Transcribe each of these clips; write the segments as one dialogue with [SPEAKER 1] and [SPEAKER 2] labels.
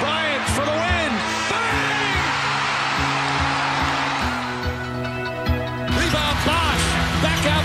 [SPEAKER 1] Bryant for the win. Bang! Rebound Bosch. Back out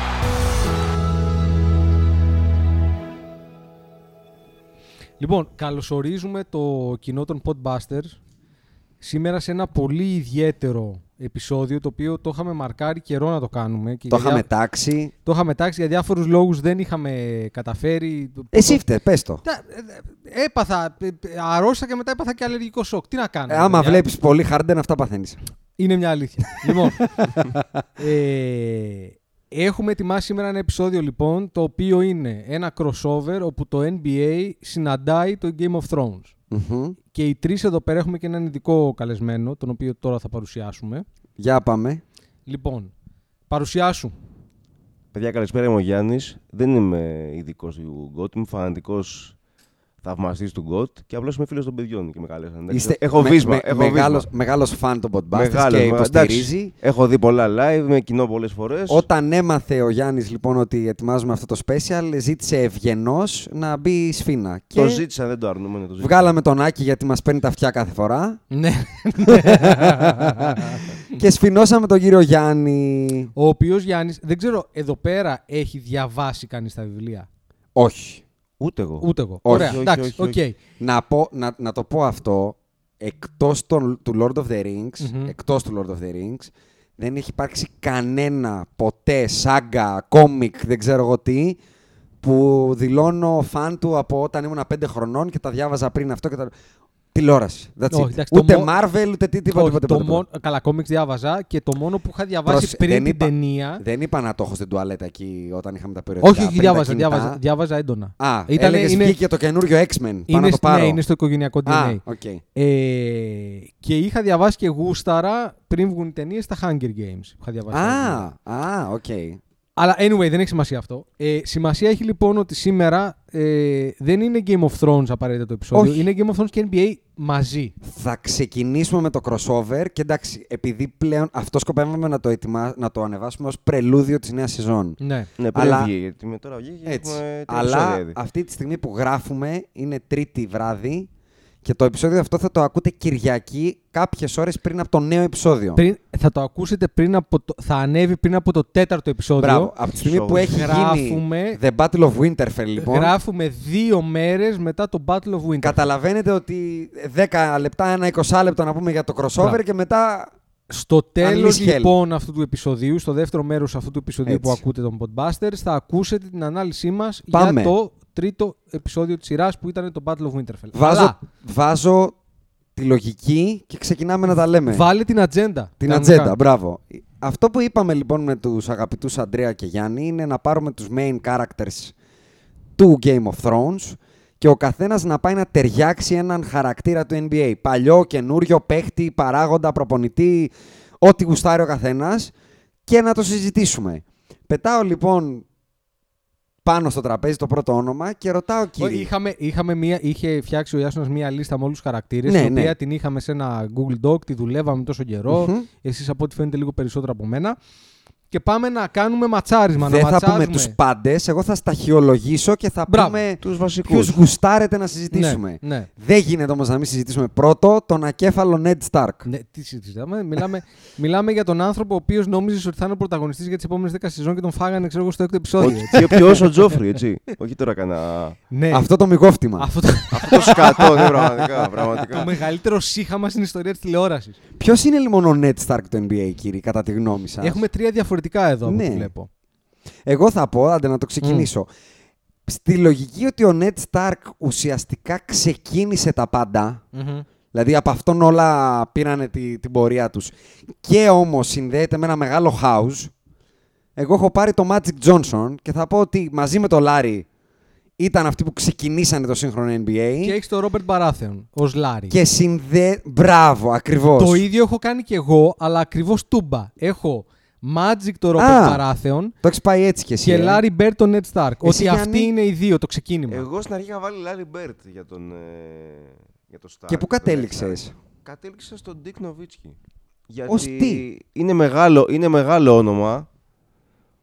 [SPEAKER 2] Λοιπόν, καλωσορίζουμε το κοινό των Podbusters σήμερα σε ένα πολύ ιδιαίτερο επεισόδιο το οποίο το είχαμε μαρκάρει καιρό να το κάνουμε.
[SPEAKER 3] Το
[SPEAKER 2] Και για διά-
[SPEAKER 3] είχαμε τάξει.
[SPEAKER 2] Το είχαμε τάξει για διάφορους λόγους δεν είχαμε καταφέρει.
[SPEAKER 3] Εσύ φταίει, πες το.
[SPEAKER 2] Τα- ε, ε, Έπαθα, ε, ε, αρρώστησα και μετά έπαθα και αλλεργικό σοκ. Τι να κάνω.
[SPEAKER 3] Ε, άμα
[SPEAKER 2] παιδιά.
[SPEAKER 3] βλέπεις πολύ χάρντεν, αυτά παθαίνεις.
[SPEAKER 2] Είναι μια αλήθεια. λοιπόν, ε, έχουμε ετοιμάσει σήμερα ένα επεισόδιο λοιπόν το οποίο είναι ένα crossover όπου το NBA συναντάει το Game of Thrones. Και οι τρεις εδώ πέρα έχουμε και έναν ειδικό καλεσμένο, τον οποίο τώρα θα παρουσιάσουμε.
[SPEAKER 3] Για πάμε.
[SPEAKER 2] Λοιπόν, παρουσιάσου.
[SPEAKER 4] Παιδιά, καλησπέρα. Είμαι ο Γιάννης. Δεν είμαι ειδικός του GOT. Είμαι φανατικός θαυμαστής του GOT και απλώς είμαι φίλος των παιδιών και με καλέσαν. εντάξει. έχω βίσμα. έχω
[SPEAKER 3] μεγάλος,
[SPEAKER 4] βίσμα.
[SPEAKER 3] μεγάλος φαν των Podbusters
[SPEAKER 4] Μεγάλος,
[SPEAKER 3] και
[SPEAKER 4] μεγάλος. Εντάξει,
[SPEAKER 3] υποστηρίζει.
[SPEAKER 4] Έχω δει πολλά live, με κοινό πολλές φορές.
[SPEAKER 3] Όταν έμαθε ο Γιάννης λοιπόν ότι ετοιμάζουμε αυτό το special, ζήτησε ευγενώς να μπει η σφίνα.
[SPEAKER 4] Το
[SPEAKER 3] και
[SPEAKER 4] ζήτησα, δεν το αρνούμε. ναι, Το ζήτησα.
[SPEAKER 3] βγάλαμε τον Άκη γιατί μας παίρνει τα αυτιά κάθε φορά
[SPEAKER 2] Ναι.
[SPEAKER 3] και σφινώσαμε τον κύριο Γιάννη.
[SPEAKER 2] Ο οποίος Γιάννης, δεν ξέρω, εδώ πέρα έχει διαβάσει κανείς τα βιβλία.
[SPEAKER 3] Όχι.
[SPEAKER 4] Ούτε εγώ.
[SPEAKER 2] Ούτε εγώ.
[SPEAKER 3] Όχι,
[SPEAKER 2] Ωραία,
[SPEAKER 4] όχι,
[SPEAKER 2] εντάξει,
[SPEAKER 4] όχι,
[SPEAKER 2] οκ.
[SPEAKER 4] όχι.
[SPEAKER 3] Να, πω, να, να το πω αυτό, εκτός των, του Lord of the Rings,
[SPEAKER 2] Μμμ.
[SPEAKER 3] εκτός του Lord of the Rings, δεν έχει υπάρξει κανένα ποτέ σάγκα, κόμικ, δεν ξέρω εγώ τι, που δηλώνω φαν του από όταν ήμουν 5 χρονών και τα διάβαζα πριν αυτό και τα... Τηλεόραση. That's
[SPEAKER 2] Όχι,
[SPEAKER 3] it.
[SPEAKER 2] εντάξει, το
[SPEAKER 3] ούτε
[SPEAKER 2] μο-
[SPEAKER 3] Marvel, ούτε τι, τίποτα,
[SPEAKER 2] Όχι,
[SPEAKER 3] τίποτα,
[SPEAKER 2] το
[SPEAKER 3] τίποτα,
[SPEAKER 2] μόνο-
[SPEAKER 3] τίποτα.
[SPEAKER 2] Καλά, κόμιξ διάβαζα και το μόνο που είχα διαβάσει
[SPEAKER 3] Πρόσεξε,
[SPEAKER 2] πριν
[SPEAKER 3] δεν
[SPEAKER 2] την
[SPEAKER 3] είπα-
[SPEAKER 2] ταινία.
[SPEAKER 3] Δεν είπα να το έχω στην τουαλέτα εκεί όταν είχαμε τα περιοδικά.
[SPEAKER 2] Όχι, όχι,
[SPEAKER 3] πριν τα
[SPEAKER 2] διάβαζα,
[SPEAKER 3] κινητά.
[SPEAKER 2] διάβαζα, διάβαζα έντονα.
[SPEAKER 3] Α,
[SPEAKER 2] Ήτανε-
[SPEAKER 3] έλεγες
[SPEAKER 2] είναι-
[SPEAKER 3] βγήκε το καινούριο X-Men. Πάνω
[SPEAKER 2] είναι,
[SPEAKER 3] το
[SPEAKER 2] σ-
[SPEAKER 3] πάρω.
[SPEAKER 2] ναι, είναι στο οικογενειακό DNA.
[SPEAKER 3] Α, οκ.
[SPEAKER 2] Ε, και είχα διαβάσει και γούσταρα πριν βγουν οι ταινίες στα Hunger Games. Είχα διαβάσει τα βιβλία.
[SPEAKER 3] Α, α, οκ.
[SPEAKER 2] Αλλά anyway, δεν έχει σημασία αυτό. Ε, σημασία έχει λοιπόν ότι σήμερα ε, δεν είναι Game of Thrones απαραίτητα το επεισόδιο.
[SPEAKER 3] Όχι.
[SPEAKER 2] Είναι Game of Thrones και NBA μαζί.
[SPEAKER 3] Θα ξεκινήσουμε με το crossover και εντάξει, επειδή πλέον αυτό σκοπεύαμε να το, ετοιμά... να το ανεβάσουμε ως πρελούδιο της νέας σεζόν.
[SPEAKER 2] Ναι.
[SPEAKER 4] Ναι, πριν
[SPEAKER 3] Αλλά-
[SPEAKER 4] βγει. Γιατί με τώρα βγήκε. και
[SPEAKER 3] Έτσι.
[SPEAKER 4] έχουμε τρία
[SPEAKER 3] Αλλά
[SPEAKER 4] επεισόδια ήδη.
[SPEAKER 3] αυτή τη στιγμή που γράφουμε είναι τρίτη βράδυ και το επεισόδιο αυτό θα το ακούτε Κυριακή κάποιες ώρες πριν από το νέο επεισόδιο.
[SPEAKER 2] Πριν, θα το ακούσετε πριν από το, θα ανέβει πριν από το τέταρτο επεισόδιο.
[SPEAKER 3] Μπράβο. Από τη στιγμή που έχει
[SPEAKER 2] Γράφουμε-
[SPEAKER 3] γίνει The Battle of Winterfell, λοιπόν,
[SPEAKER 2] Γράφουμε δύο μέρες μετά το Battle of Winter.
[SPEAKER 3] καταλαβαίνετε ότι 10 λεπτά, ένα 20 λεπτό να πούμε για το crossover
[SPEAKER 2] Μπράβο.
[SPEAKER 3] και μετά
[SPEAKER 2] Στο τέλος
[SPEAKER 3] Unleash Hell.
[SPEAKER 2] λοιπόν αυτού του επεισοδίου, στο δεύτερο μέρος αυτού του επεισοδίου
[SPEAKER 3] Έτσι.
[SPEAKER 2] που ακούτε τον Podbusters, θα ακούσετε την ανάλυσή μας
[SPEAKER 3] Πάμε.
[SPEAKER 2] για το τρίτο επεισόδιο της σειράς που ήταν το Battle of Winterfell.
[SPEAKER 3] Βάζω,
[SPEAKER 2] Αλλά
[SPEAKER 3] βάζω τη λογική και ξεκινάμε να τα λέμε.
[SPEAKER 2] βάλε την ατζέντα.
[SPEAKER 3] Ναι. Την
[SPEAKER 2] κανονικά.
[SPEAKER 3] ατζέντα, μπράβο. Αυτό που είπαμε λοιπόν με τους αγαπητούς Αντρέα και Γιάννη είναι να πάρουμε τους main characters του Game of Thrones και ο καθένας να πάει να ταιριάξει έναν χαρακτήρα του NBA. Παλιό, καινούριο, παίχτη, παράγοντα, προπονητή, ό,τι γουστάρει ο καθένας και να το συζητήσουμε. Πετάω λοιπόν πάνω στο τραπέζι το πρώτο όνομα και ρωτάω
[SPEAKER 2] Όχι,
[SPEAKER 3] κύριε.
[SPEAKER 2] Είχαμε, είχαμε μία, είχε φτιάξει ο Ιάσονας μία λίστα με όλους τους χαρακτήρες,
[SPEAKER 3] Ναι,
[SPEAKER 2] την οποία
[SPEAKER 3] ναι.
[SPEAKER 2] την είχαμε σε ένα Google Doc, τη δουλεύαμε τόσο καιρό,
[SPEAKER 3] Μμμ.
[SPEAKER 2] εσείς από ό,τι φαίνεται λίγο περισσότερο από μένα. Και πάμε να κάνουμε ματσάρισμα,
[SPEAKER 3] Δεν
[SPEAKER 2] να
[SPEAKER 3] θα πούμε
[SPEAKER 2] ματσάρουμε.
[SPEAKER 3] τους πάντες, εγώ θα σταχυολογήσω και θα
[SPEAKER 2] Μπράβο,
[SPEAKER 3] πούμε
[SPEAKER 4] Τους βασικούς.
[SPEAKER 3] ποιους γουστάρετε να συζητήσουμε.
[SPEAKER 2] Ναι, ναι.
[SPEAKER 3] Δεν γίνεται όμως να μην συζητήσουμε πρώτο τον ακέφαλο Ned Stark.
[SPEAKER 2] Ναι, τι συζητάμε. Μιλάμε, μιλάμε για τον άνθρωπο ο οποίος νόμιζε ότι θα είναι ο πρωταγωνιστής για τις επόμενες 10 σεζόν και τον φάγανε, ξέρω εγώ, στο έκτο επεισόδιο.
[SPEAKER 4] Ο- Και ποιος ο Τζόφρι, έτσι. Όχι τώρα κανένα.
[SPEAKER 2] ναι,
[SPEAKER 3] Αυτό το μυγόφτημα.
[SPEAKER 2] αυτό το,
[SPEAKER 4] Αυτό το σκατό, ναι, πραγματικά. πραγματικά.
[SPEAKER 2] το μεγαλύτερο σύγχαμα στην ιστορία της τηλεόρασης.
[SPEAKER 3] Ποιος είναι λοιπόν ο Ned Stark του NBA, κύριε, κατά τη γνώμη σας.
[SPEAKER 2] Έχουμε τρία διαφορετικά εδώ από
[SPEAKER 3] Ναι.
[SPEAKER 2] ό,τι βλέπω.
[SPEAKER 3] Εγώ θα πω, άντε να το ξεκινήσω. Στη λογική ότι ο Ned Stark ουσιαστικά ξεκίνησε τα παντα Δηλαδή από αυτόν όλα πήρανε τη, την πορεία τους. Και όμως συνδέεται με ένα μεγάλο house. Εγώ έχω πάρει το Magic Johnson και θα πω ότι μαζί με το Larry ήταν αυτοί που ξεκινήσανε το σύγχρονο NBA.
[SPEAKER 2] Και έχεις τον Ρόμπερτ Μπαράθεον ω Λάρι.
[SPEAKER 3] Και συνδέ... Μπράβο, ακριβώς.
[SPEAKER 2] Το ίδιο έχω κάνει και εγώ, αλλά ακριβώς τούμπα. Έχω Magic το Ρόμπερτ
[SPEAKER 3] Α,
[SPEAKER 2] Μπαράθεον
[SPEAKER 3] Το έχεις πάει έτσι κι εσύ.
[SPEAKER 2] και
[SPEAKER 3] ε.
[SPEAKER 2] Larry Bird τον Ned Stark. Ότι
[SPEAKER 3] Γιάννη-
[SPEAKER 2] αυτοί είναι οι δύο το ξεκίνημα.
[SPEAKER 4] Εγώ στην αρχή είχα βάλει Larry Bird για τον. Ε, για το Stark,
[SPEAKER 3] Και πού
[SPEAKER 4] τον
[SPEAKER 3] κατέληξες?
[SPEAKER 4] Stark. Κατέληξα στον Dick Nowitzki. Γιατί
[SPEAKER 3] Ως τι?
[SPEAKER 4] Είναι μεγάλο, είναι μεγάλο όνομα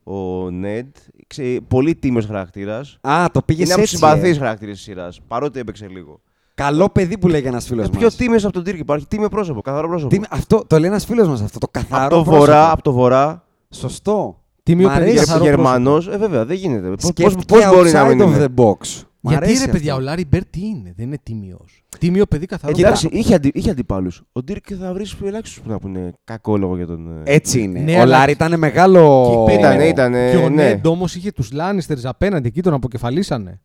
[SPEAKER 4] ο Ned. Ξε, πολύ τίμιος χαρακτήρας.
[SPEAKER 3] Α, το πήγες
[SPEAKER 4] Είναι
[SPEAKER 3] έτσι.
[SPEAKER 4] από τους συμπαθείς
[SPEAKER 3] ε.
[SPEAKER 4] χαρακτήρες της σειράς. Παρότι έπαιξε λίγο.
[SPEAKER 3] Καλό παιδί που λέει ένας φίλος
[SPEAKER 4] Ε,
[SPEAKER 3] μας.
[SPEAKER 4] πιο τίμιος από τον Dirk υπάρχει. Τίμιο πρόσωπο, καθαρό πρόσωπο.
[SPEAKER 3] Αυτό το λέει ένας φίλος μας αυτό. Το
[SPEAKER 4] Από
[SPEAKER 3] καθαρό.
[SPEAKER 4] το
[SPEAKER 3] πρόσωπο.
[SPEAKER 4] βορρά, από το βορρά.
[SPEAKER 3] Σωστό.
[SPEAKER 2] Τίμιο
[SPEAKER 3] Μ'
[SPEAKER 2] παιδί,
[SPEAKER 3] αρέσει.
[SPEAKER 2] καθαρό
[SPEAKER 4] Γερμανός. Ε, βέβαια, δεν γίνεται. Πώς- Πώς,
[SPEAKER 3] Σκέφτηκε
[SPEAKER 4] πώς μπορεί να
[SPEAKER 3] outside
[SPEAKER 4] μην
[SPEAKER 3] of
[SPEAKER 4] είναι.
[SPEAKER 3] the box. Μ'
[SPEAKER 2] Γιατί
[SPEAKER 3] αρέσει
[SPEAKER 2] ρε παιδιά,
[SPEAKER 3] αυτό.
[SPEAKER 2] ο Larry Bird τι είναι, δεν είναι τίμιος. Τίμιο παιδί καθαρό.
[SPEAKER 4] Ε, Εντάξει, είχε, αντι, είχε αντιπάλους. Ο Ντύρκ θα βρει ελάχιστου που να πούνε κακό λόγο για τον. ε,
[SPEAKER 3] Έτσι είναι.
[SPEAKER 2] Ναι,
[SPEAKER 3] ο
[SPEAKER 2] αλλά-
[SPEAKER 3] Λάρι ήταν μεγάλο.
[SPEAKER 2] Και
[SPEAKER 4] Ήταν, ήταν.
[SPEAKER 3] ε,
[SPEAKER 2] Και ο
[SPEAKER 4] ναι.
[SPEAKER 2] Νέντ όμως είχε τους Λάνιστερ απέναντι εκεί, τον αποκεφαλίσανε.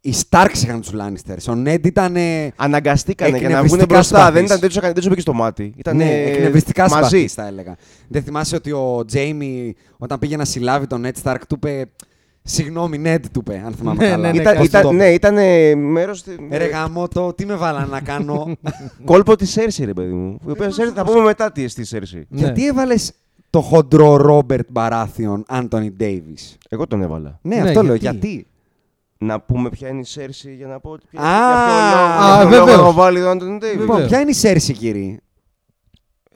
[SPEAKER 3] Οι Στάρξ είχαν τους Λάνιστερ. Ο Νέντ ήταν. ε,
[SPEAKER 4] Αναγκαστήκανε για να βγουν
[SPEAKER 3] Εκνευριστικά
[SPEAKER 4] μπροστά.
[SPEAKER 3] σπαθείς.
[SPEAKER 4] Δεν ήταν τέτοιο δεν σου μπήκε στο μάτι. Ήταν
[SPEAKER 3] ναι,
[SPEAKER 4] ε,
[SPEAKER 3] εκνευριστικά
[SPEAKER 4] μαζί.
[SPEAKER 3] σπαθής, θα έλεγα. Δεν θυμάσαι ότι ο Τζέιμι, όταν πήγε να συλλάβει τον Νέτ Σταρκ, του είπε. Συγγνώμη, Νέντ, του είπε, αν θυμάμαι
[SPEAKER 2] Ναι,
[SPEAKER 3] καλά.
[SPEAKER 2] ναι,
[SPEAKER 3] Πώς
[SPEAKER 2] ναι,
[SPEAKER 4] Ήταν,
[SPEAKER 3] του το
[SPEAKER 4] ήταν,
[SPEAKER 3] είπε.
[SPEAKER 4] ναι, ήταν μέρο.
[SPEAKER 3] Ε, Ρε γάμο το, τι με βάλα να κάνω.
[SPEAKER 4] Κόλπο της Σέρση, ρε παιδί μου. Η οποία Σέρση θα πούμε μετά τι στη Σέρση.
[SPEAKER 2] Ναι.
[SPEAKER 3] Γιατί έβαλες το χοντρό Ρόμπερτ Μπαράθιον Άντωνι Ντέιβι.
[SPEAKER 4] Εγώ τον έβαλα.
[SPEAKER 3] Ναι,
[SPEAKER 2] Ναι,
[SPEAKER 3] αυτό λέω.
[SPEAKER 2] γιατί?
[SPEAKER 3] Γιατί.
[SPEAKER 4] Να πούμε ποια είναι η Σέρση για να πω ότι. ποια-
[SPEAKER 3] Α,
[SPEAKER 4] για ποιο λόγο-
[SPEAKER 3] α,
[SPEAKER 4] για ποιο λόγο
[SPEAKER 2] βεβαίως.
[SPEAKER 4] έχω βάλει τον Άντων Ντέιβις.
[SPEAKER 3] Λοιπόν,
[SPEAKER 2] Βεβαίως.
[SPEAKER 3] ποια είναι η Σέρση, κύριε.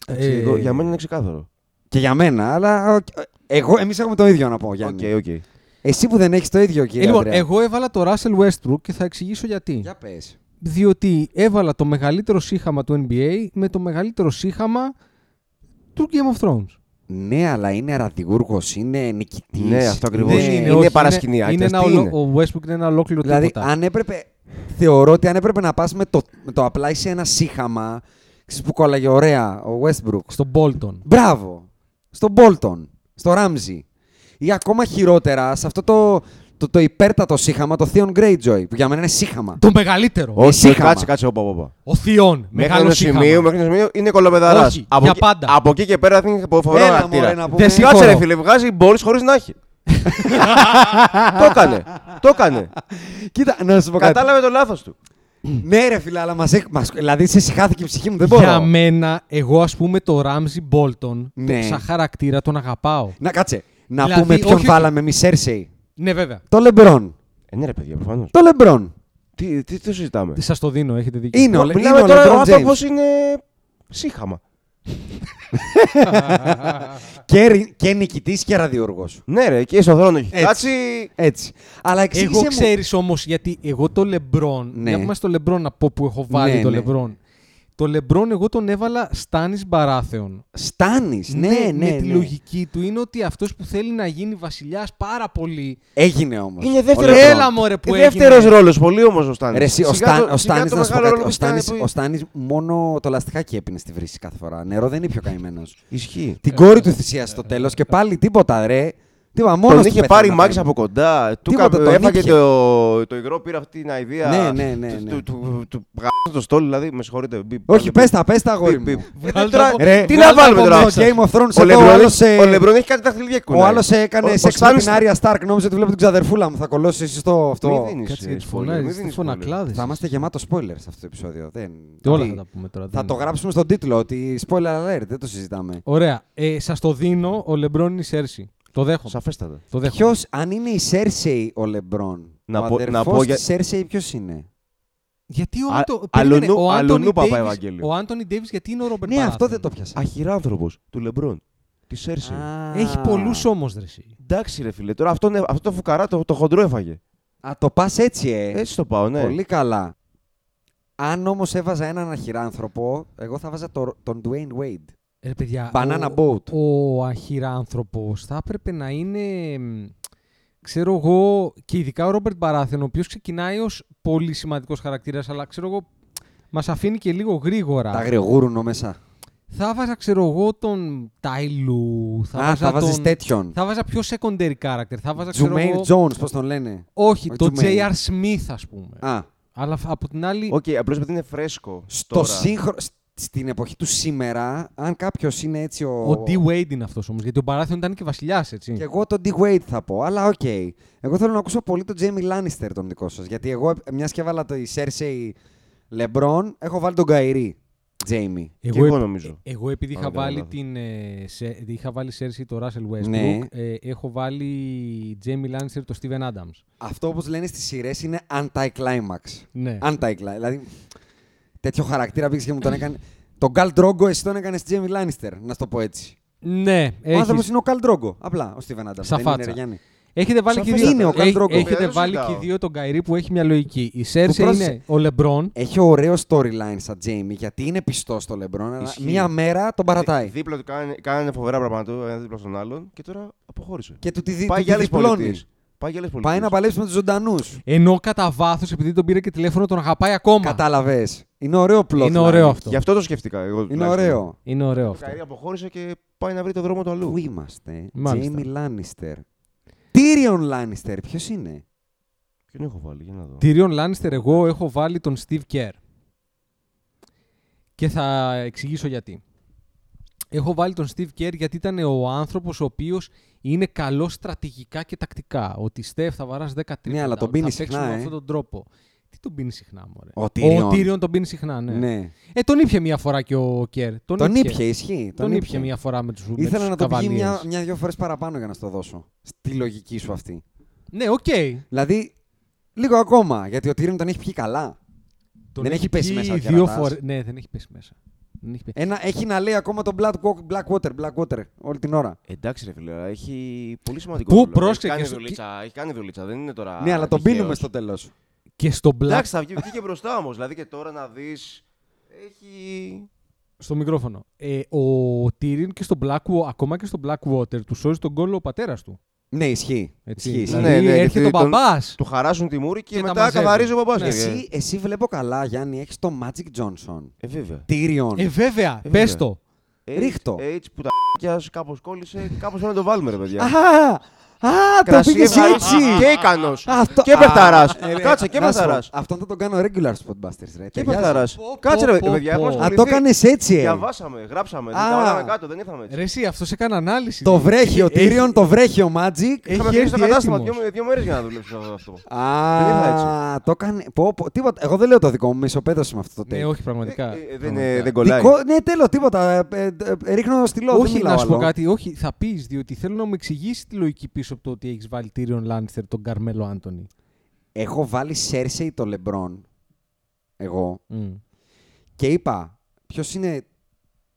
[SPEAKER 4] Εντάξει,
[SPEAKER 2] Ε,
[SPEAKER 4] εγώ- Για μένα είναι ξεκάθαρο.
[SPEAKER 3] Και για μένα, αλλά. οκ, Εγώ, εμείς έχουμε το ίδιο να πω, Γιάννη.
[SPEAKER 4] Οκ, οκ.
[SPEAKER 3] Εσύ που δεν έχεις το ίδιο, κύριε.
[SPEAKER 2] Ε, λοιπόν,
[SPEAKER 3] Ανδρέα.
[SPEAKER 2] εγώ έβαλα το Russell Westbrook και θα εξηγήσω γιατί.
[SPEAKER 3] Για πες.
[SPEAKER 2] Διότι έβαλα το μεγαλύτερο σύγχαμα του NBA με το μεγαλύτερο σύγχαμα του Game of Thrones.
[SPEAKER 3] Ναι, αλλά είναι ραδιούργο, είναι νικητής.
[SPEAKER 4] Ναι, αυτό ακριβώς.
[SPEAKER 2] Δεν
[SPEAKER 4] είναι,
[SPEAKER 2] είναι,
[SPEAKER 4] είναι
[SPEAKER 2] όχι,
[SPEAKER 4] παρασκηνιάκιας,
[SPEAKER 2] Είναι,
[SPEAKER 4] τι
[SPEAKER 2] ένα ολο-
[SPEAKER 4] είναι?
[SPEAKER 2] Ο Westbrook είναι ένα ολόκληρο
[SPEAKER 3] Δηλαδή,
[SPEAKER 2] τίποτα.
[SPEAKER 3] αν έπρεπε. Θεωρώ ότι αν έπρεπε να πας με το, με το απλά είσαι ένα σύχαμα. Ξέρεις που κόλλαγε ωραία ο Westbrook.
[SPEAKER 2] Στον Bolton.
[SPEAKER 3] Μπράβο. Στον Bolton. Στο Ράμζι. Ή ακόμα χειρότερα σε αυτό το, το, το υπέρτατο σύχαμα, το Theon Greyjoy, που για μένα είναι σύχαμα.
[SPEAKER 2] Το μεγαλύτερο. Ο,
[SPEAKER 3] Ο-
[SPEAKER 4] Όχι,
[SPEAKER 3] σύγχαμα.
[SPEAKER 4] κάτσε, κάτσε, όπα, όπα.
[SPEAKER 2] Θειών.
[SPEAKER 4] Μέχρι
[SPEAKER 2] Μεγάλο
[SPEAKER 4] ένα
[SPEAKER 2] σύγχαμα.
[SPEAKER 4] σημείο, μέχρι ένα σημείο είναι κολοπεδαράς.
[SPEAKER 2] Όχι, για πάντα.
[SPEAKER 4] Από εκεί και πέρα δεν έχει φοβερό
[SPEAKER 3] Έλα,
[SPEAKER 4] χαρακτήρα.
[SPEAKER 3] μωρέ, να πούμε.
[SPEAKER 2] Δεν
[SPEAKER 4] Κάτσε,
[SPEAKER 2] συμφωνώ.
[SPEAKER 4] ρε φίλε, βγάζει μπόλι χωρίς να έχει. το έκανε. Το έκανε.
[SPEAKER 3] Κοίτα, να σου πω κάτι.
[SPEAKER 4] Κατάλαβε το λάθος του.
[SPEAKER 3] Ναι, ρε φίλε, αλλά μας, έχει- μας, δηλαδή σε συχάθηκε η ψυχή μου, δεν μπορώ.
[SPEAKER 2] Για μένα, εγώ ας πούμε το Ramsey Bolton,
[SPEAKER 3] Ναι.
[SPEAKER 2] το σαν χαρακτήρα τον αγαπάω.
[SPEAKER 3] Να κάτσε. Να
[SPEAKER 2] Δηλαδή,
[SPEAKER 3] πούμε ποιον
[SPEAKER 2] όχι-
[SPEAKER 3] βάλαμε εμείς, Σέρσεϊ.
[SPEAKER 2] Ναι βέβαια.
[SPEAKER 3] Το Λεμπρόν.
[SPEAKER 4] Ε, ναι, ρε παιδιά, προφανώς.
[SPEAKER 3] Το Λεμπρόν.
[SPEAKER 4] Τι, τι το συζητάμε.
[SPEAKER 2] Σας το δίνω, έχετε δίκιο.
[SPEAKER 3] Είναι ο, Λε-
[SPEAKER 4] Μιλάμε
[SPEAKER 3] είναι ο
[SPEAKER 4] τώρα, ο
[SPEAKER 3] Λεμπρόν Τζέιμς.
[SPEAKER 4] άνθρωπο είναι. Σύχαμα.
[SPEAKER 3] Και, ρι- και νικητής και ραδιούργος.
[SPEAKER 4] Ναι, ρε, και στον θρόνο έχει
[SPEAKER 3] Έτσι.
[SPEAKER 4] κάτσει.
[SPEAKER 3] Έτσι. Αλλά εξήγησε
[SPEAKER 2] Εγώ
[SPEAKER 3] μου.
[SPEAKER 2] ξέρεις όμως γιατί εγώ το Λεμπρόν.
[SPEAKER 3] Ναι.
[SPEAKER 2] Ναι. Για να είμαστε στο Λεμπρόν να πω που έχω βάλει
[SPEAKER 3] Ναι,
[SPEAKER 2] το
[SPEAKER 3] ναι.
[SPEAKER 2] Λεμπρόν. Το Λεμπρόν εγώ τον έβαλα Στάνης Μπαράθεων.
[SPEAKER 3] Στάνει. Ναι, ναι.
[SPEAKER 2] με
[SPEAKER 3] ναι,
[SPEAKER 2] τη λογική του είναι ότι αυτός που θέλει να γίνει βασιλιάς πάρα πολύ.
[SPEAKER 3] Έγινε όμως.
[SPEAKER 4] Είναι δεύτερος.
[SPEAKER 2] Έλα μωρέ που έγινε.
[SPEAKER 4] Δεύτερος ρόλος, πολύ όμως ο Στάνη.
[SPEAKER 3] Ρε, εσύ, ο, Σταν, ο Στάνης, να σου πω κάτι, ο Στάνης, ο Στάνης μόνο το λαστιχάκι έπινε στη βρύση κάθε φορά. Νερό δεν είναι πιο καημένος.
[SPEAKER 4] Ισχύει.
[SPEAKER 3] Την κόρη του θυσίασε στο τέλος και πάλι τίποτα, ρε. Τίποτα, μόνος
[SPEAKER 4] Τον είχε πάρει Μάξ από κοντά. Του
[SPEAKER 3] Τίποτα,
[SPEAKER 4] κα-
[SPEAKER 3] τον
[SPEAKER 4] έφαγε
[SPEAKER 3] ήπια.
[SPEAKER 4] το, το υγρό, πήρε αυτή την αηδία.
[SPEAKER 3] Ναι, ναι, ναι,
[SPEAKER 4] του-
[SPEAKER 3] ναι.
[SPEAKER 4] Του, του, του, γα- το στόλι, δηλαδή. Με συγχωρείτε. μπι-
[SPEAKER 3] Όχι,
[SPEAKER 4] πάλι-
[SPEAKER 3] πε τα, πες τα αγόρι
[SPEAKER 4] μπι-
[SPEAKER 3] μου.
[SPEAKER 4] μπι-
[SPEAKER 2] Βγάλ'
[SPEAKER 4] Ε, τώρα,
[SPEAKER 2] το-
[SPEAKER 3] Ρε,
[SPEAKER 4] Τι
[SPEAKER 2] βγάλ'
[SPEAKER 4] να
[SPEAKER 2] το
[SPEAKER 4] βάλουμε τώρα.
[SPEAKER 2] από
[SPEAKER 3] Το Game of Thrones εδώ,
[SPEAKER 4] Ο
[SPEAKER 3] ο
[SPEAKER 4] Λεμπρόν,
[SPEAKER 3] άλλος, ε,
[SPEAKER 4] ο Λεμπρόν έχει κάτι ταχτυλίδια εκεί
[SPEAKER 3] Ο
[SPEAKER 4] κουνάει.
[SPEAKER 3] άλλο έκανε
[SPEAKER 4] Ο- ο
[SPEAKER 3] σεξ με
[SPEAKER 4] Στάνης-
[SPEAKER 3] την Άρια Σταρκ. Νόμιζε ότι βλέπει την ξαδερφούλα μου. Θα κολλώσεις εσύ στο
[SPEAKER 4] Μη
[SPEAKER 3] αυτό.
[SPEAKER 4] δίνεις,
[SPEAKER 2] Κάτσε
[SPEAKER 4] ε,
[SPEAKER 2] γιατί
[SPEAKER 4] spoiler, μη
[SPEAKER 2] φωνάζεις, τι
[SPEAKER 4] δίνεις spoiler.
[SPEAKER 2] φωνακλάδες.
[SPEAKER 3] Θα είμαστε γεμάτο spoiler σε αυτό το επεισόδιο. Δεν...
[SPEAKER 2] Και όλα
[SPEAKER 3] Δηλαδή,
[SPEAKER 2] θα τα πούμε τώρα.
[SPEAKER 3] θα
[SPEAKER 2] δεν
[SPEAKER 3] το
[SPEAKER 2] είναι.
[SPEAKER 3] γράψουμε στον τίτλο ότι spoiler alert, δεν το συζητάμε.
[SPEAKER 2] Ωραία. Ε, Σας το δίνω, ο Λεμπρόν είναι η Σέρση. Το δέχομαι.
[SPEAKER 4] Σαφέστατα.
[SPEAKER 2] Το δέχομαι.
[SPEAKER 3] Ποιος, αν είναι η Σέρσεϊ ο Λεμπρόν,
[SPEAKER 4] Να
[SPEAKER 3] ο
[SPEAKER 4] πω- να
[SPEAKER 3] αδερφός
[SPEAKER 4] πω για-
[SPEAKER 3] της Σέρσεϊ ποιος είναι.
[SPEAKER 2] Γιατί ο
[SPEAKER 4] Α-
[SPEAKER 2] Άντο...
[SPEAKER 4] αλλονού-
[SPEAKER 2] Περίμενε, ο
[SPEAKER 4] αλλονού
[SPEAKER 2] Άντωνι
[SPEAKER 4] Παπα
[SPEAKER 2] Ντέιβις-
[SPEAKER 4] Ευαγγέλιο.
[SPEAKER 2] Ο Άντωνι Ντέιβις γιατί είναι ο Ρόμπερτ
[SPEAKER 3] Ναι, αυτό
[SPEAKER 2] Μπαράθεων.
[SPEAKER 3] δεν το πιάσα.
[SPEAKER 4] Αχυράνθρωπο του Λεμπρόν. Τη Σέρση.
[SPEAKER 3] Α,
[SPEAKER 2] Έχει πολλούς όμως δρεσί.
[SPEAKER 4] Εντάξει, ρε φίλε, τώρα αυτόν ε- αυτό, το φουκαρά το, το χοντρό έφαγε.
[SPEAKER 3] Α, το πας έτσι, ε.
[SPEAKER 4] Έτσι το πάω, ναι.
[SPEAKER 3] Πολύ καλά. Αν όμως έβαζα έναν αχυράνθρωπο, εγώ θα βάζα το- τον Dwayne Wade.
[SPEAKER 2] Ρε παιδιά,
[SPEAKER 3] Banana
[SPEAKER 2] ο,
[SPEAKER 3] boat.
[SPEAKER 2] ο αχυράνθρωπος θα έπρεπε να είναι, μ, ξέρω εγώ, και ειδικά ο Ρόμπερτ Μπαράθεν, ο οποίος ξεκινάει ως πολύ σημαντικός χαρακτήρας, αλλά ξέρω εγώ, μας αφήνει και λίγο γρήγορα.
[SPEAKER 3] Τα γρηγούρουν μέσα.
[SPEAKER 2] θα βάζα, ξέρω εγώ, τον Τάιλου. Θα
[SPEAKER 3] Α,
[SPEAKER 2] βάζα
[SPEAKER 3] θα βάζεις
[SPEAKER 2] τον...
[SPEAKER 3] τέτοιον.
[SPEAKER 2] θα βάζα πιο secondary character. Θα βάζα, ξέρω
[SPEAKER 3] Τζουμέιν
[SPEAKER 2] εγώ...
[SPEAKER 3] Jones, πώς τον λένε.
[SPEAKER 2] Όχι,
[SPEAKER 3] Ο
[SPEAKER 2] τον
[SPEAKER 3] Jumaine.
[SPEAKER 2] J.R. Smith, ας πούμε.
[SPEAKER 3] Α,
[SPEAKER 2] Αλλά φ- από την άλλη,
[SPEAKER 4] Οκ, απλώς επειδή είναι φρέσκο.
[SPEAKER 3] στο
[SPEAKER 4] τώρα.
[SPEAKER 3] σύγχρο... Στην εποχή του σήμερα, αν κάποιος είναι έτσι ο.
[SPEAKER 2] ο D. Wade είναι αυτός όμως, γιατί ο Μπαράθιον ήταν και βασιλιάς, έτσι.
[SPEAKER 3] Και εγώ τον D. Wade θα πω, αλλά οκ. Εγώ θέλω να ακούσω πολύ τον Jamie Lannister τον δικό σας. Γιατί εγώ, μιας και έβαλα τη Cersei LeBron, έχω βάλει τον Καϊρή. Jamie.
[SPEAKER 4] Και εγώ
[SPEAKER 2] επ-
[SPEAKER 4] νομίζω.
[SPEAKER 2] ε- εγώ επειδή
[SPEAKER 4] Αν
[SPEAKER 2] είχα
[SPEAKER 4] δεν κάνω
[SPEAKER 2] βάλει,
[SPEAKER 4] λάθος.
[SPEAKER 2] την, ε, σε, είχα βάλει Cersei το Russell Westbrook,
[SPEAKER 3] Ναι.
[SPEAKER 2] ε, έχω βάλει Jamie Lannister το Steven Adams.
[SPEAKER 3] Αυτό όπως λένε στις σειρές είναι anti-climax.
[SPEAKER 2] Ναι.
[SPEAKER 3] Anti-climax. Δηλαδή, τέτοιο χαρακτήρα πήγες και μου τον έκανε... τον Καλ Ντρόγκο εσύ τον έκανες Τζέμι Λάνιστερ, να σου το πω έτσι.
[SPEAKER 2] Ναι,
[SPEAKER 3] Ο άνθρωπος
[SPEAKER 2] έχεις,
[SPEAKER 3] είναι ο Καλ Ντρόγκο. Απλά, ο Στίβεν Άνταμ. Δεν είναι,
[SPEAKER 2] σαφάτσα.
[SPEAKER 3] ρε, Γιάννη.
[SPEAKER 2] έχετε βάλει και
[SPEAKER 3] Σαφέστατα.
[SPEAKER 2] δύο,
[SPEAKER 3] Είναι ο
[SPEAKER 2] έχ-
[SPEAKER 3] Khal Drogo.
[SPEAKER 2] έχετε
[SPEAKER 4] Δεν
[SPEAKER 2] βάλει και
[SPEAKER 4] συζητάω.
[SPEAKER 2] δύο τον Καϊρή που έχει μια λογική. Η Cersei
[SPEAKER 3] πρόσεξε.
[SPEAKER 2] είναι ο Λεμπρόν,
[SPEAKER 3] Έχει ωραίο storyline σαν Τζέιμι, γιατί είναι πιστό στο Λεμπρόν, αλλά
[SPEAKER 4] Ισχύει.
[SPEAKER 3] μία μέρα τον παρατάει.
[SPEAKER 4] Δι- Δίπλα του κάνανε, κάνανε φοβερά πράγματα ο ένας δίπλα στον άλλον και τώρα αποχώρησε.
[SPEAKER 3] Και του τη δι-
[SPEAKER 4] Πάει
[SPEAKER 3] του
[SPEAKER 4] για
[SPEAKER 3] τη
[SPEAKER 4] άλλε
[SPEAKER 3] διπλώνει.
[SPEAKER 4] πολιτείε. Πάει για άλλε πολιτείε.
[SPEAKER 3] Πάει να παλέψει με τους ζωντανούς.
[SPEAKER 2] ενώ κατά βάθος, επειδή τον πήρε και τηλέφωνο, τον αγαπάει ακόμα.
[SPEAKER 3] Κατάλαβες. Είναι ωραίο πλότ.
[SPEAKER 2] Είναι ωραίο αυτό.
[SPEAKER 4] Γι' αυτό το σκεφτήκα. Εγώ,
[SPEAKER 3] Είναι ωραίο.
[SPEAKER 2] Είναι ωραίο
[SPEAKER 4] Ο
[SPEAKER 2] αυτό.
[SPEAKER 4] Καϊρή αποχώρησε και πάει να βρει το δρόμο του αλλού.
[SPEAKER 3] Πού είμαστε,
[SPEAKER 2] Μάλιστα.
[SPEAKER 3] Τζέιμι Λάνιστερ. Τίριον Λάνιστερ, ποιος είναι.
[SPEAKER 4] Ποιον έχω βάλει, για να δω.
[SPEAKER 2] Τυρίον Λάνιστερ, εγώ έχω βάλει τον Steve Kerr. Και θα εξηγήσω γιατί. Έχω βάλει τον Steve Kerr γιατί ήταν ο άνθρωπος ο οποίος είναι καλός στρατηγικά και τακτικά. Ότι Στεφ θα βαράς 10 τρίποντα.
[SPEAKER 3] Ναι, αλλά τον
[SPEAKER 2] ότι
[SPEAKER 3] πίνει
[SPEAKER 2] θα παίξουμε
[SPEAKER 3] συχνά,
[SPEAKER 2] με
[SPEAKER 3] ε.
[SPEAKER 2] αυτόν τον τρόπο. Τι τον πίνει συχνά, μωρέ.
[SPEAKER 3] Ο Tyrion.
[SPEAKER 2] Tyrion τον πίνει συχνά, ναι.
[SPEAKER 3] ναι.
[SPEAKER 2] Ε, τον ήπια μία φορά και ο Kerr. Τον,
[SPEAKER 3] Τον ήπια, ισχύει.
[SPEAKER 2] Τον ήπια μία φορά με τους με
[SPEAKER 3] Ήθελα
[SPEAKER 2] τους
[SPEAKER 3] να το πηγεί
[SPEAKER 2] Cavaliers.
[SPEAKER 3] μια, μια-δυο φορές παραπάνω για να στο δώσω. Στη λογική σου αυτή.
[SPEAKER 2] Ναι, οκ.
[SPEAKER 3] Δηλαδή, λίγο ακόμα. Γιατί ο Τύριον τον έχει πιει καλά.
[SPEAKER 2] Τον
[SPEAKER 3] Δεν έχει πέσει
[SPEAKER 2] πιει
[SPEAKER 3] μέσα ο
[SPEAKER 2] δύο
[SPEAKER 3] κερατάς. Ε,
[SPEAKER 2] φορές. Ναι, δεν έχει πέσει μέσα. Δεν έχει πέσει.
[SPEAKER 3] Ένα, έχει να λέει ακόμα τον Black, Wa- Black Water, Black Water όλη την ώρα.
[SPEAKER 4] Εντάξει, ρε φίλε, αλλά έχει πολύ σημαντικό.
[SPEAKER 2] Πού,
[SPEAKER 4] ρόλο.
[SPEAKER 2] πρόσεξε,
[SPEAKER 4] Έχει
[SPEAKER 2] και
[SPEAKER 4] κάνει,
[SPEAKER 2] στο-
[SPEAKER 4] δουλίτσα, έχει κάνει δουλίτσα, δεν είναι τώρα.
[SPEAKER 3] ναι, αλλά τον
[SPEAKER 4] τυχαίος.
[SPEAKER 3] πίνουμε στο τέλος.
[SPEAKER 2] Και στο Black
[SPEAKER 4] Εντάξει, θα βγει βγήκε μπροστά όμως. Δηλαδή και τώρα να δεις. Έχει.
[SPEAKER 2] στο μικρόφωνο. Ε, ο Τύριον και στο Blackwater, ακόμα και στο Blackwater, του σώζει τον κόλλο ο πατέρας του.
[SPEAKER 3] Ναι, ισχύει.
[SPEAKER 2] Έτσι.
[SPEAKER 3] Ισχύει.
[SPEAKER 2] Δηλαδή
[SPEAKER 4] Ναι, ναι,
[SPEAKER 2] έρχεται ο
[SPEAKER 4] γιατί τον-
[SPEAKER 2] μπαμπά.
[SPEAKER 4] Του χαράσουν τη μούρη και,
[SPEAKER 2] Και τα
[SPEAKER 4] μετά
[SPEAKER 2] μαζεύει.
[SPEAKER 4] καθαρίζει ο παπάς.
[SPEAKER 2] Ναι.
[SPEAKER 3] Εσύ, εσύ βλέπω καλά, Γιάννη, έχεις το Magic Johnson.
[SPEAKER 4] Ε, βέβαια.
[SPEAKER 3] Τύριον.
[SPEAKER 2] Ε, βέβαια,
[SPEAKER 4] βέβαια.
[SPEAKER 2] πε το.
[SPEAKER 4] H-
[SPEAKER 3] ρίχτο.
[SPEAKER 4] H που τα κάπως κάπως κόλλησε, κάπως πρέπει να το βάλουμε, ρε παιδιά.
[SPEAKER 3] Α, α, το
[SPEAKER 4] Κρασί
[SPEAKER 3] πήγες έτσι.
[SPEAKER 4] ευχαρι- Και ικανός.
[SPEAKER 3] Αυτό-
[SPEAKER 4] Και
[SPEAKER 3] Α,
[SPEAKER 4] πεθαράς.
[SPEAKER 3] ε, ε,
[SPEAKER 4] Κάτσε, και
[SPEAKER 3] να σου πω,
[SPEAKER 4] πεθαράς.
[SPEAKER 3] Αυτόν θα τον κάνω regular spotbusters, ρε. Ταιριάζει.
[SPEAKER 4] Και πεθαρά. Κάτσε, ρε
[SPEAKER 2] πω,
[SPEAKER 4] παιδιά.
[SPEAKER 2] πω.
[SPEAKER 4] έχουμε
[SPEAKER 3] Α, το
[SPEAKER 4] ασχοληθεί.
[SPEAKER 3] έκανε έτσι, ε.
[SPEAKER 4] Διαβάσαμε, γράψαμε.
[SPEAKER 3] Α.
[SPEAKER 4] Δεν τα βάλαμε κάτω, δεν ήρθαμε
[SPEAKER 2] Ρε,
[SPEAKER 4] έτσι.
[SPEAKER 2] εσύ, αυτός έκανε ανάλυση.
[SPEAKER 3] Το
[SPEAKER 2] δηλαδή.
[SPEAKER 3] βρέχει ο
[SPEAKER 2] Έχει-
[SPEAKER 3] Τύριον, το βρέχει ο Magic.
[SPEAKER 2] Έχει
[SPEAKER 4] Είχαμε κλείσει το
[SPEAKER 2] έρθει
[SPEAKER 4] κατάστημα
[SPEAKER 2] έτοιμος.
[SPEAKER 4] δύο, δύο μέρες για να δουλέψει αυτό.
[SPEAKER 2] Ε,
[SPEAKER 4] Δεν ήρθα
[SPEAKER 3] Α, το έκανε. Πω, πω, τίποτα. Εγώ δεν λέω το δικό μου, με ισοπαίδωσε με αυτό το
[SPEAKER 2] Ναι,
[SPEAKER 3] take.
[SPEAKER 2] όχι, πραγματικά.
[SPEAKER 4] Ε, ε, δεν,
[SPEAKER 2] Πραγματικά.
[SPEAKER 4] ε, δεν κολλάει.
[SPEAKER 3] Δικό- Ναι, τέλος, τίποτα. Ε, ε, ε, Ρίχνω στυλό, δεν
[SPEAKER 2] όχι,
[SPEAKER 3] μιλάω
[SPEAKER 2] να σου πω
[SPEAKER 3] άλλο.
[SPEAKER 2] κάτι. Όχι, θα πεις, διότι θέλω να μου εξηγήσεις τη λογική πίσω από το ότι έχεις βάλει Τύριον Λάνιστερ τον Καρμέλο Άντωνη.
[SPEAKER 3] Έχω βάλει Σέρσεϊ το Λεμπρόν. Εγώ.
[SPEAKER 2] Μμ.
[SPEAKER 3] Και είπα, ποιο είναι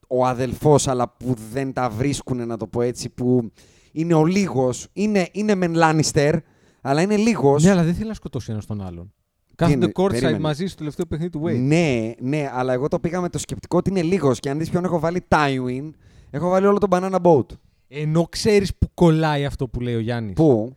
[SPEAKER 3] ο αδελφός, αλλά που δεν τα βρίσκουν, να το πω έτσι, που είναι ο λίγος. Είναι, είναι μεν Λάνιστερ, αλλά είναι λίγος.
[SPEAKER 2] Ναι, αλλά δεν θέλει να σκοτώσει ένας τον άλλον. Κάθονται
[SPEAKER 3] είναι,
[SPEAKER 2] courtside
[SPEAKER 3] περίμενε.
[SPEAKER 2] μαζί στο τελευταίο παιχνίδι του Wade.
[SPEAKER 3] ναι, ναι, αλλά εγώ το πήγα με το σκεπτικό ότι είναι λίγος. Και αν δεις ποιον έχω βάλει, Tywin, έχω βάλει όλο τον Banana Boat.
[SPEAKER 2] Ενώ ξέρεις που κολλάει αυτό που λέει ο Γιάννης.
[SPEAKER 3] Που.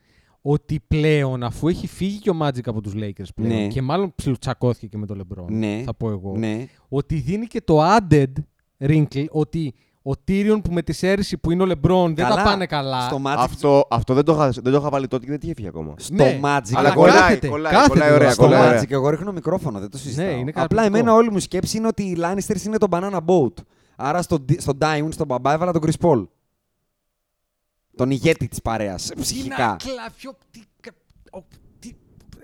[SPEAKER 2] ότι πλέον αφού έχει φύγει και ο Magic από τους Lakers πλέον
[SPEAKER 3] Ναι.
[SPEAKER 2] και μάλλον ψιλοτσακώθηκε και με τον LeBron,
[SPEAKER 3] Ναι.
[SPEAKER 2] θα πω εγώ,
[SPEAKER 3] Ναι.
[SPEAKER 2] ότι δίνει και το added wrinkle ότι ο Τύριον που με τη σέρηση που είναι ο LeBron δεν τα
[SPEAKER 3] Καλά.
[SPEAKER 2] πάνε καλά.
[SPEAKER 3] Στο Magic,
[SPEAKER 4] Αυτό, αυτό δεν, το είχα, δεν το είχα βάλει τότε και δεν είχε φύγει ακόμα.
[SPEAKER 3] στο
[SPEAKER 2] Ναι,
[SPEAKER 3] Magic
[SPEAKER 2] αλλά
[SPEAKER 3] εγώ-
[SPEAKER 4] κολλάει,
[SPEAKER 2] κάθεται,
[SPEAKER 4] κολλάει,
[SPEAKER 2] κάθεται
[SPEAKER 4] κολλάει,
[SPEAKER 2] εδώ.
[SPEAKER 4] ωραία,
[SPEAKER 2] Στο
[SPEAKER 3] Στο
[SPEAKER 4] κολλάει, ωραία.
[SPEAKER 3] Magic, εγώ ρίχνω μικρόφωνο, δεν το συζητάω.
[SPEAKER 2] Ναι, είναι
[SPEAKER 3] Απλά
[SPEAKER 2] καταπληκτικό.
[SPEAKER 3] εμένα όλη μου σκέψη είναι ότι οι Lannisters είναι το banana boat. Άρα στον στο Diamond, στον μπαμπά, έβαλα τον Chris Paul. Τον ηγέτη της παρέας, ψυχικά.
[SPEAKER 2] Κλαφιό, τι, κα- ο- τι-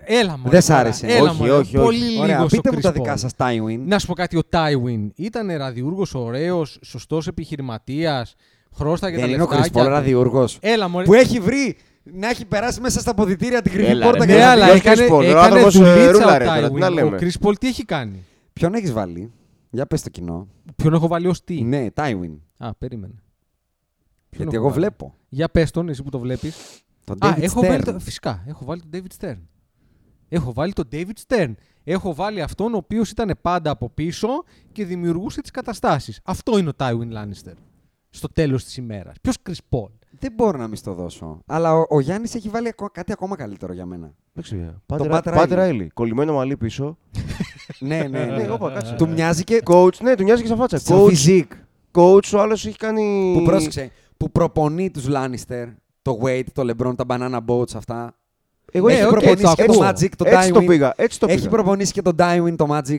[SPEAKER 2] Έλα μωρέ.
[SPEAKER 3] Δεν σ'
[SPEAKER 2] τώρα.
[SPEAKER 3] άρεσε.
[SPEAKER 2] Έλα,
[SPEAKER 4] Όχι,
[SPEAKER 2] μωρέ,
[SPEAKER 4] όχι, όχι.
[SPEAKER 2] Πολύ
[SPEAKER 3] Ωραία,
[SPEAKER 2] λίγος ο
[SPEAKER 3] πείτε μου τα
[SPEAKER 2] Chris
[SPEAKER 3] δικά
[SPEAKER 2] Paul.
[SPEAKER 3] σας, Tywin.
[SPEAKER 2] Να σου πω κάτι, ο Τάιουιν ήταν ραδιούργος, ωραίος, σωστός επιχειρηματίας, χρώσταγε
[SPEAKER 3] Δεν
[SPEAKER 2] τα
[SPEAKER 3] είναι ο Chris
[SPEAKER 2] λεφτάκια
[SPEAKER 3] Paul
[SPEAKER 2] του.
[SPEAKER 3] ραδιούργος.
[SPEAKER 2] Έλα μωρέ.
[SPEAKER 3] Που έχει βρει να έχει περάσει μέσα στα ποδητήρια την κρυφή
[SPEAKER 4] Έλα,
[SPEAKER 3] πόρτα
[SPEAKER 4] ρε,
[SPEAKER 3] και
[SPEAKER 2] Ναι,
[SPEAKER 4] Ο
[SPEAKER 3] να
[SPEAKER 2] αλλά
[SPEAKER 3] βγει.
[SPEAKER 4] Chris
[SPEAKER 2] έκανε,
[SPEAKER 4] Paul, ο
[SPEAKER 2] έκανε
[SPEAKER 4] άνθρωπος, ε,
[SPEAKER 2] δουλίτσα ο
[SPEAKER 4] ρούλαρε τώρα, τι να
[SPEAKER 2] Τάιουιν. Ο
[SPEAKER 4] λέμε.
[SPEAKER 2] Chris Paul τι έχει κάνει.
[SPEAKER 3] Ποιον έχεις βάλει, για πες το κοινό.
[SPEAKER 2] Ποιον έχω βάλει ως τι.
[SPEAKER 3] Ναι, Tywin.
[SPEAKER 2] Α, περίμενε. Ποιον
[SPEAKER 3] Γιατί
[SPEAKER 2] έχω
[SPEAKER 3] εγώ
[SPEAKER 2] βάλει?
[SPEAKER 3] βλέπω.
[SPEAKER 2] Για πες τον, εσύ που το βλέπεις.
[SPEAKER 3] Τον
[SPEAKER 2] Α,
[SPEAKER 3] David
[SPEAKER 2] έχω βάλει
[SPEAKER 3] Stern.
[SPEAKER 2] το, φυσικά, έχω βάλει τον David Stern. Έχω βάλει τον David Stern. Έχω βάλει αυτόν ο οποίος ήταν πάντα από πίσω και δημιουργούσε τις καταστάσεις. Αυτό είναι ο Tywin Lannister. Στο τέλος της ημέρας. Ποιος Chris Paul.
[SPEAKER 3] Δεν μπορώ να μη στο δώσω. Αλλά ο, ο Γιάννης έχει βάλει ακο- κάτι ακόμα καλύτερο για μένα.
[SPEAKER 4] Εντάξει,
[SPEAKER 3] Το Pat Riley.
[SPEAKER 4] ε. Πάτε Ράιλι. Κολλημένο μαλλί πίσω.
[SPEAKER 3] ναι, ναι, ναι.
[SPEAKER 4] όπα, κάτσε.
[SPEAKER 3] Του μοιάζει και
[SPEAKER 4] Coach, ναι, του μοιάζει και σαν φάτσα.
[SPEAKER 3] σαν
[SPEAKER 4] Coach,
[SPEAKER 3] φιζίκ.
[SPEAKER 4] coach, ο άλλος έχει κάνει.
[SPEAKER 3] Που πρόσεξε, που προπονεί τους Λάνιστερ, το Wade, το LeBron, τα banana boats αυτά.
[SPEAKER 4] Εγώ
[SPEAKER 2] Ε,
[SPEAKER 3] έχει
[SPEAKER 4] έτσι-
[SPEAKER 3] προπονήσει
[SPEAKER 4] έτσι
[SPEAKER 3] και το
[SPEAKER 4] ακούω.
[SPEAKER 3] Magic, το
[SPEAKER 4] Έτσι το
[SPEAKER 3] Dywin.
[SPEAKER 4] πήγα. Έτσι το
[SPEAKER 3] έχει
[SPEAKER 4] πήγα.
[SPEAKER 3] προπονήσει και τον Dywin, το Magic,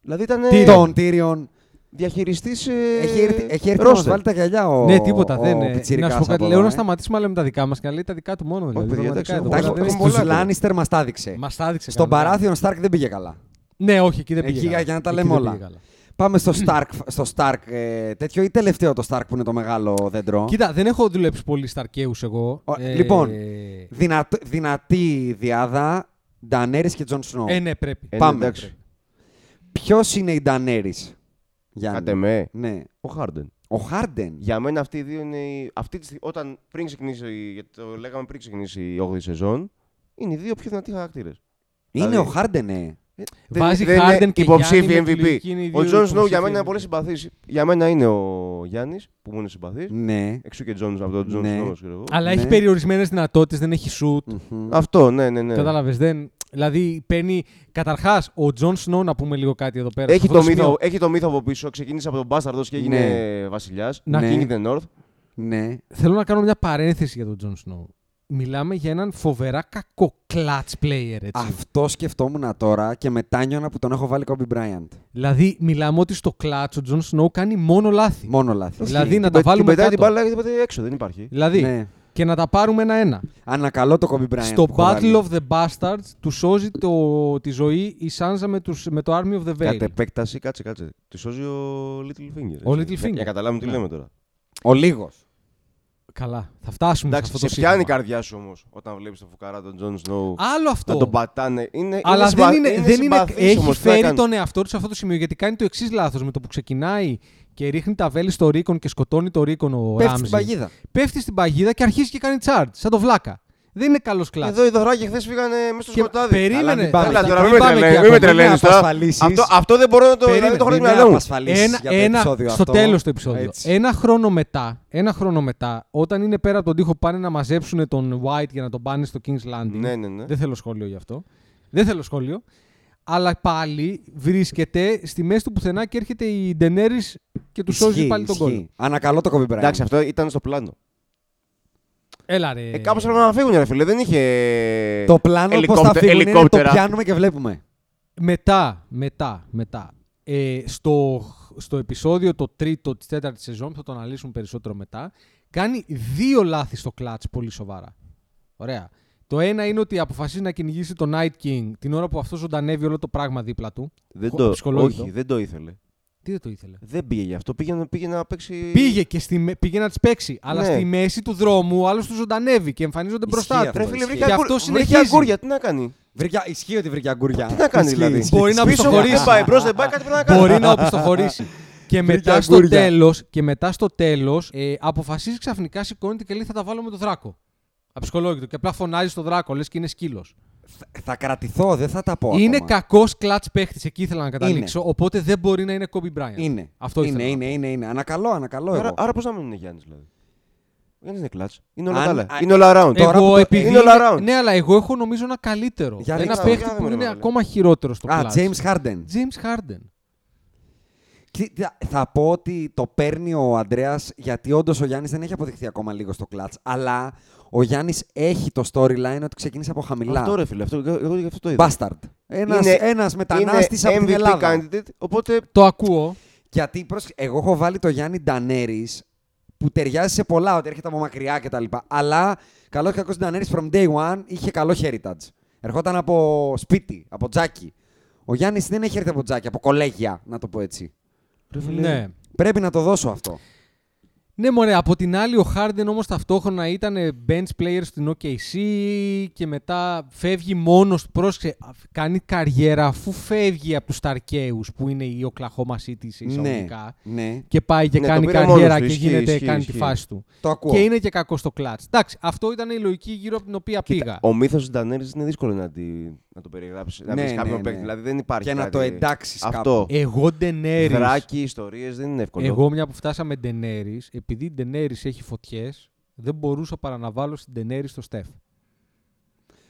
[SPEAKER 4] Δηλαδή ήταν ε,
[SPEAKER 3] τον Tyrion.
[SPEAKER 4] διαχειριστή.
[SPEAKER 3] Έχει έρθει, έχει έρθει να μας βάλει τα γυαλιά ο
[SPEAKER 2] ναι, τίποτα
[SPEAKER 3] ο
[SPEAKER 2] δεν είναι. Να
[SPEAKER 3] πιτσιρικάς
[SPEAKER 2] σου πω κάτι.
[SPEAKER 3] από
[SPEAKER 2] Λέω
[SPEAKER 3] εδώ,
[SPEAKER 2] να
[SPEAKER 3] ε.
[SPEAKER 2] σταματήσουμε να λέμε τα δικά μας και να λέει τα δικά του μόνο. Δηλαδή,
[SPEAKER 4] παιδιά, εντάξει,
[SPEAKER 2] πραγματικά εδώ
[SPEAKER 3] Τα
[SPEAKER 2] πέρα
[SPEAKER 4] Πολλά
[SPEAKER 3] έχει-
[SPEAKER 2] δεν
[SPEAKER 4] έχουμε
[SPEAKER 2] έχει-
[SPEAKER 4] πολλά
[SPEAKER 3] Στους
[SPEAKER 4] ακόμα.
[SPEAKER 3] Λάνιστερ μας τα έδειξε.
[SPEAKER 2] Μας τα έδειξε.
[SPEAKER 3] Στον
[SPEAKER 2] κανονικά.
[SPEAKER 3] Παράθυον Σταρκ δεν πήγε καλά.
[SPEAKER 2] Ναι, όχι, εκεί δεν
[SPEAKER 3] Εκεί
[SPEAKER 2] πήγε.
[SPEAKER 3] για-
[SPEAKER 2] καλά.
[SPEAKER 3] για να τα
[SPEAKER 2] Εκεί
[SPEAKER 3] λέμε
[SPEAKER 2] δεν
[SPEAKER 3] όλα.
[SPEAKER 2] πήγε καλά.
[SPEAKER 3] Πάμε στο Stark, στο Stark ε, τέτοιο ή τελευταίο το Stark που είναι το μεγάλο δέντρο.
[SPEAKER 2] Κοίτα, δεν έχω δουλέψει πολύ σταρκέους εγώ.
[SPEAKER 3] Ο-
[SPEAKER 2] Ε,
[SPEAKER 3] λοιπόν, Δυνατ- δυνατή διάδα, Ντανέρη και Τζον Σνόου.
[SPEAKER 2] Ε, ναι, πρέπει.
[SPEAKER 4] Ε,
[SPEAKER 3] Πάμε.
[SPEAKER 4] εντάξει.
[SPEAKER 3] Ποιος είναι η Ντανέρη,
[SPEAKER 4] Κάτε με.
[SPEAKER 3] Ναι.
[SPEAKER 4] Ο Χάρντεν.
[SPEAKER 3] Ο Χάρντεν.
[SPEAKER 4] Για μένα αυτοί οι δύο είναι. οι- Αυτή τη στιγμή, όταν πριν ξεκινήσει, γιατί το λέγαμε πριν ξεκινήσει η 8η σεζόν, είναι οι δύο πιο δυνατοί χαρακτήρες.
[SPEAKER 3] Είναι
[SPEAKER 4] δηλαδή.
[SPEAKER 3] ο Χάρντεν, ε.
[SPEAKER 2] Βάζει Harden και
[SPEAKER 4] υποψήφοι
[SPEAKER 2] Γιάννη με
[SPEAKER 4] MVP.
[SPEAKER 2] τη λογική, είναι οι
[SPEAKER 4] Ο
[SPEAKER 2] δύο
[SPEAKER 4] Τζον Σνόου για
[SPEAKER 2] υποψήφοι
[SPEAKER 4] μένα είναι
[SPEAKER 2] MVP.
[SPEAKER 4] πολύ συμπαθής. Για μένα είναι ο Γιάννης, που μου είναι συμπαθής.
[SPEAKER 3] Ναι.
[SPEAKER 4] Εξού και Τζον από τον Τζον
[SPEAKER 3] Ναι.
[SPEAKER 4] Σνόου, ξέρω εγώ.
[SPEAKER 2] Αλλά
[SPEAKER 3] Ναι.
[SPEAKER 2] έχει περιορισμένες δυνατότητες, δεν έχει shoot.
[SPEAKER 3] Μμμ.
[SPEAKER 4] Αυτό, ναι, ναι. ναι.
[SPEAKER 2] Κατάλαβες. Δεν... Δηλαδή παίρνει. Καταρχάς, ο Τζον Σνόου, να πούμε λίγο κάτι εδώ πέρα. σε
[SPEAKER 4] Έχει
[SPEAKER 2] αυτό
[SPEAKER 4] το,
[SPEAKER 2] σημείο.
[SPEAKER 4] μύθο, έχει το μύθο από πίσω. Ξεκίνησε από τον Μπάσταρδος και έγινε
[SPEAKER 3] Ναι.
[SPEAKER 4] βασιλιάς.
[SPEAKER 2] Να-
[SPEAKER 4] King the North.
[SPEAKER 3] Ναι.
[SPEAKER 2] Θέλω να κάνω μια παρένθεση για τον Τζον Σνόου. Μιλάμε για έναν φοβερά κακό clutch player. Έτσι.
[SPEAKER 3] Αυτό σκεφτόμουν τώρα και μετάνιωνα που τον έχω βάλει Kobe Bryant.
[SPEAKER 2] Δηλαδή, μιλάμε ότι στο clutch ο Τζον Σνόου κάνει μόνο λάθη.
[SPEAKER 3] Μόνο λάθη.
[SPEAKER 2] Δηλαδή, να
[SPEAKER 4] Την
[SPEAKER 2] τα
[SPEAKER 4] πε- Την
[SPEAKER 2] βάλουμε
[SPEAKER 4] πετάει
[SPEAKER 2] κάτω.
[SPEAKER 4] την μπάλα και την πετάει έξω, δεν υπάρχει.
[SPEAKER 2] Δηλαδή,
[SPEAKER 3] Ναι.
[SPEAKER 2] και να τα πάρουμε ένα-ένα.
[SPEAKER 3] Ανακαλώ το Kobe Bryant.
[SPEAKER 2] Στο
[SPEAKER 3] που έχω
[SPEAKER 2] Battle
[SPEAKER 3] βάλει.
[SPEAKER 2] of the Bastards του σώζει το, τη ζωή η Σάνζα με, τους, με το Army of the Veil.
[SPEAKER 4] Κατ' επέκταση, κάτσε, κάτσε. Τη σώζει ο Little Finger.
[SPEAKER 2] Ο
[SPEAKER 4] έτσι.
[SPEAKER 2] Little
[SPEAKER 4] Για-
[SPEAKER 2] Finger.
[SPEAKER 4] Για να καταλάβουμε τι
[SPEAKER 2] Ναι.
[SPEAKER 4] λέμε τώρα.
[SPEAKER 3] Ο λίγος.
[SPEAKER 2] Καλά, θα φτάσουμε σε
[SPEAKER 4] Εντάξει,
[SPEAKER 2] αυτό
[SPEAKER 4] σε
[SPEAKER 2] το
[SPEAKER 4] πιάνει η
[SPEAKER 2] σύστημα.
[SPEAKER 4] καρδιά σου όμως όταν βλέπεις τον φουκαρά τον Τζον Σνόου
[SPEAKER 2] Άλλο αυτό.
[SPEAKER 4] να τον πατάνε. Είναι,
[SPEAKER 2] Αλλά
[SPEAKER 4] συμπα-
[SPEAKER 2] δεν είναι,
[SPEAKER 4] είναι
[SPEAKER 2] δεν είναι,
[SPEAKER 4] συμπαθής
[SPEAKER 2] έχει
[SPEAKER 4] όμως, τι να
[SPEAKER 2] φέρει
[SPEAKER 4] κάνεις.
[SPEAKER 2] τον εαυτό του σε αυτό το σημείο γιατί κάνει το εξής λάθος με το που ξεκινάει και ρίχνει τα βέλη στο Ρίκον και σκοτώνει το Ρίκον ο
[SPEAKER 3] Πέφτει στην
[SPEAKER 2] Ράμζι.
[SPEAKER 3] παγίδα.
[SPEAKER 2] Πέφτει στην παγίδα και αρχίζει και κάνει charge, σαν το βλάκα. Δεν είναι καλός κλάσ.
[SPEAKER 4] Εδώ οι δωράκια χθες φύγανε μέσα στο
[SPEAKER 2] Και
[SPEAKER 4] σκοτάδι.
[SPEAKER 2] περίμενε.
[SPEAKER 4] Καλά, μην πάμε.
[SPEAKER 2] Καλά,
[SPEAKER 4] Καλά, τώρα
[SPEAKER 2] μην
[SPEAKER 4] μην με
[SPEAKER 2] πάμε
[SPEAKER 4] τρελαίνεις,
[SPEAKER 2] και
[SPEAKER 4] μην με
[SPEAKER 2] ακόμα.
[SPEAKER 4] τρελαίνεις
[SPEAKER 3] Μην
[SPEAKER 4] τώρα.
[SPEAKER 3] απασφαλίσεις.
[SPEAKER 4] Αυτό, αυτό δεν μπορώ να το, δηλαδή, το έχω
[SPEAKER 3] Μην
[SPEAKER 4] στο
[SPEAKER 3] με
[SPEAKER 4] μυαλό μου.
[SPEAKER 3] απασφαλίσεις για το
[SPEAKER 2] ένα,
[SPEAKER 3] επεισόδιο
[SPEAKER 2] στο
[SPEAKER 3] αυτό.
[SPEAKER 2] τέλος του επεισόδιο.
[SPEAKER 3] Έτσι.
[SPEAKER 2] Ένα χρόνο μετά, ένα χρόνο μετά, όταν είναι πέρα από τον τοίχο, πάνε να μαζέψουν τον White για να τον πάνε στο King's Landing.
[SPEAKER 4] Ναι, ναι, ναι.
[SPEAKER 2] Δεν θέλω σχόλιο γι' αυτό. Δεν θέλω σχόλιο. Αλλά πάλι βρίσκεται στη μέση του πουθενά και έρχεται η Ντενέρη και τους σώζει
[SPEAKER 3] Ισχύει,
[SPEAKER 2] πάλι τον
[SPEAKER 3] ισχύει.
[SPEAKER 2] κόλλο.
[SPEAKER 3] Ανακαλώ το Kobe Bryant.
[SPEAKER 4] Εντάξει, αυτό ήταν στο πλάνο.
[SPEAKER 2] Έλα ρε.
[SPEAKER 4] Ε, Κάπως έπρεπε να φύγουν, ρε φίλε. Δεν είχε.
[SPEAKER 3] Το πλάνο πώς θα
[SPEAKER 4] ελικόπτε-
[SPEAKER 3] φύγουν είναι το
[SPEAKER 4] ελικόπτερα.
[SPEAKER 3] πιάνουμε και βλέπουμε.
[SPEAKER 2] Μετά, μετά, μετά. Ε, στο, στο επεισόδιο το τρίτο της τέταρτης σεζόν, που θα το αναλύσουμε περισσότερο μετά, κάνει δύο λάθη στο κλατς πολύ σοβαρά. Ωραία. Το ένα είναι ότι αποφασίζει να κυνηγήσει τον Night King την ώρα που αυτός ζωντανεύει όλο το πράγμα δίπλα του.
[SPEAKER 4] Δεν
[SPEAKER 2] Χω-
[SPEAKER 4] το,
[SPEAKER 2] ψυχολόγητο.
[SPEAKER 4] όχι, δεν το ήθελε.
[SPEAKER 2] Τι δεν το ήθελε.
[SPEAKER 4] Δεν πήγε γι' αυτό. Πήγε, να- πήγε να παίξει.
[SPEAKER 2] Πήγε, και στη, με- πήγε να της παίξει, αλλά
[SPEAKER 4] Ναι.
[SPEAKER 2] στη μέση του δρόμου ο άλλος του ζωντανεύει και εμφανίζονται
[SPEAKER 3] Ισχύει
[SPEAKER 2] μπροστά του.
[SPEAKER 3] αυτό.
[SPEAKER 4] Ρε φίλε, βρήκε
[SPEAKER 3] Γι'
[SPEAKER 4] αγκούρ-
[SPEAKER 2] αυτό
[SPEAKER 4] βρήκε
[SPEAKER 2] συνεχίζει.
[SPEAKER 4] αγκούρια. Τι να κάνει.
[SPEAKER 3] Βρήκε, ισχύει ότι βρήκε αγκούρια.
[SPEAKER 4] Τι να κάνει
[SPEAKER 3] Ισχύει,
[SPEAKER 4] δηλαδή.
[SPEAKER 3] ισχύει.
[SPEAKER 2] Μπορεί να
[SPEAKER 4] Πίσω
[SPEAKER 2] ψοχωρήσει.
[SPEAKER 4] Δεν πάει μπρος, δεν πάει κάτι πρέπει να κάνει.
[SPEAKER 2] Μπορεί να οπισθοχωρήσει. και μετά στο
[SPEAKER 3] αγκούρια.
[SPEAKER 2] τέλος, και μετά στο τέλος, ε, αποφασίζει ξαφνικά, σηκώνεται και λέει θα τα βάλω με τον Δράκο. Αψυχολόγητο. Και απλά φωνάζει στον Δράκο, λες και είναι σκύλος.
[SPEAKER 3] Θα- Θα κρατηθώ, δεν θα τα πω.
[SPEAKER 2] Είναι
[SPEAKER 3] ακόμα.
[SPEAKER 2] κακός κλατ παίχτης, εκεί ήθελα να καταλήξω. Οπότε δεν μπορεί να είναι Kobe Bryant.
[SPEAKER 3] Είναι.
[SPEAKER 2] Αυτό
[SPEAKER 3] είναι,
[SPEAKER 2] ήθελα.
[SPEAKER 3] είναι, είναι, είναι. Ανακαλώ, ανακαλώ.
[SPEAKER 4] Άρα,
[SPEAKER 3] εγώ.
[SPEAKER 4] άρα πώς να μην είναι Γιάννης δηλαδή. Ο Γιάννης είναι κλατ. Είναι όλα
[SPEAKER 3] Αν-
[SPEAKER 4] τα άλλα.
[SPEAKER 3] α-
[SPEAKER 4] Είναι όλα round.
[SPEAKER 3] τώρα που
[SPEAKER 2] Εγώ
[SPEAKER 3] το-
[SPEAKER 2] επειδή.
[SPEAKER 4] είναι all around.
[SPEAKER 2] Ναι, αλλά εγώ έχω νομίζω ένα καλύτερο.
[SPEAKER 3] Για
[SPEAKER 2] ένα
[SPEAKER 3] ρίξτε το.
[SPEAKER 2] παίχτη
[SPEAKER 4] Για
[SPEAKER 2] που
[SPEAKER 4] δούμε,
[SPEAKER 2] είναι
[SPEAKER 4] ρε,
[SPEAKER 2] ακόμα χειροτερο στο
[SPEAKER 3] Α,
[SPEAKER 2] κλατ.
[SPEAKER 3] James Harden.
[SPEAKER 2] James Harden.
[SPEAKER 3] Κοίτα, Θα πω ότι το παίρνει ο Αντρέα γιατί όντως ο Γιάννης δεν έχει αποδειχθεί ακόμα λίγο στο κλατ. Αλλά ο Γιάννης έχει το storyline ότι ξεκίνησε από
[SPEAKER 4] Αυτό
[SPEAKER 3] χαμηλά.
[SPEAKER 4] ρε φίλε, αυτό, εγώ γι' αυτό το είδα.
[SPEAKER 3] Bastard. Ένας,
[SPEAKER 4] Είναι-
[SPEAKER 3] ένας μετανάστης από την
[SPEAKER 4] MVP
[SPEAKER 3] Ελλάδα.
[SPEAKER 4] candidate, οπότε
[SPEAKER 2] Το ακούω.
[SPEAKER 3] Γιατί πρόσεξε, εγώ έχω βάλει το Γιάννη Ντανέρης που ταιριάζει σε πολλά, ότι έρχεται από μακριά κτλ. Αλλά καλό και κακός Ντανέρης from day one είχε καλό heritage. Ερχόταν από σπίτι, από τζάκι. Ο Γιάννης δεν έχει έρθει από τζάκι, από κολέγια, να το πω έτσι.
[SPEAKER 2] Ναι.
[SPEAKER 3] Πρέπει να το δώσω αυτό.
[SPEAKER 2] Ναι, μωρέ, από την άλλη ο Harden όμως ταυτόχρονα ήταν bench player στην OKC και μετά φεύγει μόνος του, πρόσεξε, α, κάνει καριέρα αφού φεύγει από τους Ταρκαίους που είναι η Oklahoma City σε
[SPEAKER 3] Ναι,
[SPEAKER 2] εισαγωγικά
[SPEAKER 3] ναι.
[SPEAKER 2] και πάει και
[SPEAKER 4] Ναι, το
[SPEAKER 2] κάνει
[SPEAKER 4] πήρε
[SPEAKER 2] καριέρα
[SPEAKER 4] μόνος του,
[SPEAKER 2] και
[SPEAKER 4] ισχύει,
[SPEAKER 2] γίνεται,
[SPEAKER 4] ισχύει,
[SPEAKER 2] κάνει τη
[SPEAKER 4] ισχύει.
[SPEAKER 2] φάση του.
[SPEAKER 3] Το ακούω.
[SPEAKER 2] Και είναι και κακό στο κλατς. Εντάξει, αυτό ήταν η λογική γύρω από την οποία πήγα.
[SPEAKER 4] ο μύθος τη Ντανέρη είναι δύσκολο να, τη, να το περιγράψεις. Να
[SPEAKER 3] Ναι,
[SPEAKER 4] βρεις
[SPEAKER 3] ναι,
[SPEAKER 4] κάποιον
[SPEAKER 3] ναι.
[SPEAKER 4] παίκτη. Δηλαδή δεν υπάρχει.
[SPEAKER 3] Και να
[SPEAKER 4] κάτι-
[SPEAKER 3] το εντάξεις
[SPEAKER 4] Αυτό.
[SPEAKER 2] Εγώ Ντενέρης,
[SPEAKER 4] Δράκι, ιστορίες δεν είναι εύκολο.
[SPEAKER 2] εγώ μια που φτάσαμε Ντενέρης, επειδή η Ντενέρης έχει φωτιές, δεν μπορούσα παρά να βάλω στην Ντενέρης το Στεφ.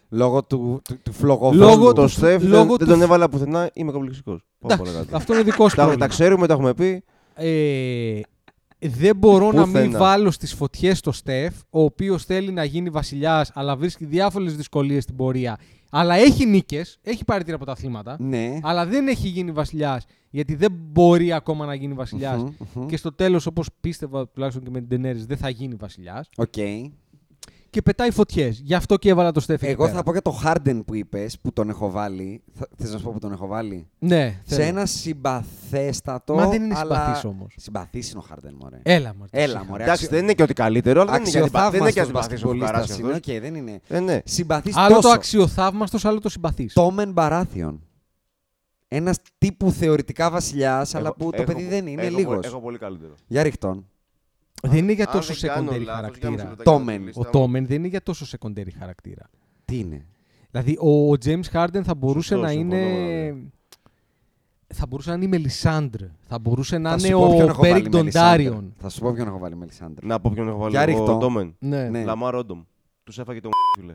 [SPEAKER 3] Λόγω του, του, του φλογοβόλου.
[SPEAKER 2] Λόγω
[SPEAKER 4] το
[SPEAKER 2] του-
[SPEAKER 4] Στεφ δεν,
[SPEAKER 2] λόγω
[SPEAKER 4] δεν
[SPEAKER 2] του-
[SPEAKER 4] τον έβαλα πουθενά, είμαι κομπλεξικό.
[SPEAKER 2] Εντάξει, αυτό είναι δικό σου
[SPEAKER 4] Τα, τα
[SPEAKER 2] πρόβλημα.
[SPEAKER 4] ξέρουμε, τα έχουμε πει.
[SPEAKER 2] Ε, δεν μπορώ να μην
[SPEAKER 4] Πουθενά.
[SPEAKER 2] βάλω στις φωτιές το Στεφ, ο οποίος θέλει να γίνει βασιλιάς, αλλά βρίσκει διάφορες δυσκολίες στην πορεία. Αλλά έχει νίκες, έχει πάρει τρία από τα αθλήματα,
[SPEAKER 3] Ναι.
[SPEAKER 2] αλλά δεν έχει γίνει βασιλιάς, γιατί δεν μπορεί ακόμα να γίνει βασιλιάς.
[SPEAKER 3] Μμμ, μμμ.
[SPEAKER 2] Και στο τέλος, όπως πίστευα τουλάχιστον και με την Τενέρης, δεν θα γίνει βασιλιάς.
[SPEAKER 3] Οκ.
[SPEAKER 2] Και πετάει φωτιές. Γι' αυτό και έβαλα το Στεφ εκεί
[SPEAKER 3] Εγώ
[SPEAKER 2] πέρα.
[SPEAKER 3] θα πω για το Harden που είπες, που τον έχω βάλει. Θα- Θες να σου πω που τον έχω βάλει.
[SPEAKER 2] Ναι,
[SPEAKER 3] Σε
[SPEAKER 2] θέλω.
[SPEAKER 3] ένα συμπαθέστατο.
[SPEAKER 2] Μα δεν είναι
[SPEAKER 3] αλλά...
[SPEAKER 2] συμπαθής όμως. Ε,
[SPEAKER 3] Συμπαθής είναι ο Harden, μωρέ.
[SPEAKER 2] Έλα, μωρέ.
[SPEAKER 3] Έλα, μωρέ.
[SPEAKER 4] Εντάξει, δεν είναι και ότι καλύτερο, αλλά δεν είναι γιατί δεν είναι και
[SPEAKER 3] Αξιοθαύμαστος
[SPEAKER 4] γιατί συμπαθείς ο
[SPEAKER 3] μπασκετμπολίστας
[SPEAKER 4] Φουκαράς
[SPEAKER 3] είναι.
[SPEAKER 4] αυτός.
[SPEAKER 3] Οκ, δεν είναι.
[SPEAKER 4] Ε, ναι.
[SPEAKER 3] Συμπαθής
[SPEAKER 2] Άλλο το
[SPEAKER 3] τόσο.
[SPEAKER 2] αξιοθαύμαστος, άλλο το συμπαθής.
[SPEAKER 3] Τόμεν Μπαράθιον. Ένας τύπου θεωρητικά βασιλιάς, αλλά
[SPEAKER 4] Έχω-
[SPEAKER 3] που το
[SPEAKER 4] έχω-
[SPEAKER 3] παιδί δεν είναι,
[SPEAKER 4] έχω-
[SPEAKER 3] λίγος.
[SPEAKER 4] Έχω πολύ καλύτερο.
[SPEAKER 3] Για ριχτών.
[SPEAKER 2] Δεν είναι για
[SPEAKER 4] Αν
[SPEAKER 2] τόσο
[SPEAKER 4] δεν
[SPEAKER 2] secondary
[SPEAKER 4] κάνω λάθος, για μισό
[SPEAKER 2] χαρακτήρα.
[SPEAKER 4] λεπτάκι να
[SPEAKER 3] Τόμεν.
[SPEAKER 4] δω τη
[SPEAKER 2] Ο
[SPEAKER 4] λίστα μου.
[SPEAKER 2] Τόμεν δεν είναι για τόσο secondary χαρακτήρα.
[SPEAKER 3] Τι είναι.
[SPEAKER 2] Δηλαδή, ο, ο James Harden θα μπορούσε
[SPEAKER 4] Σωστό,
[SPEAKER 2] να
[SPEAKER 4] συμφωνώ,
[SPEAKER 2] είναι.
[SPEAKER 4] βέβαια.
[SPEAKER 2] Θα μπορούσε να είναι η Μελισάντρ. Θα μπορούσε να
[SPEAKER 3] Θα σου
[SPEAKER 2] είναι
[SPEAKER 3] πω ποιον
[SPEAKER 2] ο
[SPEAKER 3] έχω βάλει
[SPEAKER 2] Μπέρικ
[SPEAKER 3] Μελισάνδρ.
[SPEAKER 2] Ντοντάριον.
[SPEAKER 3] Θα σου πω ποιον έχω βάλει Μελισάνδρ.
[SPEAKER 4] Να πω ποιον έχω βάλει
[SPEAKER 3] Για
[SPEAKER 4] εγώ,
[SPEAKER 3] ρίχτω.
[SPEAKER 4] Ντόμεν.
[SPEAKER 2] Ναι.
[SPEAKER 3] Ναι.
[SPEAKER 4] Λαμάρ Όντομ. Τους έφαγε τον φίλε.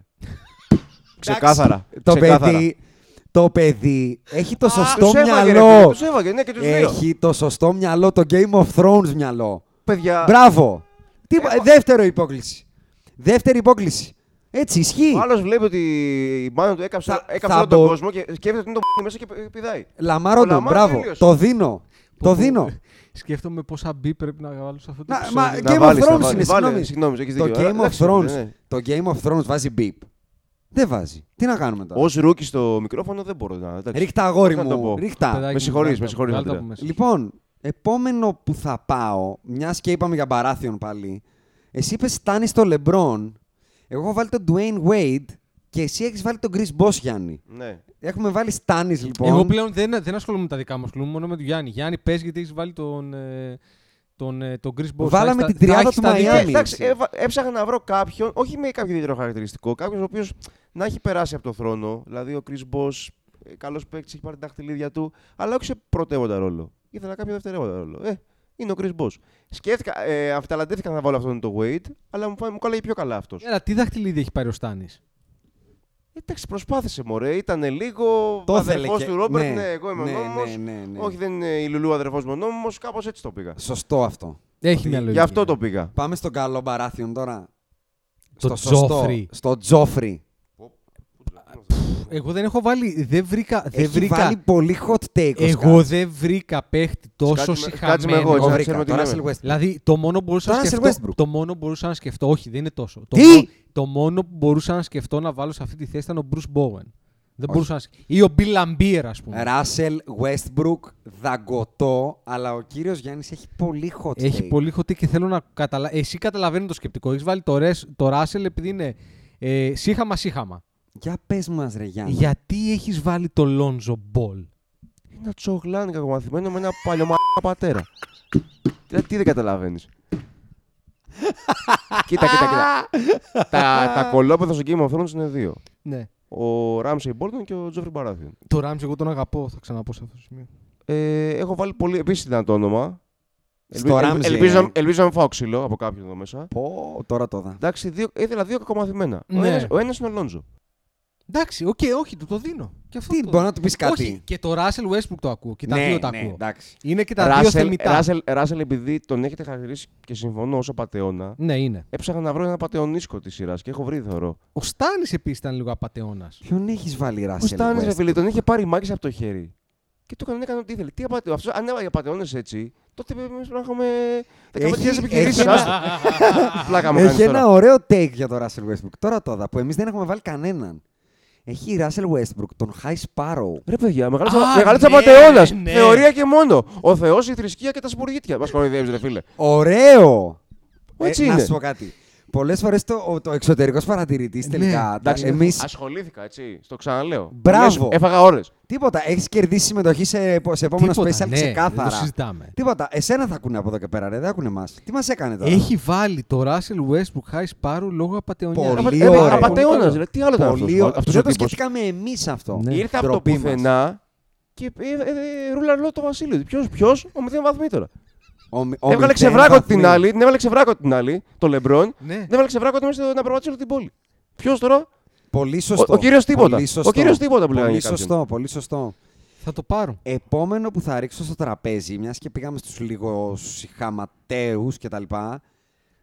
[SPEAKER 4] Ξεκάθαρα.
[SPEAKER 3] Το
[SPEAKER 4] Ξεκάθαρα.
[SPEAKER 3] παιδί, το παιδί έχει το σωστό
[SPEAKER 4] Τους έφαγε, ρε φίλε,
[SPEAKER 3] μυαλό.
[SPEAKER 4] Τους έβαγε, ναι, και τους δύο.
[SPEAKER 3] Έχει το σωστό μυαλό, το Game of Thrones μυαλό.
[SPEAKER 4] Παιδιά,
[SPEAKER 3] Μπράβο. Τι,
[SPEAKER 4] Ε,
[SPEAKER 3] δεύτερο υπόκληση. Δεύτερη υπόκληση. Έτσι, ισχύει.
[SPEAKER 4] Ο άλλος βλέπει ότι η μάνα του έκαψε,
[SPEAKER 3] Θα-
[SPEAKER 4] έκαψε
[SPEAKER 3] θα
[SPEAKER 4] όλο τον
[SPEAKER 3] μπο-
[SPEAKER 4] κόσμο και σκέφτεται ότι είναι το π***ι μέσα και πη- πηδάει.
[SPEAKER 3] Λαμάρο
[SPEAKER 4] Ο
[SPEAKER 3] του,
[SPEAKER 4] Λαμάρ
[SPEAKER 3] μπράβο.
[SPEAKER 4] τελείωσε.
[SPEAKER 3] Το δίνω. Το
[SPEAKER 2] Που-
[SPEAKER 3] δίνω.
[SPEAKER 2] Σκέφτομαι πόσα μπι πρέπει να βάλω σε αυτό το
[SPEAKER 3] Να-
[SPEAKER 2] επεισόδιο.
[SPEAKER 3] μα
[SPEAKER 4] Να
[SPEAKER 3] Ε, Game of
[SPEAKER 4] βάλεις, να
[SPEAKER 3] Thrones
[SPEAKER 4] βάλεις.
[SPEAKER 3] είναι,
[SPEAKER 4] Βάλε,
[SPEAKER 3] συγγνώμη.
[SPEAKER 4] συγγνώμη, έχεις
[SPEAKER 3] Το
[SPEAKER 4] δίκιο. Ε,
[SPEAKER 3] Game of
[SPEAKER 4] εντάξει, ναι,
[SPEAKER 3] Thrones.
[SPEAKER 4] ναι.
[SPEAKER 3] Το Game of Thrones βάζει beep. Δεν βάζει. Τι να κάνουμε τώρα.
[SPEAKER 4] Ως ρούκι στο μικρόφωνο δεν μπορώ να. εντάξει.
[SPEAKER 3] Ρίχτα αγόρι
[SPEAKER 4] Θα το πω.
[SPEAKER 3] μου. Ρίχτα.
[SPEAKER 2] Παιδάκι,
[SPEAKER 4] με συγχωρείς,
[SPEAKER 2] βγάλ'
[SPEAKER 4] με
[SPEAKER 2] τα-
[SPEAKER 4] συγχωρείς,
[SPEAKER 2] βγάλ' τα
[SPEAKER 4] Αντρέα.
[SPEAKER 2] από μέσα σου.
[SPEAKER 3] Λοιπόν, επόμενο που θα πάω, μιας και είπαμε για Μπαράθιον πάλι, εσύ είπες Στάνι στο Λεμπρόν. Εγώ έχω βάλει τον Dwayne Wade και εσύ έχεις βάλει τον Chris Bosh, Γιάννη.
[SPEAKER 4] Ναι.
[SPEAKER 3] Έχουμε βάλει Στάνις λοιπόν.
[SPEAKER 2] Εγώ πλέον δεν, δεν ασχολούμαι με τα δικά μου, ασχολούμαι μόνο με τον Γιάννη. Γιάννη, πες γιατί έχεις βάλει τον. ε, τον, ε, τον Chris Bosh.
[SPEAKER 3] Βάλαμε
[SPEAKER 2] Θα έχεις
[SPEAKER 3] την
[SPEAKER 2] τα-
[SPEAKER 3] τριάδα
[SPEAKER 2] θα έχεις
[SPEAKER 3] του
[SPEAKER 2] τα δικά-
[SPEAKER 3] Miami.
[SPEAKER 4] Ε, Εντάξει,
[SPEAKER 3] εσύ.
[SPEAKER 4] έβα- έψαχνα να βρω κάποιον, όχι με κάποιο ιδιαίτερο χαρακτηριστικό, κάποιον ο οποίος να έχει περάσει από το θρόνο. Δηλαδή ο Chris Boss, καλός παίκτης, έχει πάρει τα δαχτυλίδια του, αλλά όχι σε πρωτεύοντα ρόλο. Ήθελα κάποιο δευτερεύοντα ρόλο. Ε, είναι ο Chris Bosh. Σκέφτηκα, ε, αυταλαντεύτηκα να βάλω αυτόν τον Wade, αλλά μου, φα- μου κόλλαγε πιο καλά αυτός.
[SPEAKER 3] Ε.
[SPEAKER 2] Έλα, τι δαχτυλίδι έχει πάρει ο Στάνης.
[SPEAKER 4] Εντάξει, προσπάθησε, μωρέ. Ήταν λίγο
[SPEAKER 3] Το ήθελε
[SPEAKER 4] αδερφός
[SPEAKER 3] και-
[SPEAKER 4] του Ρόμπερτ.
[SPEAKER 3] ναι.
[SPEAKER 4] Ναι, εγώ είμαι
[SPEAKER 3] Ναι,
[SPEAKER 4] νόμος.
[SPEAKER 3] ναι, ναι, ναι.
[SPEAKER 4] Όχι, δεν είναι η Λουλού αδερφός μου νόμος. Κάπως έτσι το πήγα.
[SPEAKER 3] Σωστό αυτό.
[SPEAKER 2] Έχει μια λογική.
[SPEAKER 4] Γι' αυτό το πήγα.
[SPEAKER 3] Πάμε στον καλό Μπαράθιον τώρα.
[SPEAKER 2] Το
[SPEAKER 3] στο σωστό.
[SPEAKER 2] Τζόφρι.
[SPEAKER 3] Στο Τζόφρι.
[SPEAKER 2] Εγώ δεν έχω βάλει. Δεν βρήκα. Δεν
[SPEAKER 3] Έχει
[SPEAKER 2] βρήκα.
[SPEAKER 3] βάλει πολύ hot take. ο
[SPEAKER 2] Εγώ
[SPEAKER 3] Σκάτς.
[SPEAKER 2] δεν βρήκα παίχτη τόσο
[SPEAKER 4] Κάτσε με- κάτσε με
[SPEAKER 2] συχαμένο.
[SPEAKER 4] εγώ,
[SPEAKER 3] Εγώ
[SPEAKER 4] να
[SPEAKER 3] βρήκα.
[SPEAKER 4] ξέρουμε τι
[SPEAKER 3] Τώρα
[SPEAKER 4] λέμε.
[SPEAKER 3] Russell Westbrook.
[SPEAKER 2] Δηλαδή, το μόνο που μπορούσα να
[SPEAKER 3] Τον Russell
[SPEAKER 2] σκεφτώ.
[SPEAKER 3] Westbrook.
[SPEAKER 2] Το μόνο που μπορούσα να σκεφτώ. Όχι, δεν είναι τόσο. Το,
[SPEAKER 3] Τι?
[SPEAKER 2] μόνο, το μόνο που μπορούσα να σκεφτώ να βάλω σε αυτή τη θέση ήταν ο Bruce Bowen. Δεν μπορούσα να σκεφτώ. Ή ο Bill Lambier, ας πούμε.
[SPEAKER 3] Ράσελ, Westbrook, δαγκωτό, αλλά ο κύριος Γιάννης έχει πολύ hot take.
[SPEAKER 2] Έχει πολύ χωτή και θέλω να καταλα... Εσύ καταλαβαίνω το σκεπτικό. Έχεις βάλει το, Ρες, το Russell επειδή είναι ε, σύχαμα σύχαμα.
[SPEAKER 3] Για πες μας, ρε Γιάννη.
[SPEAKER 2] Γιατί έχεις βάλει το Lonzo Ball.
[SPEAKER 4] Ένα τσογλάνι κακομαθημένο με ένα παλιωμά πατέρα. Τι, τι δεν καταλαβαίνεις. κοίτα, κοίτα, κοίτα. τα, τα κολόπεδα στο Game of Thrones είναι δύο.
[SPEAKER 2] Ναι.
[SPEAKER 4] Ο Ράμσεϊ Μπόλτον και ο Τζόφρι Μπαράθιον.
[SPEAKER 2] Το Rams εγώ τον αγαπώ, θα ξαναπώ σε αυτό το σημείο.
[SPEAKER 4] Ε, έχω βάλει πολύ επίσης δυνατό όνομα.
[SPEAKER 3] Στο
[SPEAKER 4] Ελπι-
[SPEAKER 3] Ramsey,
[SPEAKER 4] ελπίζω,
[SPEAKER 3] ε.
[SPEAKER 4] να- ελπίζω να μην φάω ξύλο από κάποιον εδώ μέσα.
[SPEAKER 3] Πω, τώρα το δα.
[SPEAKER 4] Εντάξει, δύο, ήθελα δύο κακομαθημένα. Ο
[SPEAKER 2] Ναι.
[SPEAKER 4] ένας- Ο ένας είναι ο Λόντζο.
[SPEAKER 2] Εντάξει, οκ, όχι, του το δίνω. Και αυτό
[SPEAKER 3] Τι,
[SPEAKER 2] το-
[SPEAKER 3] μπορεί να του πεις κάτι.
[SPEAKER 2] Όχι, και το Russell Westbrook το ακούω. Και τα
[SPEAKER 3] ναι,
[SPEAKER 2] δύο τα
[SPEAKER 3] ναι,
[SPEAKER 2] ακούω.
[SPEAKER 3] εντάξει.
[SPEAKER 2] Είναι και τα δύο
[SPEAKER 4] Ράσελ,
[SPEAKER 2] θεμητά.
[SPEAKER 4] Ράσελ, Ράσελ, επειδή τον έχετε χαρακτηρίσει και συμφωνώ ως απαταιώνα,
[SPEAKER 2] Ναι, είναι.
[SPEAKER 4] έψαχνα να βρω ένα πατεωνίσκο της σειράς και έχω βρει, θεωρώ.
[SPEAKER 2] Ο Στάνη επίσης ήταν λίγο απαταιώνα.
[SPEAKER 3] Ποιον έχεις βάλει
[SPEAKER 4] Ο
[SPEAKER 3] Ράσελ.
[SPEAKER 4] Στάνη, ρε
[SPEAKER 3] Westbrook?
[SPEAKER 4] φίλε, τον είχε πάρει μάκη από το χέρι. Και του έκανε, έκανε ό,τι ήθελε. Τι απαταιώνα. Αυτός, αν έβαγε απαταιώνε έτσι, τότε εμείς πρέπει να είχαμε 15.000
[SPEAKER 3] Έχει-
[SPEAKER 4] επιχειρήσει.
[SPEAKER 3] έχει ένα-
[SPEAKER 4] Πλάκα μου
[SPEAKER 3] Έχει
[SPEAKER 4] κάνεις
[SPEAKER 3] ένα
[SPEAKER 4] τώρα.
[SPEAKER 3] ωραίο take για τον Ράσελ Westbrook. Τώρα το δα που εμείς δεν έχουμε βάλει κανέναν. Έχει Ράσελ Westbrook, τον High Sparrow.
[SPEAKER 4] Ρε παιδιά, μεγάλος
[SPEAKER 2] Α,
[SPEAKER 4] ναι,
[SPEAKER 2] ναι,
[SPEAKER 4] απαταιώνας.
[SPEAKER 2] ναι.
[SPEAKER 4] Θεωρία και μόνο. Ο Θεός, η θρησκεία και τα σπουργίτια. Μας κοροϊδεύεις, ρε φίλε.
[SPEAKER 3] Ωραίο! Ε,
[SPEAKER 4] Έτσι
[SPEAKER 3] Να
[SPEAKER 4] είναι.
[SPEAKER 3] σου πω κάτι. Πολλές φορές το, ο- το εξωτερικός παρατηρητής
[SPEAKER 2] Ε, ναι,
[SPEAKER 3] τελικά.
[SPEAKER 4] Εντάξει,
[SPEAKER 3] Εμείς.
[SPEAKER 4] Ασχολήθηκα, έτσι. Στο ξαναλέω.
[SPEAKER 3] Μπράβο.
[SPEAKER 4] Μέσω- Έφαγα ώρες.
[SPEAKER 3] Τίποτα. Έχεις κερδίσει συμμετοχή σε, σε επόμενο
[SPEAKER 2] Τίποτα,
[SPEAKER 3] special
[SPEAKER 2] ναι,
[SPEAKER 3] ξεκάθαρα.
[SPEAKER 2] δεν το συζητάμε.
[SPEAKER 3] Τίποτα. Εσένα θα ακούνε από εδώ και πέρα, ρε. Δεν ακούνε εμάς. Τι μας έκανε τώρα.
[SPEAKER 2] Έχει βάλει το Russell Westbrook high sparrow λόγω Ε, απαταιωνία.
[SPEAKER 3] Πολύ
[SPEAKER 4] Έπα-
[SPEAKER 3] ωραία.
[SPEAKER 4] ε, Απατεώνας, ρε. Τι άλλο ήταν
[SPEAKER 3] Πολύ
[SPEAKER 4] αυτό.
[SPEAKER 3] ω-
[SPEAKER 4] Αυτός ο
[SPEAKER 3] Δεν το
[SPEAKER 4] τύπος.
[SPEAKER 3] σκεφτήκαμε εμείς αυτό.
[SPEAKER 2] Ναι.
[SPEAKER 4] Ήρθε από το
[SPEAKER 3] Ντροπή μας.
[SPEAKER 4] πουθενά και ε, ε, ε, ρούλαρλό το βασίλειο. Ποιος, ποιος, ο μηδέν βαθμοί τώρα.
[SPEAKER 3] Ο μη- ο
[SPEAKER 4] Έβγαλε
[SPEAKER 3] μηδέν
[SPEAKER 4] ξεβράκο την
[SPEAKER 3] βαθμοί.
[SPEAKER 4] άλλη, την έβαλε ξεβράκο την άλλη, το Λεμπρόν.
[SPEAKER 2] Ναι.
[SPEAKER 3] Ε,
[SPEAKER 4] Δεν έβαλε ξεβράκο την μέσα στο- να περπατήσει όλη την πόλη. Ποιος τώρα,
[SPEAKER 3] Πολύ σωστό.
[SPEAKER 4] ο κύριος τίποτα.
[SPEAKER 3] Πολύ σωστό.
[SPEAKER 4] Ο κύριος τίποτα που λέγανε
[SPEAKER 3] Πολύ
[SPEAKER 4] κάποιον.
[SPEAKER 3] σωστό, πολύ σωστό.
[SPEAKER 2] Θα το πάρω.
[SPEAKER 3] Επόμενο που θα ρίξω στο τραπέζι, μιας και πήγαμε στους λίγο συχαματέου κτλ.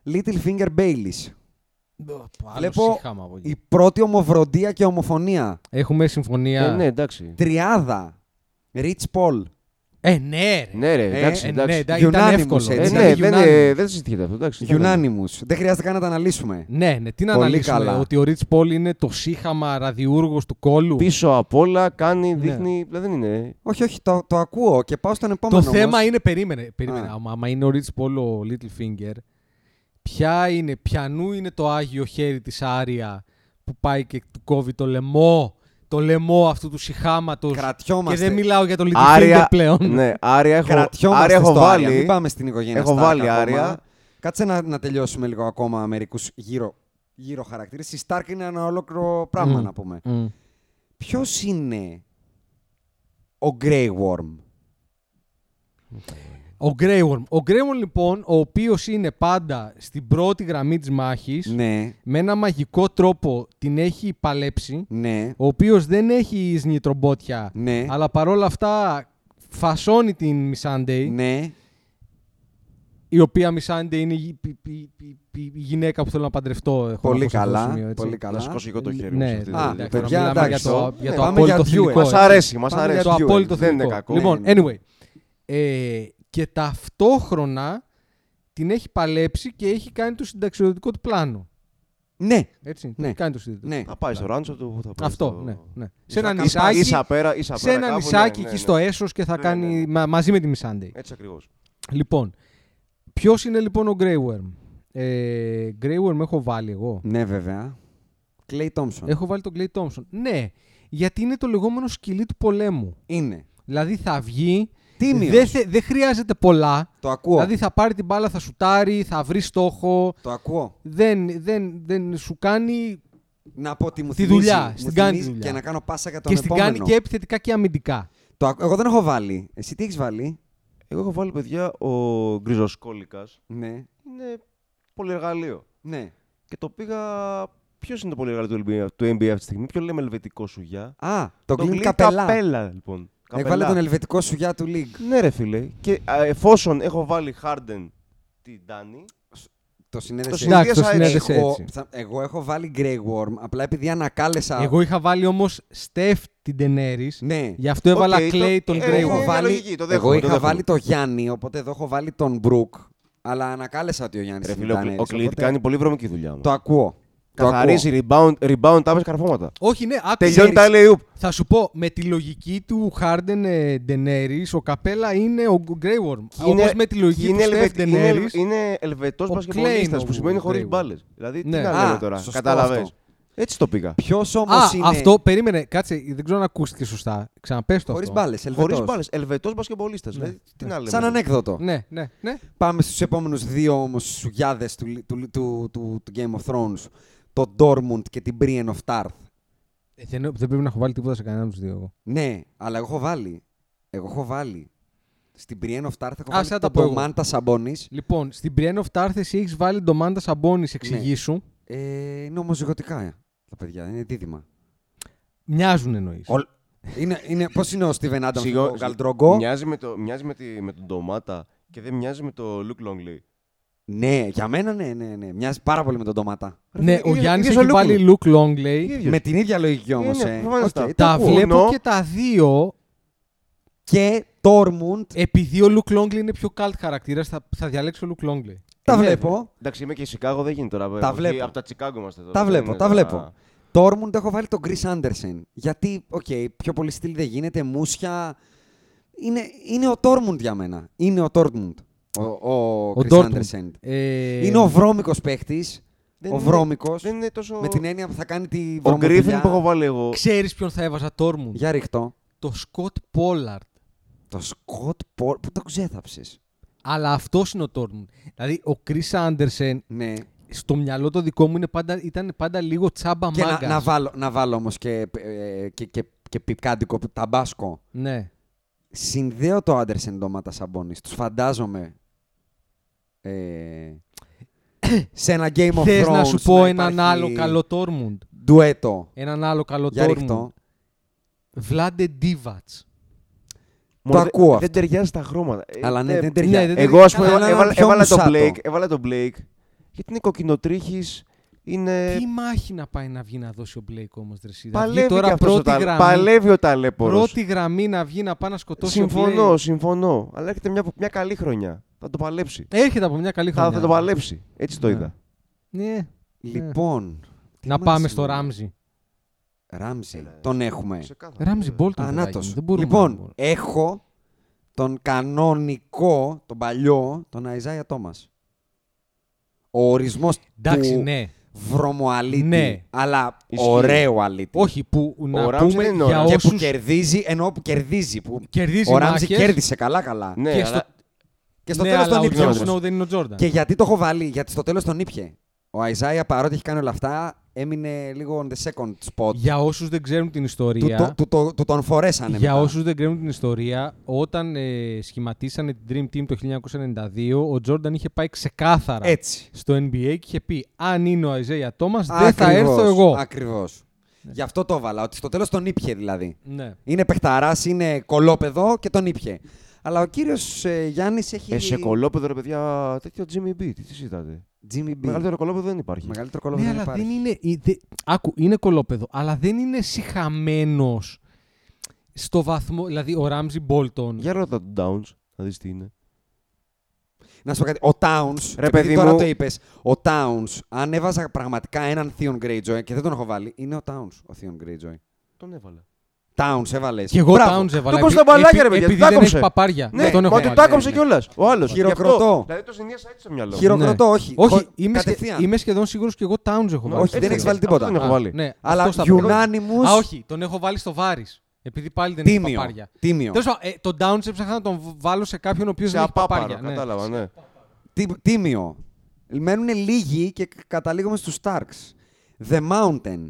[SPEAKER 3] Little Finger Baileys. Βλέπω η πρώτη ομοβροντία και ομοφωνία.
[SPEAKER 2] Έχουμε συμφωνία.
[SPEAKER 4] Ε, ναι, εντάξει.
[SPEAKER 3] Τριάδα. Rich Paul.
[SPEAKER 2] Ε, ναι, ρε.
[SPEAKER 4] Ναι, ρε,
[SPEAKER 3] Ε,
[SPEAKER 4] εντάξει.
[SPEAKER 2] ε,
[SPEAKER 4] εντάξει.
[SPEAKER 2] ναι, εντάξει. Ήταν
[SPEAKER 3] Unanimous,
[SPEAKER 2] εύκολο.
[SPEAKER 3] έτσι.
[SPEAKER 4] Ε,
[SPEAKER 3] ήταν
[SPEAKER 4] ναι,
[SPEAKER 3] η
[SPEAKER 4] δεν,
[SPEAKER 3] Unanimous.
[SPEAKER 4] ε, δεν συζητιέται αυτό. Εντάξει, τι να λέμε.
[SPEAKER 3] Unanimous. Δεν χρειάζεται καν να τα αναλύσουμε.
[SPEAKER 2] Ναι, ναι, τι να
[SPEAKER 3] Πολύ
[SPEAKER 2] αναλύσουμε.
[SPEAKER 3] καλά.
[SPEAKER 2] Ότι ο Ριτ Πολ είναι το σύχαμα ραδιούργος του κόλλου.
[SPEAKER 4] Πίσω απ' όλα κάνει,
[SPEAKER 3] Ναι.
[SPEAKER 4] δείχνει. Δηλαδή δεν είναι.
[SPEAKER 3] Όχι, όχι, το, το ακούω και πάω στον
[SPEAKER 2] Το
[SPEAKER 3] επόμενο.
[SPEAKER 2] θέμα
[SPEAKER 3] όμως.
[SPEAKER 2] είναι, περίμενε. περίμενε.
[SPEAKER 3] Α.
[SPEAKER 2] Άμα, άμα είναι ο Ριτ Πολ ο Little Finger, ποια είναι, πιανού είναι το άγιο χέρι της Άρια που πάει και του κόβει το λαιμό, το λαιμό αυτού του συχάματος.
[SPEAKER 3] Κρατιόμαστε.
[SPEAKER 2] Και δεν μιλάω για το Little Finger
[SPEAKER 5] Άρια,
[SPEAKER 2] πλέον.
[SPEAKER 5] ναι, άρια έχω,
[SPEAKER 3] Κρατιόμαστε
[SPEAKER 5] άρια έχω
[SPEAKER 3] στο
[SPEAKER 5] βάλει.
[SPEAKER 3] Άρια. Μην πάμε στην οικογένεια.
[SPEAKER 5] Έχω
[SPEAKER 3] Stark
[SPEAKER 5] βάλει
[SPEAKER 3] ακόμα.
[SPEAKER 5] Άρια.
[SPEAKER 3] Κάτσε να, να τελειώσουμε λίγο ακόμα μερικούς γύρω, γύρω χαρακτήρες. Η Stark είναι ένα ολόκληρο πράγμα
[SPEAKER 2] Μμμ.
[SPEAKER 3] να πούμε.
[SPEAKER 2] Μμ.
[SPEAKER 3] Ποιος είναι ο Grey Worm.
[SPEAKER 2] Ο Grey Worm. Ο Grey Worm, λοιπόν, ο οποίος είναι πάντα στην πρώτη γραμμή της μάχης,
[SPEAKER 3] Ναι,
[SPEAKER 2] με ένα μαγικό τρόπο την έχει παλέψει,
[SPEAKER 3] ναι,
[SPEAKER 2] ο οποίος δεν έχει εισνή τρομπότια,
[SPEAKER 3] Ναι.
[SPEAKER 2] αλλά παρόλα αυτά φασώνει την Μισάντεϊ,
[SPEAKER 3] ναι.
[SPEAKER 2] η οποία Μισάντεϊ είναι η, γυ- η- η- η- η- η γυναίκα που θέλω να παντρευτώ. έχω
[SPEAKER 3] Πολύ
[SPEAKER 2] να πω σε αυτό το
[SPEAKER 3] καλά,
[SPEAKER 2] σημείο, έτσι.
[SPEAKER 3] πολύ καλά.
[SPEAKER 4] Να σκόσω εγώ το χέρι μου.
[SPEAKER 2] Ναι,
[SPEAKER 4] σε αυτή τη
[SPEAKER 3] Α,
[SPEAKER 4] δουλειά.
[SPEAKER 2] τώρα
[SPEAKER 3] παιδιά,
[SPEAKER 2] μιλάμε
[SPEAKER 3] εντάξει,
[SPEAKER 2] για το,
[SPEAKER 3] το-
[SPEAKER 2] για
[SPEAKER 4] Ε,
[SPEAKER 3] ναι,
[SPEAKER 2] το
[SPEAKER 3] πάμε
[SPEAKER 2] απόλυτο
[SPEAKER 3] για
[SPEAKER 2] θηλυκό,
[SPEAKER 3] duel.
[SPEAKER 2] έτσι.
[SPEAKER 3] Μας
[SPEAKER 4] Μα αρέσει, μας
[SPEAKER 3] Πάμε για
[SPEAKER 4] αρέσει.
[SPEAKER 2] το
[SPEAKER 3] duel.
[SPEAKER 2] απόλυτο
[SPEAKER 4] Δεν είναι
[SPEAKER 2] θετικό.
[SPEAKER 4] κακό.
[SPEAKER 2] Λοιπόν,
[SPEAKER 3] Ναι,
[SPEAKER 2] anyway. Ε, και ταυτόχρονα την έχει παλέψει και έχει κάνει το συνταξιοδοτικό του πλάνο.
[SPEAKER 3] Ναι,
[SPEAKER 2] Έτσι,
[SPEAKER 3] Ναι.
[SPEAKER 2] Έχει κάνει το συνταξιοδοτικό.
[SPEAKER 3] ναι.
[SPEAKER 4] Θα πάει στο ράντσο του. που θα πάει
[SPEAKER 2] Αυτό,
[SPEAKER 4] στο-
[SPEAKER 2] ναι. ναι. Σε
[SPEAKER 3] Ίσα- ίσα-
[SPEAKER 2] ένα
[SPEAKER 4] Ίσα-
[SPEAKER 2] νησάκι,
[SPEAKER 4] Ίσα πέρα, ίσα πέρα.
[SPEAKER 2] σε ένα
[SPEAKER 4] κάπου, ναι,
[SPEAKER 2] νησάκι
[SPEAKER 4] ναι,
[SPEAKER 2] εκεί
[SPEAKER 4] ναι.
[SPEAKER 2] στο έσος και θα
[SPEAKER 4] Ναι,
[SPEAKER 2] κάνει
[SPEAKER 4] ναι, ναι.
[SPEAKER 2] μα- μαζί με τη Μισάντε.
[SPEAKER 4] Έτσι ακριβώς.
[SPEAKER 2] Λοιπόν, ποιος είναι λοιπόν ο Grey Worm. Ε, Grey Worm έχω βάλει εγώ.
[SPEAKER 3] Ναι, βέβαια. Clay Thompson.
[SPEAKER 2] Έχω βάλει τον Clay Thompson. Ναι, γιατί είναι το λεγόμενο σκυλί του πολέμου.
[SPEAKER 3] Είναι.
[SPEAKER 2] Δηλαδή θα βγει,
[SPEAKER 3] Τίμιος.
[SPEAKER 2] δεν θε- δεν χρειάζεται πολλά.
[SPEAKER 3] Το ακούω.
[SPEAKER 2] Δηλαδή θα πάρει την μπάλα, θα σουτάρει, θα βρει στόχο.
[SPEAKER 3] Το ακούω.
[SPEAKER 2] Δεν, δεν, δεν σου κάνει
[SPEAKER 3] Να πω ότι μου
[SPEAKER 2] Τη
[SPEAKER 3] θυμίζει.
[SPEAKER 2] δουλειά,
[SPEAKER 3] Μου
[SPEAKER 2] στην κάνει
[SPEAKER 3] θυμίζει
[SPEAKER 2] δουλειά.
[SPEAKER 3] Και να κάνω πάσα για τον
[SPEAKER 2] και στην κάνει
[SPEAKER 3] επόμενο.
[SPEAKER 2] και επιθετικά και αμυντικά.
[SPEAKER 3] Το ακου- Εγώ δεν έχω βάλει. Εσύ τι έχεις βάλει.
[SPEAKER 4] Εγώ έχω βάλει παιδιά ο γκριζοσκόλικας.
[SPEAKER 3] Ναι.
[SPEAKER 4] Είναι πολυεργαλείο.
[SPEAKER 3] Ναι.
[SPEAKER 4] Και το πήγα. Ποιος είναι το πολυεργαλείο του NBA, του NBA αυτή τη στιγμή, Ποιο λέμε ελβετικό σουγιά.
[SPEAKER 3] Α, τον Κλίν
[SPEAKER 4] Clint
[SPEAKER 3] Καπελά.
[SPEAKER 4] Capella, λοιπόν.
[SPEAKER 3] Έβαλε
[SPEAKER 4] Capella.
[SPEAKER 3] τον ελβετικό σουγιά του League.
[SPEAKER 4] Ναι, ρε φίλε. Και α, εφόσον έχω βάλει Harden την Ντάνη.
[SPEAKER 3] Το συνέδεσαι.
[SPEAKER 4] συνέδεσαι
[SPEAKER 2] Εντάξει, το
[SPEAKER 4] έτσι.
[SPEAKER 2] συνέδεσαι
[SPEAKER 3] Εγώ,
[SPEAKER 2] έτσι.
[SPEAKER 3] θα- εγώ έχω βάλει Grey Worm, απλά επειδή ανακάλεσα...
[SPEAKER 2] Εγώ είχα βάλει όμως Στεφ την Τενέρης,
[SPEAKER 3] Ναι.
[SPEAKER 2] γι' αυτό έβαλα
[SPEAKER 4] Οκ, το-
[SPEAKER 2] Clay τον
[SPEAKER 4] ε,
[SPEAKER 2] Grey
[SPEAKER 3] Εγώ,
[SPEAKER 4] είναι
[SPEAKER 2] Worm.
[SPEAKER 3] βάλει...
[SPEAKER 4] λογική, το
[SPEAKER 3] εγώ
[SPEAKER 4] δέχομαι, το
[SPEAKER 3] είχα
[SPEAKER 4] δέχομαι.
[SPEAKER 3] βάλει το Γιάννη, οπότε εδώ έχω βάλει τον Μπρουκ, αλλά ανακάλεσα ότι ο Γιάννης
[SPEAKER 4] Ρε
[SPEAKER 3] είναι
[SPEAKER 4] φίλε, ο,
[SPEAKER 3] Ντανέρης,
[SPEAKER 4] ο Κλίντ
[SPEAKER 3] οπότε
[SPEAKER 4] κάνει πολύ βρωμική δουλειά. Μου.
[SPEAKER 3] Το ακούω. Το ακούω.
[SPEAKER 4] Καθαρίζει rebound, rebound άμεσα καρφώματα.
[SPEAKER 2] Όχι, ναι, άκου,
[SPEAKER 4] Τελειώνει τα
[SPEAKER 2] ξέρεις,
[SPEAKER 4] LA Oop.
[SPEAKER 2] Θα σου πω, με τη λογική του Harden ε, Daenerys, ο Καπέλα είναι ο Grey Worm. Όμως με τη λογική του
[SPEAKER 4] είναι,
[SPEAKER 2] Steph
[SPEAKER 4] Ελβετ- είναι,
[SPEAKER 2] Daenerys,
[SPEAKER 4] Ελβε- είναι ελβετό
[SPEAKER 2] ο Clay
[SPEAKER 4] πασκευολίστας
[SPEAKER 2] είναι
[SPEAKER 4] που
[SPEAKER 2] ο
[SPEAKER 4] σημαίνει χωρίς
[SPEAKER 2] Grey Worm.
[SPEAKER 4] μπάλες. Δηλαδή, τι
[SPEAKER 2] Ναι.
[SPEAKER 4] να
[SPEAKER 3] Α,
[SPEAKER 4] λέμε τώρα.
[SPEAKER 3] σωστό
[SPEAKER 4] Κατάλαβες.
[SPEAKER 3] αυτό.
[SPEAKER 4] Έτσι το πήγα.
[SPEAKER 3] Ποιος όμως
[SPEAKER 2] Α,
[SPEAKER 3] είναι...
[SPEAKER 2] αυτό, περίμενε, κάτσε, δεν ξέρω αν ακούστηκε σωστά. Ξαναπες το
[SPEAKER 3] Χωρίς
[SPEAKER 2] αυτό.
[SPEAKER 3] μπάλες,
[SPEAKER 4] Χωρίς
[SPEAKER 3] ελβετός. Ναι.
[SPEAKER 4] μπάλε. Ελβετό πασκευολίστας. Δηλαδή, τι να λέμε.
[SPEAKER 3] Σαν
[SPEAKER 4] τώρα.
[SPEAKER 3] ανέκδοτο.
[SPEAKER 2] Ναι, ναι, ναι.
[SPEAKER 3] Πάμε στους επόμενους δύο όμως σουγιάδες του, του, του, του, του Game of Thrones. Το Dormund και την Brienne of Tarth.
[SPEAKER 2] Ε, Δεν, δεν πρέπει να έχω βάλει τίποτα σε κανέναν από τους δύο. εγώ.
[SPEAKER 3] Ναι, αλλά εγώ έχω βάλει. Εγώ έχω βάλει. Στην Brienne of Tarth έχω
[SPEAKER 2] Α, σαν
[SPEAKER 3] βάλει
[SPEAKER 2] τα
[SPEAKER 3] τον
[SPEAKER 2] πω εγώ.
[SPEAKER 3] Ντομάντα Σαμπόνης.
[SPEAKER 2] Λοιπόν, στην Brienne of Tarth εσύ έχεις βάλει τον Μάντα Σαμπόνης, εξηγήσου.
[SPEAKER 3] Ε, είναι ομοζυγωτικά ε, τα παιδιά, είναι δίδυμα.
[SPEAKER 2] Μοιάζουν εννοείς.
[SPEAKER 3] είναι, είναι, πώς είναι ο Steven Adams,
[SPEAKER 4] Σιγό-
[SPEAKER 3] ο Γκαλτρογκό.
[SPEAKER 4] Μοιάζει, με, το, μοιάζει με, τη, με τον ντομάτα και δεν μοιάζει με το Λουκ Λόγκλι.
[SPEAKER 3] Ναι, για μένα ναι, ναι, ναι. Μοιάζει πάρα πολύ με τον Ντομάτα.
[SPEAKER 2] Ναι, ο
[SPEAKER 4] ίδιος-
[SPEAKER 2] Γιάννης
[SPEAKER 4] ίδιος ο
[SPEAKER 2] έχει
[SPEAKER 4] Luke
[SPEAKER 2] βάλει Luke Longley.
[SPEAKER 3] Με την ίδια λογική όμως.
[SPEAKER 4] Είναι,
[SPEAKER 3] Ε.
[SPEAKER 4] προφανώς
[SPEAKER 3] Οκ,
[SPEAKER 4] τα-
[SPEAKER 3] το
[SPEAKER 2] Τα
[SPEAKER 3] ακούω.
[SPEAKER 2] βλέπω
[SPEAKER 4] Ενώ-
[SPEAKER 2] και τα δύο.
[SPEAKER 3] Και Tormund,
[SPEAKER 2] Επειδή ο Luke Longley είναι πιο cult χαρακτήρας, θα, θα διαλέξω Luke Longley.
[SPEAKER 3] τα
[SPEAKER 2] Ε, ναι,
[SPEAKER 3] βλέπω.
[SPEAKER 4] Εντάξει, είμαι και η Σικάγο, δεν γίνεται τώρα.
[SPEAKER 3] Τα
[SPEAKER 4] Εκεί
[SPEAKER 3] βλέπω.
[SPEAKER 4] Από τα Τσικάγο είμαστε τώρα.
[SPEAKER 3] Τα
[SPEAKER 4] Δεν
[SPEAKER 3] βλέπω,
[SPEAKER 4] είναι
[SPEAKER 3] τα
[SPEAKER 4] τώρα-
[SPEAKER 3] βλέπω. Τόρμουντ έχω βάλει τον Chris Anderson. Γιατί, οκ, πιο πολύ στυλ δεν γίνεται, μουσια. Είναι, είναι ο Τόρμουντ για μένα. Είναι ο Τόρμουντ. Ο, ο,
[SPEAKER 2] Ο
[SPEAKER 3] Chris
[SPEAKER 2] Dortmund.
[SPEAKER 3] Anderson.
[SPEAKER 2] Ε,
[SPEAKER 3] Είναι ο βρώμικος παίχτης.
[SPEAKER 4] Δεν
[SPEAKER 3] Ο
[SPEAKER 4] είναι-
[SPEAKER 3] βρώμικος.
[SPEAKER 4] Δεν είναι τόσο.
[SPEAKER 3] Με την έννοια που θα κάνει τη
[SPEAKER 4] Ο
[SPEAKER 3] βρωμοδουλειά.
[SPEAKER 4] Γκρίφιν που έχω βάλει εγώ.
[SPEAKER 2] Ξέρεις ποιον θα έβαζα Τόρμουντ.
[SPEAKER 3] Για ρίχτω.
[SPEAKER 2] Το Σκοτ Πόλαρτ.
[SPEAKER 3] Το Σκοτ Πόρ. Πού το ξέθαψες.
[SPEAKER 2] Αλλά αυτός είναι ο Τόρμουντ. Δηλαδή ο Chris Anderson
[SPEAKER 3] Ναι.
[SPEAKER 2] στο μυαλό το δικό μου είναι πάντα, ήταν πάντα λίγο τσάμπα
[SPEAKER 3] Και
[SPEAKER 2] μάγκας.
[SPEAKER 3] να, να, βάλω, να βάλω όμως και, ε, και, και, και πιπκάντικο ταμπάσκο.
[SPEAKER 2] Ναι.
[SPEAKER 3] Συνδέω το Άντερσεν ντόματα σαμπόνι. Τους φαντάζομαι. Ε, σε ένα Game of
[SPEAKER 2] Θες
[SPEAKER 3] Thrones.
[SPEAKER 2] να σου πω έναν
[SPEAKER 3] υπάρχει
[SPEAKER 2] άλλο καλό Ε, Τόρμουντ.
[SPEAKER 3] Ντουέτο.
[SPEAKER 2] Έναν άλλο καλό
[SPEAKER 3] Για
[SPEAKER 2] Τόρμουντ.
[SPEAKER 3] ρίχτω.
[SPEAKER 2] Βλάντε Ντίβατς.
[SPEAKER 4] Μόνο δε-
[SPEAKER 3] ακούω αυτό.
[SPEAKER 4] Δεν ταιριάζει τα χρώματα. Ε,
[SPEAKER 3] Αλλά ναι,
[SPEAKER 4] ε,
[SPEAKER 3] δεν ταιριάζει.
[SPEAKER 2] ναι, δεν
[SPEAKER 4] Εγώ, ας πούμε,
[SPEAKER 3] Καλά,
[SPEAKER 4] έβαλα,
[SPEAKER 3] έναν
[SPEAKER 4] έβαλα,
[SPEAKER 3] πιο
[SPEAKER 4] τον
[SPEAKER 3] μουσάτο.
[SPEAKER 4] Blake, έβαλα τον Blake. Γιατί είναι κοκκινοτρίχης, είναι.
[SPEAKER 2] Ε, Τι μάχη να πάει να βγει να δώσει ο Blake όμως δρεσίδα.
[SPEAKER 4] ε, Παλεύει, και
[SPEAKER 2] τώρα
[SPEAKER 4] αυτός ο
[SPEAKER 2] πρώτη
[SPEAKER 4] τα...
[SPEAKER 2] γραμμή.
[SPEAKER 4] παλεύει ο ταλέπορος.
[SPEAKER 2] Πρώτη γραμμή να βγει να πάει να σκοτώσει ο
[SPEAKER 4] Συμφωνώ,
[SPEAKER 2] Blake.
[SPEAKER 4] συμφωνώ. Αλλά έρχεται μια, μια καλή χρονιά. Θα το παλέψει.
[SPEAKER 2] Έρχεται από μια καλή χρονιά.
[SPEAKER 4] Θα, θα το παλέψει. Έτσι το
[SPEAKER 2] Ναι.
[SPEAKER 4] είδα.
[SPEAKER 2] Ναι.
[SPEAKER 3] Λοιπόν. τι
[SPEAKER 2] Να
[SPEAKER 3] μας
[SPEAKER 2] πάμε στο
[SPEAKER 3] είναι.
[SPEAKER 2] Ράμζι.
[SPEAKER 3] Ράμζι. Τον έχουμε.
[SPEAKER 4] Ξεκάθαρα.
[SPEAKER 2] Ράμζι Μπόλτον.
[SPEAKER 3] Ανάτο.
[SPEAKER 2] παιδάκι μου, Δεν μπορούμε να
[SPEAKER 3] Λοιπόν,
[SPEAKER 2] μην μπορούμε.
[SPEAKER 3] έχω τον κανονικό, τον παλιό, τον Αϊζάια Τόμας. Ο ορισμός
[SPEAKER 2] Εντάξει,
[SPEAKER 3] του
[SPEAKER 2] ναι.
[SPEAKER 3] βρωμοαλίτη,
[SPEAKER 2] Ναι.
[SPEAKER 3] αλλά
[SPEAKER 4] Ισχύει.
[SPEAKER 3] ωραίο αλίτη.
[SPEAKER 2] Όχι, που να
[SPEAKER 4] Ράμζι
[SPEAKER 2] πούμε
[SPEAKER 4] δεν είναι
[SPEAKER 2] για
[SPEAKER 4] ωραίος.
[SPEAKER 3] και που
[SPEAKER 2] όσους
[SPEAKER 3] κερδίζει, ενώ που κερδίζει. Που...
[SPEAKER 2] κερδίζει
[SPEAKER 3] Ο Ράμζι
[SPEAKER 2] μάχες
[SPEAKER 3] κέρδισε καλά-καλά.
[SPEAKER 4] Ναι,
[SPEAKER 2] και
[SPEAKER 4] αλλά
[SPEAKER 2] στο-
[SPEAKER 3] Και στο
[SPEAKER 2] ναι,
[SPEAKER 3] τέλος
[SPEAKER 2] αλλά
[SPEAKER 3] τον
[SPEAKER 2] ο
[SPEAKER 3] ήπια.
[SPEAKER 2] Τζον
[SPEAKER 3] όμως.
[SPEAKER 2] Σνόου δεν είναι ο Τζόρνταν.
[SPEAKER 3] Και γιατί το έχω βάλει, γιατί στο τέλος τον ήπια. Ο Αϊζάια παρότι έχει κάνει όλα αυτά, έμεινε λίγο on the second spot.
[SPEAKER 2] Για όσους δεν ξέρουν την
[SPEAKER 3] Του, το-
[SPEAKER 2] ιστορία,
[SPEAKER 3] του, το- του τον φορέσανε.
[SPEAKER 2] για
[SPEAKER 3] μετά.
[SPEAKER 2] όσους δεν ξέρουν την ιστορία, όταν ε, σχηματίσανε την Dream Team το 1992, ο Τζόρνταν είχε πάει ξεκάθαρα
[SPEAKER 3] Έτσι.
[SPEAKER 2] στο NBA και είχε πει αν είναι ο Αιζέια Τόμας δεν θα έρθω εγώ.
[SPEAKER 3] Ακριβώς. Γι' αυτό το έβαλα. Ότι στο τέλος τον ήπια δηλαδή.
[SPEAKER 2] Ναι.
[SPEAKER 3] Είναι παιχταράς, είναι κολόπεδο και τον ήπια. Αλλά ο κύριος ε, Γιάννης έχει.
[SPEAKER 4] Ε, σε κολόπεδο, ρε παιδιά, τέτοιο Jimmy B. Τι τι συζητάτε.
[SPEAKER 3] Jimmy B.
[SPEAKER 4] Μεγαλύτερο κολόπεδο δεν υπάρχει.
[SPEAKER 3] Μεγαλύτερο κολόπεδο
[SPEAKER 2] Ναι,
[SPEAKER 3] δεν
[SPEAKER 2] αλλά
[SPEAKER 3] υπάρχει.
[SPEAKER 2] δεν είναι. η- δε- Άκου, είναι κολόπεδο, αλλά δεν είναι συχαμένος στο βαθμό. Δηλαδή, ο Ράμζι Μπόλτον.
[SPEAKER 4] Για ρώτα τον Downs, να δεις τι είναι.
[SPEAKER 3] Να σου πω κάτι. Ο Towns.
[SPEAKER 4] Ρε,
[SPEAKER 3] επειδή
[SPEAKER 4] παιδί
[SPEAKER 3] τώρα
[SPEAKER 4] μου.
[SPEAKER 3] το είπες. Ο Towns, αν έβαζα πραγματικά έναν Theon Greyjoy και δεν τον έχω βάλει, είναι ο Towns ο Theon Greyjoy.
[SPEAKER 4] Τον έβαλα.
[SPEAKER 3] Towns έβαλες.
[SPEAKER 2] Και εγώ Τάουνς έβαλα.
[SPEAKER 4] κόψε
[SPEAKER 2] επει-
[SPEAKER 4] τα μπαλάκια,
[SPEAKER 2] επει-
[SPEAKER 4] ρε παιδιά,
[SPEAKER 2] Επειδή
[SPEAKER 4] του τα
[SPEAKER 2] δεν έχει
[SPEAKER 4] κόψε.
[SPEAKER 2] παπάρια.
[SPEAKER 4] Ναι,
[SPEAKER 2] δεν τον έχω
[SPEAKER 4] μα του
[SPEAKER 2] βάλει.
[SPEAKER 4] τα έκοψε
[SPEAKER 2] Ναι.
[SPEAKER 4] κιόλας. Ο άλλος.
[SPEAKER 3] Χειροκροτώ.
[SPEAKER 4] Δηλαδή το συνδύασα έτσι στο μυαλό.
[SPEAKER 3] Χειρο- Χειροκροτώ,
[SPEAKER 2] Ναι.
[SPEAKER 3] όχι.
[SPEAKER 2] Όχι,
[SPEAKER 3] Χω-
[SPEAKER 2] είμαι, σχε-
[SPEAKER 3] κατευθείαν.
[SPEAKER 2] είμαι σχεδόν σίγουρος και εγώ Τάουνς έχω βάλει.
[SPEAKER 3] όχι, δεν
[SPEAKER 4] έτσι
[SPEAKER 3] έχεις
[SPEAKER 4] είναι.
[SPEAKER 3] βάλει τίποτα.
[SPEAKER 4] Αυτό δεν
[SPEAKER 2] Α,
[SPEAKER 4] έχω βάλει.
[SPEAKER 2] Ναι,
[SPEAKER 3] Αλλά
[SPEAKER 2] αυτό στα παιδιά.
[SPEAKER 3] Unanimous.
[SPEAKER 2] Α, όχι, τον έχω βάλει στο βάρης. Επειδή πάλι δεν έχει
[SPEAKER 3] Τίμιο.
[SPEAKER 2] παπάρια.
[SPEAKER 3] Τίμιο.
[SPEAKER 2] Τέλος πάντων, ε, τον Downs έψαχνα να τον βάλω σε κάποιον ο οποίος
[SPEAKER 4] Σε
[SPEAKER 2] δεν έχει
[SPEAKER 4] απάπαρο,
[SPEAKER 2] παπάρια. ναι.
[SPEAKER 4] κατάλαβα, ναι.
[SPEAKER 3] Τι- Τίμιο. Μένουν λίγοι και κ- καταλήγουμε στους Starks. The Mountain.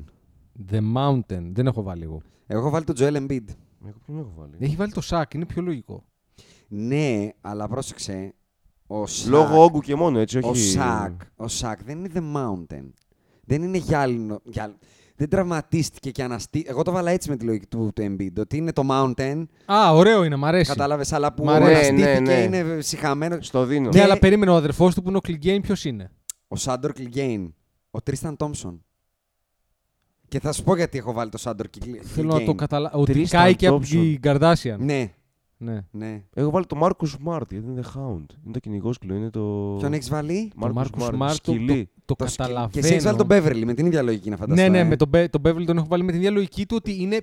[SPEAKER 2] The Mountain, δεν έχω βάλει εγώ.
[SPEAKER 3] Εγώ έχω βάλει τον Joel Embiid.
[SPEAKER 4] Εγώ ποιον έχω βάλει.
[SPEAKER 2] Έχει βάλει το Σάκ, είναι πιο λογικό.
[SPEAKER 3] Ναι, αλλά πρόσεξε. Ο Σακ,
[SPEAKER 4] Λόγω όγκου και μόνο, έτσι, όχι.
[SPEAKER 3] ο Σακ, ο Σακ δεν είναι The Mountain. Δεν είναι γυάλινο. γυάλ- Δεν τραυματίστηκε και αναστή... Εγώ το βάλα έτσι με τη λογική του, του Embiid. Ότι είναι το Mountain,
[SPEAKER 2] Α, ωραίο είναι, μ' αρέσει.
[SPEAKER 3] κατάλαβες, αλλά που
[SPEAKER 2] Μ' αρέσει.
[SPEAKER 3] αναστήθηκε
[SPEAKER 4] Ναι, ναι, ναι.
[SPEAKER 3] είναι συχαμένο.
[SPEAKER 4] Στο δίνω.
[SPEAKER 2] Ναι,
[SPEAKER 3] Και-
[SPEAKER 2] αλλά περίμενε ο αδερφός του που είναι ο Κλιγκέιν, ποιος είναι.
[SPEAKER 3] Ο Σάντορ Κλιγκέιν. Ο Τρίσταν Τόμψον. Και θα σου πω γιατί έχω βάλει το Σάντορ Κλι- Κλιγκέιν.
[SPEAKER 2] Θέλω να το καταλάβω. Ότι
[SPEAKER 4] Tristan
[SPEAKER 2] κάει και από
[SPEAKER 4] Thompson.
[SPEAKER 2] την Καρδάσιαν.
[SPEAKER 3] Ναι,
[SPEAKER 2] Ναι.
[SPEAKER 3] ναι.
[SPEAKER 4] Έχω βάλει το Μάρκο Σμαρτ, γιατί είναι The Hound. Είναι το κυνηγό κλειό, είναι το.
[SPEAKER 3] Ποιον έχεις βάλει,
[SPEAKER 2] Το Μάρκο Σμαρτ το,
[SPEAKER 4] Σκυλί.
[SPEAKER 2] το, το
[SPEAKER 3] Το σκ-
[SPEAKER 2] καταλαβαίνω.
[SPEAKER 3] Και εσύ έχεις βάλει τον Beverly με την ίδια λογική να φανταστώ.
[SPEAKER 2] Ναι, ναι,
[SPEAKER 3] ε.
[SPEAKER 2] με τον, Μπε- τον Beverly τον έχω βάλει με την ίδια λογική του ότι είναι,